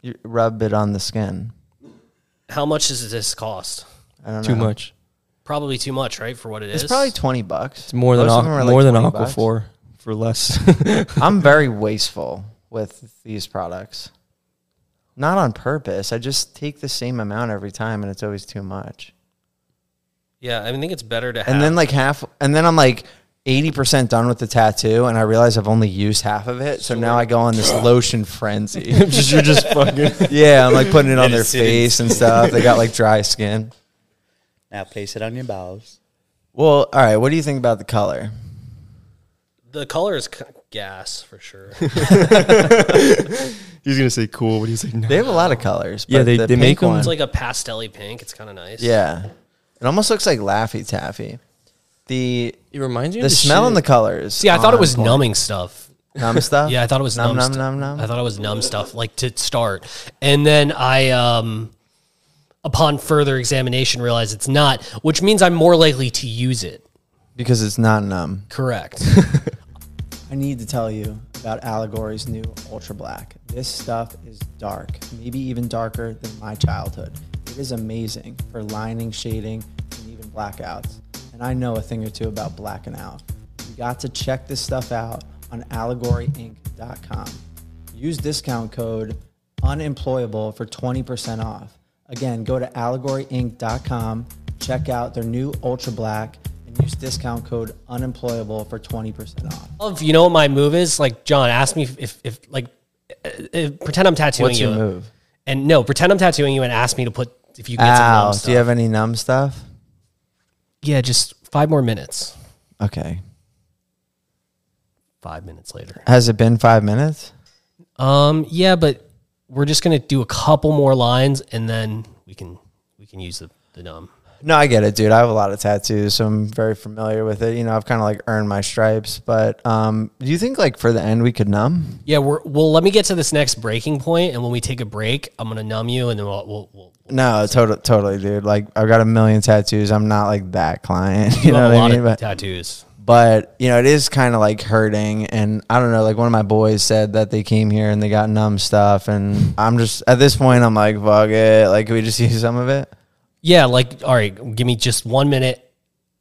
You rub it on the skin.
How much does this cost?
I don't
Too
know.
much.
Probably too much, right? For what it
It's
is.
probably twenty bucks.
It's more than
Most of
aqu-
them are, like,
more than
20
aqua
bucks.
four for less.
I'm very wasteful with these products. Not on purpose. I just take the same amount every time, and it's always too much.
yeah. I mean, I think it's better to have.
And then like half, and then I'm like eighty percent done with the tattoo, and I realize I've only used half of it. So now I go on this lotion frenzy.
just you're just fucking
yeah, I'm like putting it on their
it's sitting-
face and stuff. They got like dry skin.
Now place it on your bowels.
Well, all right. What do you think about the color?
the color is c- gas for sure.
He's gonna say cool, but he's like no.
They have a lot of colors.
Yeah,
but
they-
the
they make
pink
'em-
one-
it's like a pastelly pink. It's kind of nice.
Yeah. It almost looks like Laffy Taffy. the
It reminds me
the
of
smell
shit.
and the colors.
See, I thought it
on
was
point.
numbing stuff.
numb stuff.
Yeah, I thought it was numb.
Num,
stu-
num, num, num.
I thought it was numb stuff, like to start, and then I, um, upon further examination, realized it's not, which means I'm more likely to use it.
because it's not numb.
Correct.
I need to tell you about Allegory's new Ultra Black. This stuff is dark, maybe even darker than my childhood. It is amazing for lining, shading, and even blackouts. And I know a thing or two about blacking out. You got to check this stuff out on allegoryinc.com. Use discount code unemployable for 20% off. Again, go to allegoryinc.com, check out their new Ultra Black, and use discount code unemployable for 20% off.
Of you know what my move is? Like John, ask me if, if, if like uh, uh, pretend I'm tattooing
What's
you.
your move?
And no, pretend I'm tattooing you and ask me to put if you can get some
Ow.
numb stuff.
Do you have any numb stuff?
yeah, just five more minutes.
Okay.
Five minutes later.
Has it been five minutes?
Um, yeah, but we're just gonna do a couple more lines and then we can we can use the, the numb.
No, I get it, dude. I have a lot of tattoos, so I'm very familiar with it. You know, I've kind of like earned my stripes. But um, do you think like for the end we could numb?
Yeah, we're well. Let me get to this next breaking point, and when we take a break, I'm gonna numb you, and then we'll. we'll, we'll
No, totally, totally, dude. Like I've got a million tattoos. I'm not like that client. You,
you
know
have a
what I
lot
mean?
of
But,
tattoos.
but you know, it is kind of like hurting. And I don't know. Like one of my boys said that they came here and they got numb stuff, and I'm just at this point I'm like, fuck it. Like can we just use some of it?
Yeah, like all right, give me just one minute,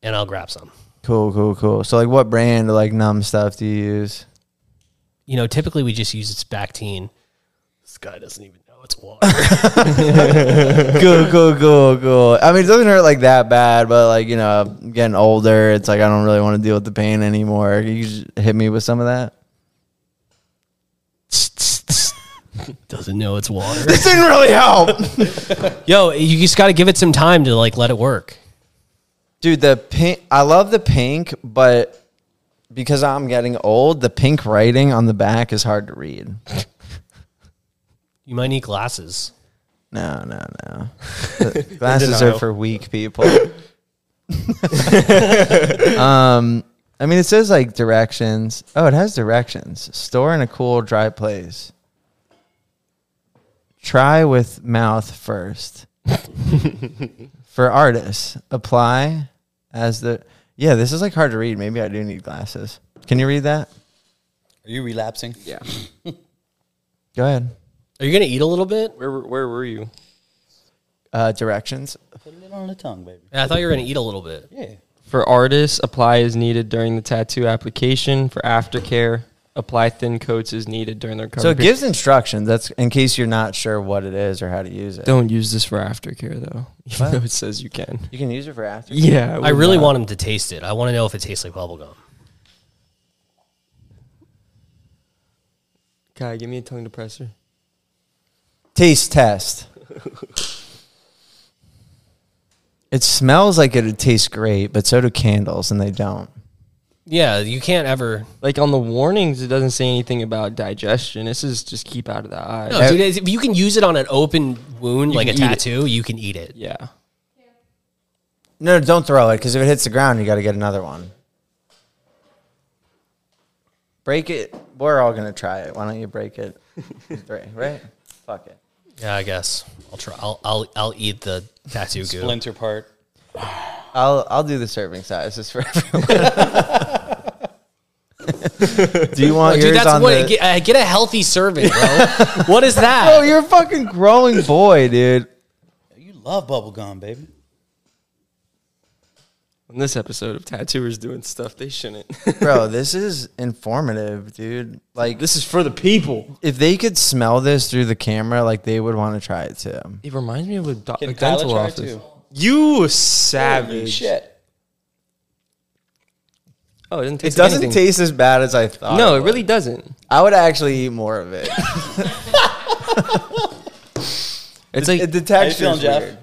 and I'll grab some.
Cool, cool, cool. So like, what brand of like numb stuff do you use?
you know, typically we just use its Bactine. This guy doesn't even know it's water.
cool, cool, cool, cool. I mean, it doesn't hurt like that bad, but like you know, I'm getting older, it's like I don't really want to deal with the pain anymore. Can you just hit me with some of that?
doesn't know it's water.
This didn't really help,
Yo, you just got to give it some time to like let it work.
dude. The pink, I love the pink, but because I'm getting old, the pink writing on the back is hard to read.
You might need glasses.
No, no, no. The Glasses are
denial.
for weak people. um, I mean, it says like directions. Oh, it has directions. Store in a cool, dry place. Try with mouth first. for artists, apply as the. Yeah, this is like hard to read. Maybe I do need glasses. Can you read that?
Are you relapsing? Yeah.
Go ahead.
Are you gonna eat a little bit?
Where were- where were you?
Uh, directions.
Put it on the tongue, baby.
Yeah, I thought you were gonna eat a little bit.
Yeah.
For artists, apply as needed during the tattoo application. For aftercare, apply thin coats as needed during their cover.
So it
period.
gives instructions. That's in case you're not sure what it is or how to use it.
Don't use this for aftercare though, even
What?
though it says you can.
You can use it for after.
Yeah,
I really want him to taste it. I want to know if it tastes like bubblegum.
Kai, give me a tongue depressor.
Taste test. it smells like it would taste great, but so do candles, and they don't.
Yeah, you can't ever.
Like on the warnings, it doesn't say anything about digestion. This is just keep out of the eye.
No, dude, if you can use it on an open wound, like a
can eat it.
tattoo, you can eat it.
Yeah.
No, don't throw it because if it hits the ground, you got to get another one. Break it. We're all gonna try it. Why don't you break it? Three, right? Fuck it.
Yeah, I guess I'll try. I'll I'll, I'll eat the tattoo goo.
Splinter part.
I'll I'll do the serving sizes for everyone. do you want yours
Oh, Dude, that's
on
what
the?
get, uh, get a healthy serving, bro. what is that?
oh, you're a fucking growing boy, dude.
You love bubblegum, baby.
On this episode of tattooers doing stuff they shouldn't.
Bro, this is informative, dude. Like
this is for the people.
if they could smell this through the camera, like they would want to try it too.
It reminds me of a, do- a
Can Kyla
dental
try
office.
too?
You savage.
Holy shit.
Oh, it doesn't
It
taste.
doesn't
anything.
taste as bad as I thought.
No,
it
it really doesn't.
would. I would actually eat more of it.
It's like
the
How you
texture
feeling,
is
Jeff?
weird.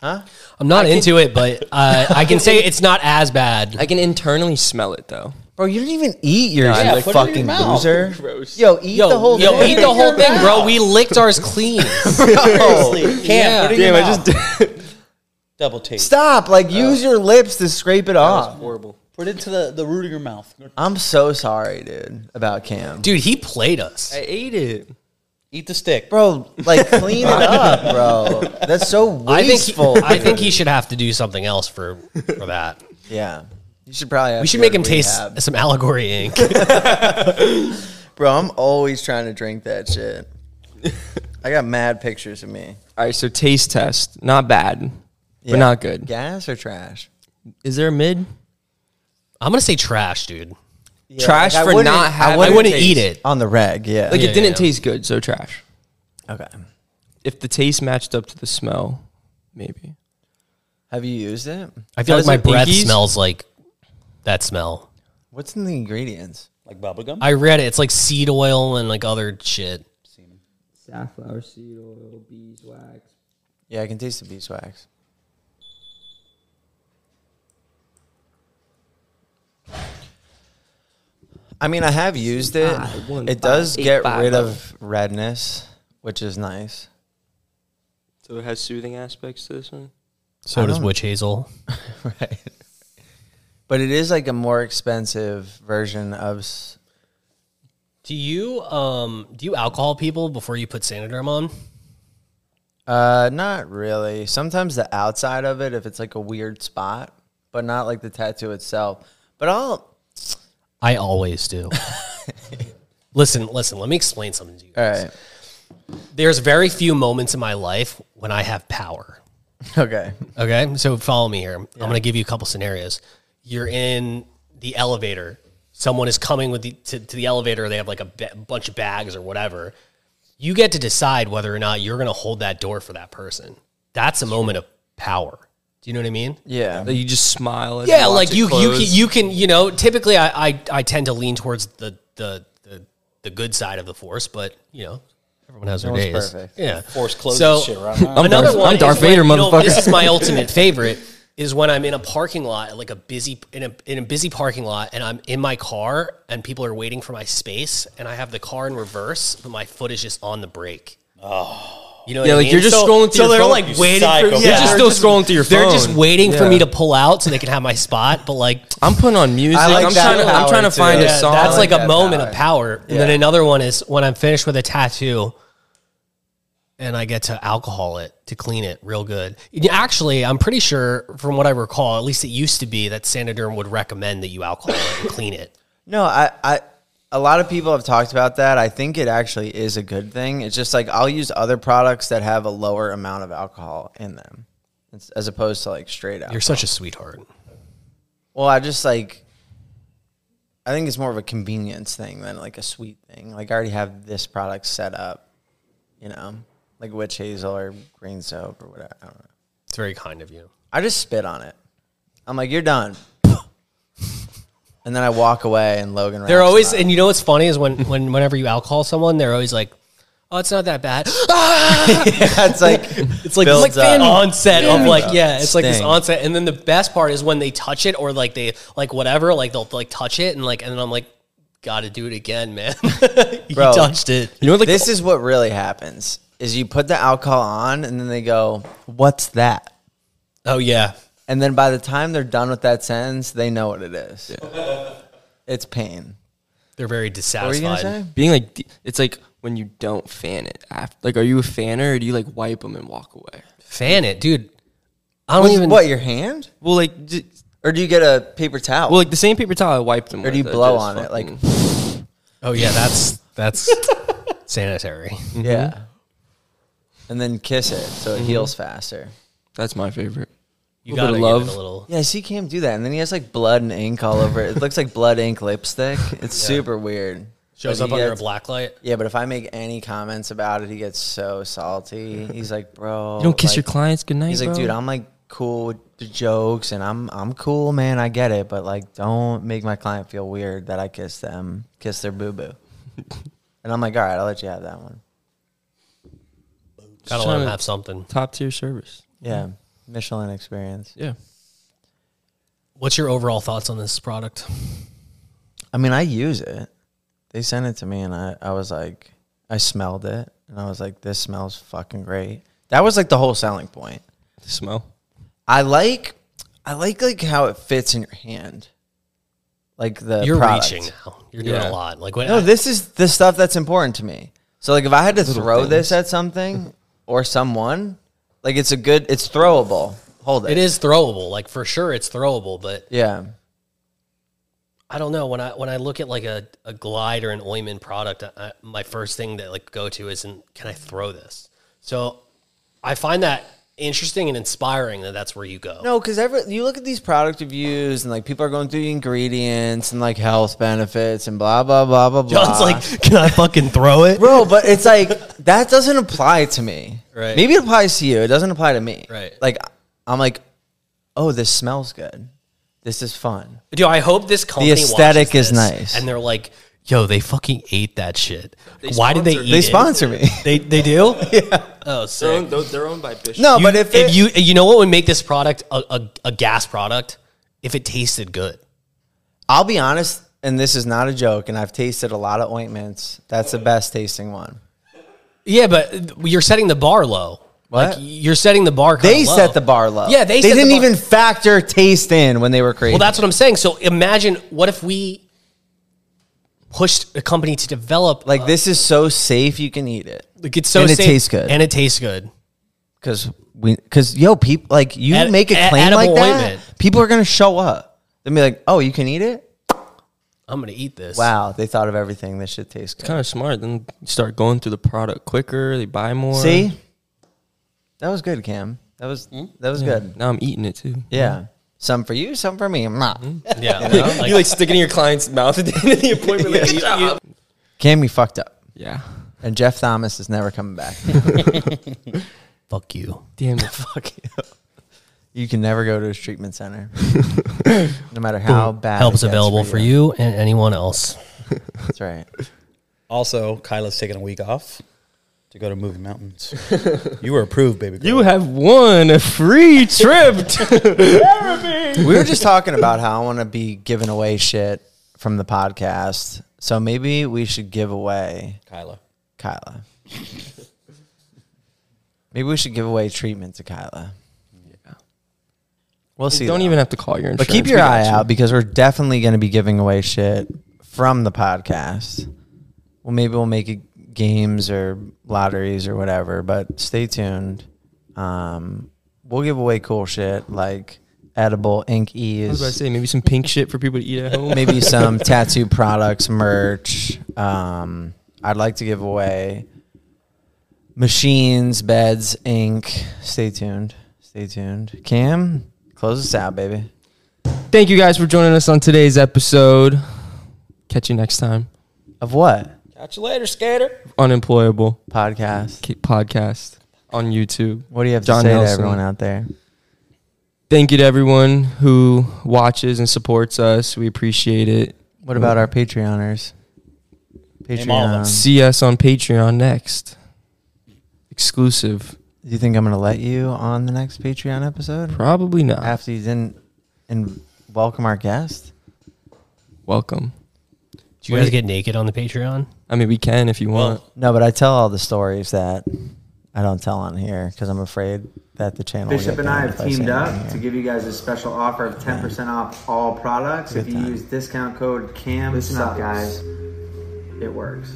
Huh?
I'm not into it, but uh, I can say it's not as bad.
I can internally smell it though.
Bro, you didn't even eat yours,
Yeah,
you
put it in your
fucking
mouth.
loser. Yo, eat
Yo,
the whole
yo,
thing.
eat the whole thing, bro. We licked ours clean.
Seriously. Cam,
Yeah.
put it in your mouth. Double tape.
Stop! Like, use your lips to scrape it off.
Horrible.
Put it to the, the root of your mouth.
I'm so sorry, dude, about Cam.
Dude, he played us.
I ate it.
Eat the stick.
Bro, like, clean it up, bro. That's so
I think, he,
wasteful.
I think he should have to do something else for, for that.
yeah. You should probably. Have
We
to
should
go
make
to
him taste
rehab.
some allegory ink.
Bro, I'm always trying to drink that shit. I got mad pictures of me.
All right, so taste test. Not bad,
Yeah.
but not good.
Gas or trash?
Is there a mid?
I'm gonna say trash, dude.
trash
like, I
for
wouldn't-
not
I
having.
I wouldn't eat it.
On the reg, yeah.
Like
Yeah,
it didn't
yeah.
taste good, so trash.
okay.
If the taste matched up to the smell, maybe.
Have you used it?
I feel
How
like
does
my
it
breath
pinkies?
smells like that smell.
What's in the ingredients?
Like bubblegum?
I read it. It's like seed oil and like other shit.
Safflower seed oil, beeswax.
Yeah, I can taste the beeswax. I mean, I have used it.
Five, one,
it does
five, eight,
get
five,
rid
five.
of redness, which is nice.
So it has soothing aspects to this one.
So does
don't-
witch hazel.
right. But it is like a more expensive version of. s-
Do you um do you alcohol people before you put Sanoderm on?
Uh, not really. Sometimes the outside of it, if it's like a weird spot, but not like the tattoo itself. But I'll.
I always do. listen, listen. Let me explain something to you.
All right.
There's very few moments in my life when I have power.
Okay.
Okay, so follow me here. I'm going to give you a couple scenarios. You're in the elevator. Someone is coming with the, to, to the elevator. They have like a ba- bunch of bags or whatever. You get to decide whether or not you're going to hold that door for that person. That's a moment of power. Do you know what I mean?
Yeah.
Like you just smile. And
Yeah,
watch
like
it
you, you, can-
close.
you can, you know. Typically, I, I, I tend to lean towards the, the, the, the good side of the force, but you know, everyone has their days.
perfect.
Yeah,
Force close
So-
this shit right now.
Another
Darth-
one.
I'm
is
Darth
when-
Vader,
you know,
motherfucker.
this is my ultimate favorite. Is when I'm in a parking lot, like a busy in a in a busy parking lot, and I'm in my car, and people are waiting for my space, and I have the car in reverse, but my foot is just on the brake. Oh, you know, what
Yeah,
I
like
mean?
you're just
so,
scrolling through
So
your
they're
phone,
like
you
waiting
psycho.
for.
You're
Yeah,
just still scrolling through your
They're just
phone.
waiting for
Yeah.
me to pull out so they can have my spot, but like
I'm putting on music.
I like
I'm
that
trying to. I'm
power
trying to
too.
find
Yeah,
a song.
that's like,
like
a
that
moment of power. And then
Yeah.
another one is when I'm finished with a tattoo and I get to alcohol it to clean it real good. And Actually, I'm pretty sure from what I recall, at least it used to be that Sanoderm would recommend that you alcohol it and clean it.
No, I, I, a lot of people have talked about that. I think it actually is a good thing. It's just like I'll use other products that have a lower amount of alcohol in them, It's- as opposed to like straight out.
You're such a sweetheart.
Well, I just like, I think it's more of a convenience thing than like a sweet thing. Like I already have this product set up, you know, like witch hazel or green soap or whatever. I don't know.
It's very kind of you.
I just spit on it. I'm like, you're done. And then I walk away, and Logan.
They're
wraps
always,
them up.
and you know what's funny is when, when whenever you alcohol someone, they're always like, "Oh, it's not that bad."
That's like
It's like, it's
builds
like
up.
the onset of like yeah, it's like this
Sting.
onset, and then the best part is when they touch it or like they like whatever, like they'll like touch it and like, and then I'm like, gotta do it again, man. you
Bro.
touched it.
You know, like
this is what really happens is you put the alcohol on and then they go what's that
Oh yeah,
and then by the time they're done with that sentence they know what it is it's pain
they're very
what were you gonna
dissatisfied.
say
being like d- it's like when you don't fan it after like are you a fanner or do you like wipe them and walk away
Fan it, dude. I don't
With
even.
what your hand
well like j-
or do you get a paper towel
well like the same paper towel i wiped them
Or do you blow on it, like-
Oh yeah, that's that's sanitary.
yeah and then kiss it so
Mm-hmm.
it heals faster
that's my favorite
You
Little
gotta
bit
love.
of
Give it a
love.
little.
yeah i see cam do that and then he has like blood and ink all over it it looks like blood ink lipstick it's super weird
Shows
But
up
he
under a
gets-
black light.
yeah, but if I make any comments about it, he gets so salty. He's like, "Bro,
you don't kiss your
like-
clients goodnight
He's like, dude, I'm like cool with the jokes, and I'm I'm cool, man. I get it, but like, don't make my client feel weird that I kiss them, kiss their boo boo. and I'm like, all right, I'll let you have that one.
Gotta let
trying
him
to-
have something.
top tier service
Yeah, Michelin experience.
yeah
What's your overall thoughts on this product?
I mean, I use it. They sent it to me, and I I was like, I smelled it, and I was like, this smells fucking great. That was like the whole selling point.
the smell
I like I like like how it fits in your hand. Like the
You're
product.
reaching now. You're doing
Yeah.
a lot. Like when
No, this is the stuff that's important to me. So like if I had to throw this at something or someone, like it's a good it's throwable. Hold it.
it is throwable. Like for sure, it's throwable. But
Yeah.
I don't know when I when I look at like a, a glide or an Oyman product, I, I- my first thing that like go to is, and can I throw this? So I find that interesting and inspiring that that's where you go.
No, because every you look at these product reviews and like people are going through the ingredients and like health benefits and blah blah blah blah blah.
John's like, can I fucking throw it?
bro, but it's like that doesn't apply to me.
Right.
Maybe it applies to you. It doesn't apply to me.
Right.
Like I'm like, oh, this smells good. This is fun.
Dude, I hope this company watches
aesthetic is
this
nice.
and they're like, yo, they fucking ate that shit. Why did they
sponsor-
eat?
They
it?
sponsor me.
They they do. yeah. Oh, sick.
They're owned, they're owned by Bishop.
no,
You-
but if, it-
you you know what would make this product a, a, a gas product if it tasted good.
I'll be honest, and this is not a joke, and I've tasted a lot of ointments. That's the best tasting one.
Yeah, but you're setting the bar low. Like
What?
you're setting the bar. kinda
They
low.
set the bar low.
Yeah, they
they
set the
didn't
bar-
even factor taste in when they were creating.
Well, that's what I'm saying. So imagine what if we pushed a company to develop
Like this is so safe you can eat it
like it's so
and it
safe-
tastes good.
and it tastes good.
because we because yo people like you
Ed-
make a
ed-
claim like
edible
that
ointment.
people are gonna show up they'll be like oh you can eat it
I'm gonna eat this.
wow they thought of everything this shit tastes good
Kind of smart. Then you start going through the product quicker. They buy more.
see that was good Cam that was
Hmm?
that was good
Now I'm eating it too.
yeah some for you some for me Mwah.
Yeah. Like,
you like stick it in your client's mouth at the end of the appointment. Like, good job.
Cam we fucked up
Yeah.
and Jeff Thomas is never coming back
fuck you.
Damn it.
fuck you you can never go to his treatment center no matter how bad
Help's
it gets
available for you and anyone else.
that's right
Also, Kyla's taking a week off to go to Movie Mountains. you were approved, baby girl.
You have won a free trip. to-
we were just talking about how I want to be giving away shit from the podcast. So maybe we should give away
Kyla.
Kyla. Maybe we should give away treatment to Kyla. We'll see.
Don't
though.
even have to call your insurance.
But keep your
We got
eye
you.
out because we're definitely going to be giving away shit from the podcast. Well, maybe we'll make it games or lotteries or whatever, but stay tuned. Um, we'll give away cool shit like edible ink
I was about to
ease,
say maybe some pink shit for people to eat at home.
maybe some tattoo products, merch. Um, I'd like to give away machines, beds, ink. Stay tuned. Stay tuned. Cam, close us out, baby.
Thank you guys for joining us on today's episode. Catch you next time.
Of what?
Catch you later, skater.
Unemployable
podcast.
K- podcast on YouTube.
What do you have
John
to say
Nelson.
to everyone out there?
Thank you to everyone who watches and supports us. We appreciate it.
What about our Patreoners?
Name all of them.
Patreon.
See us on Patreon next. Exclusive.
Do you think I'm going to let you on the next Patreon episode
Probably not.
after you didn't and welcome our guest?
Welcome.
Do you guys get naked on the Patreon?
I mean, we can if you want.
No, but I tell all the stories that I don't tell on here because I'm afraid that the channel. will
Bishop
get
and I
banned
have
if say
teamed
it on
up
here.
to give you guys a special offer of 10% off all products.
Good
if you
time.
use discount code CAMSNUBS, guys, it works.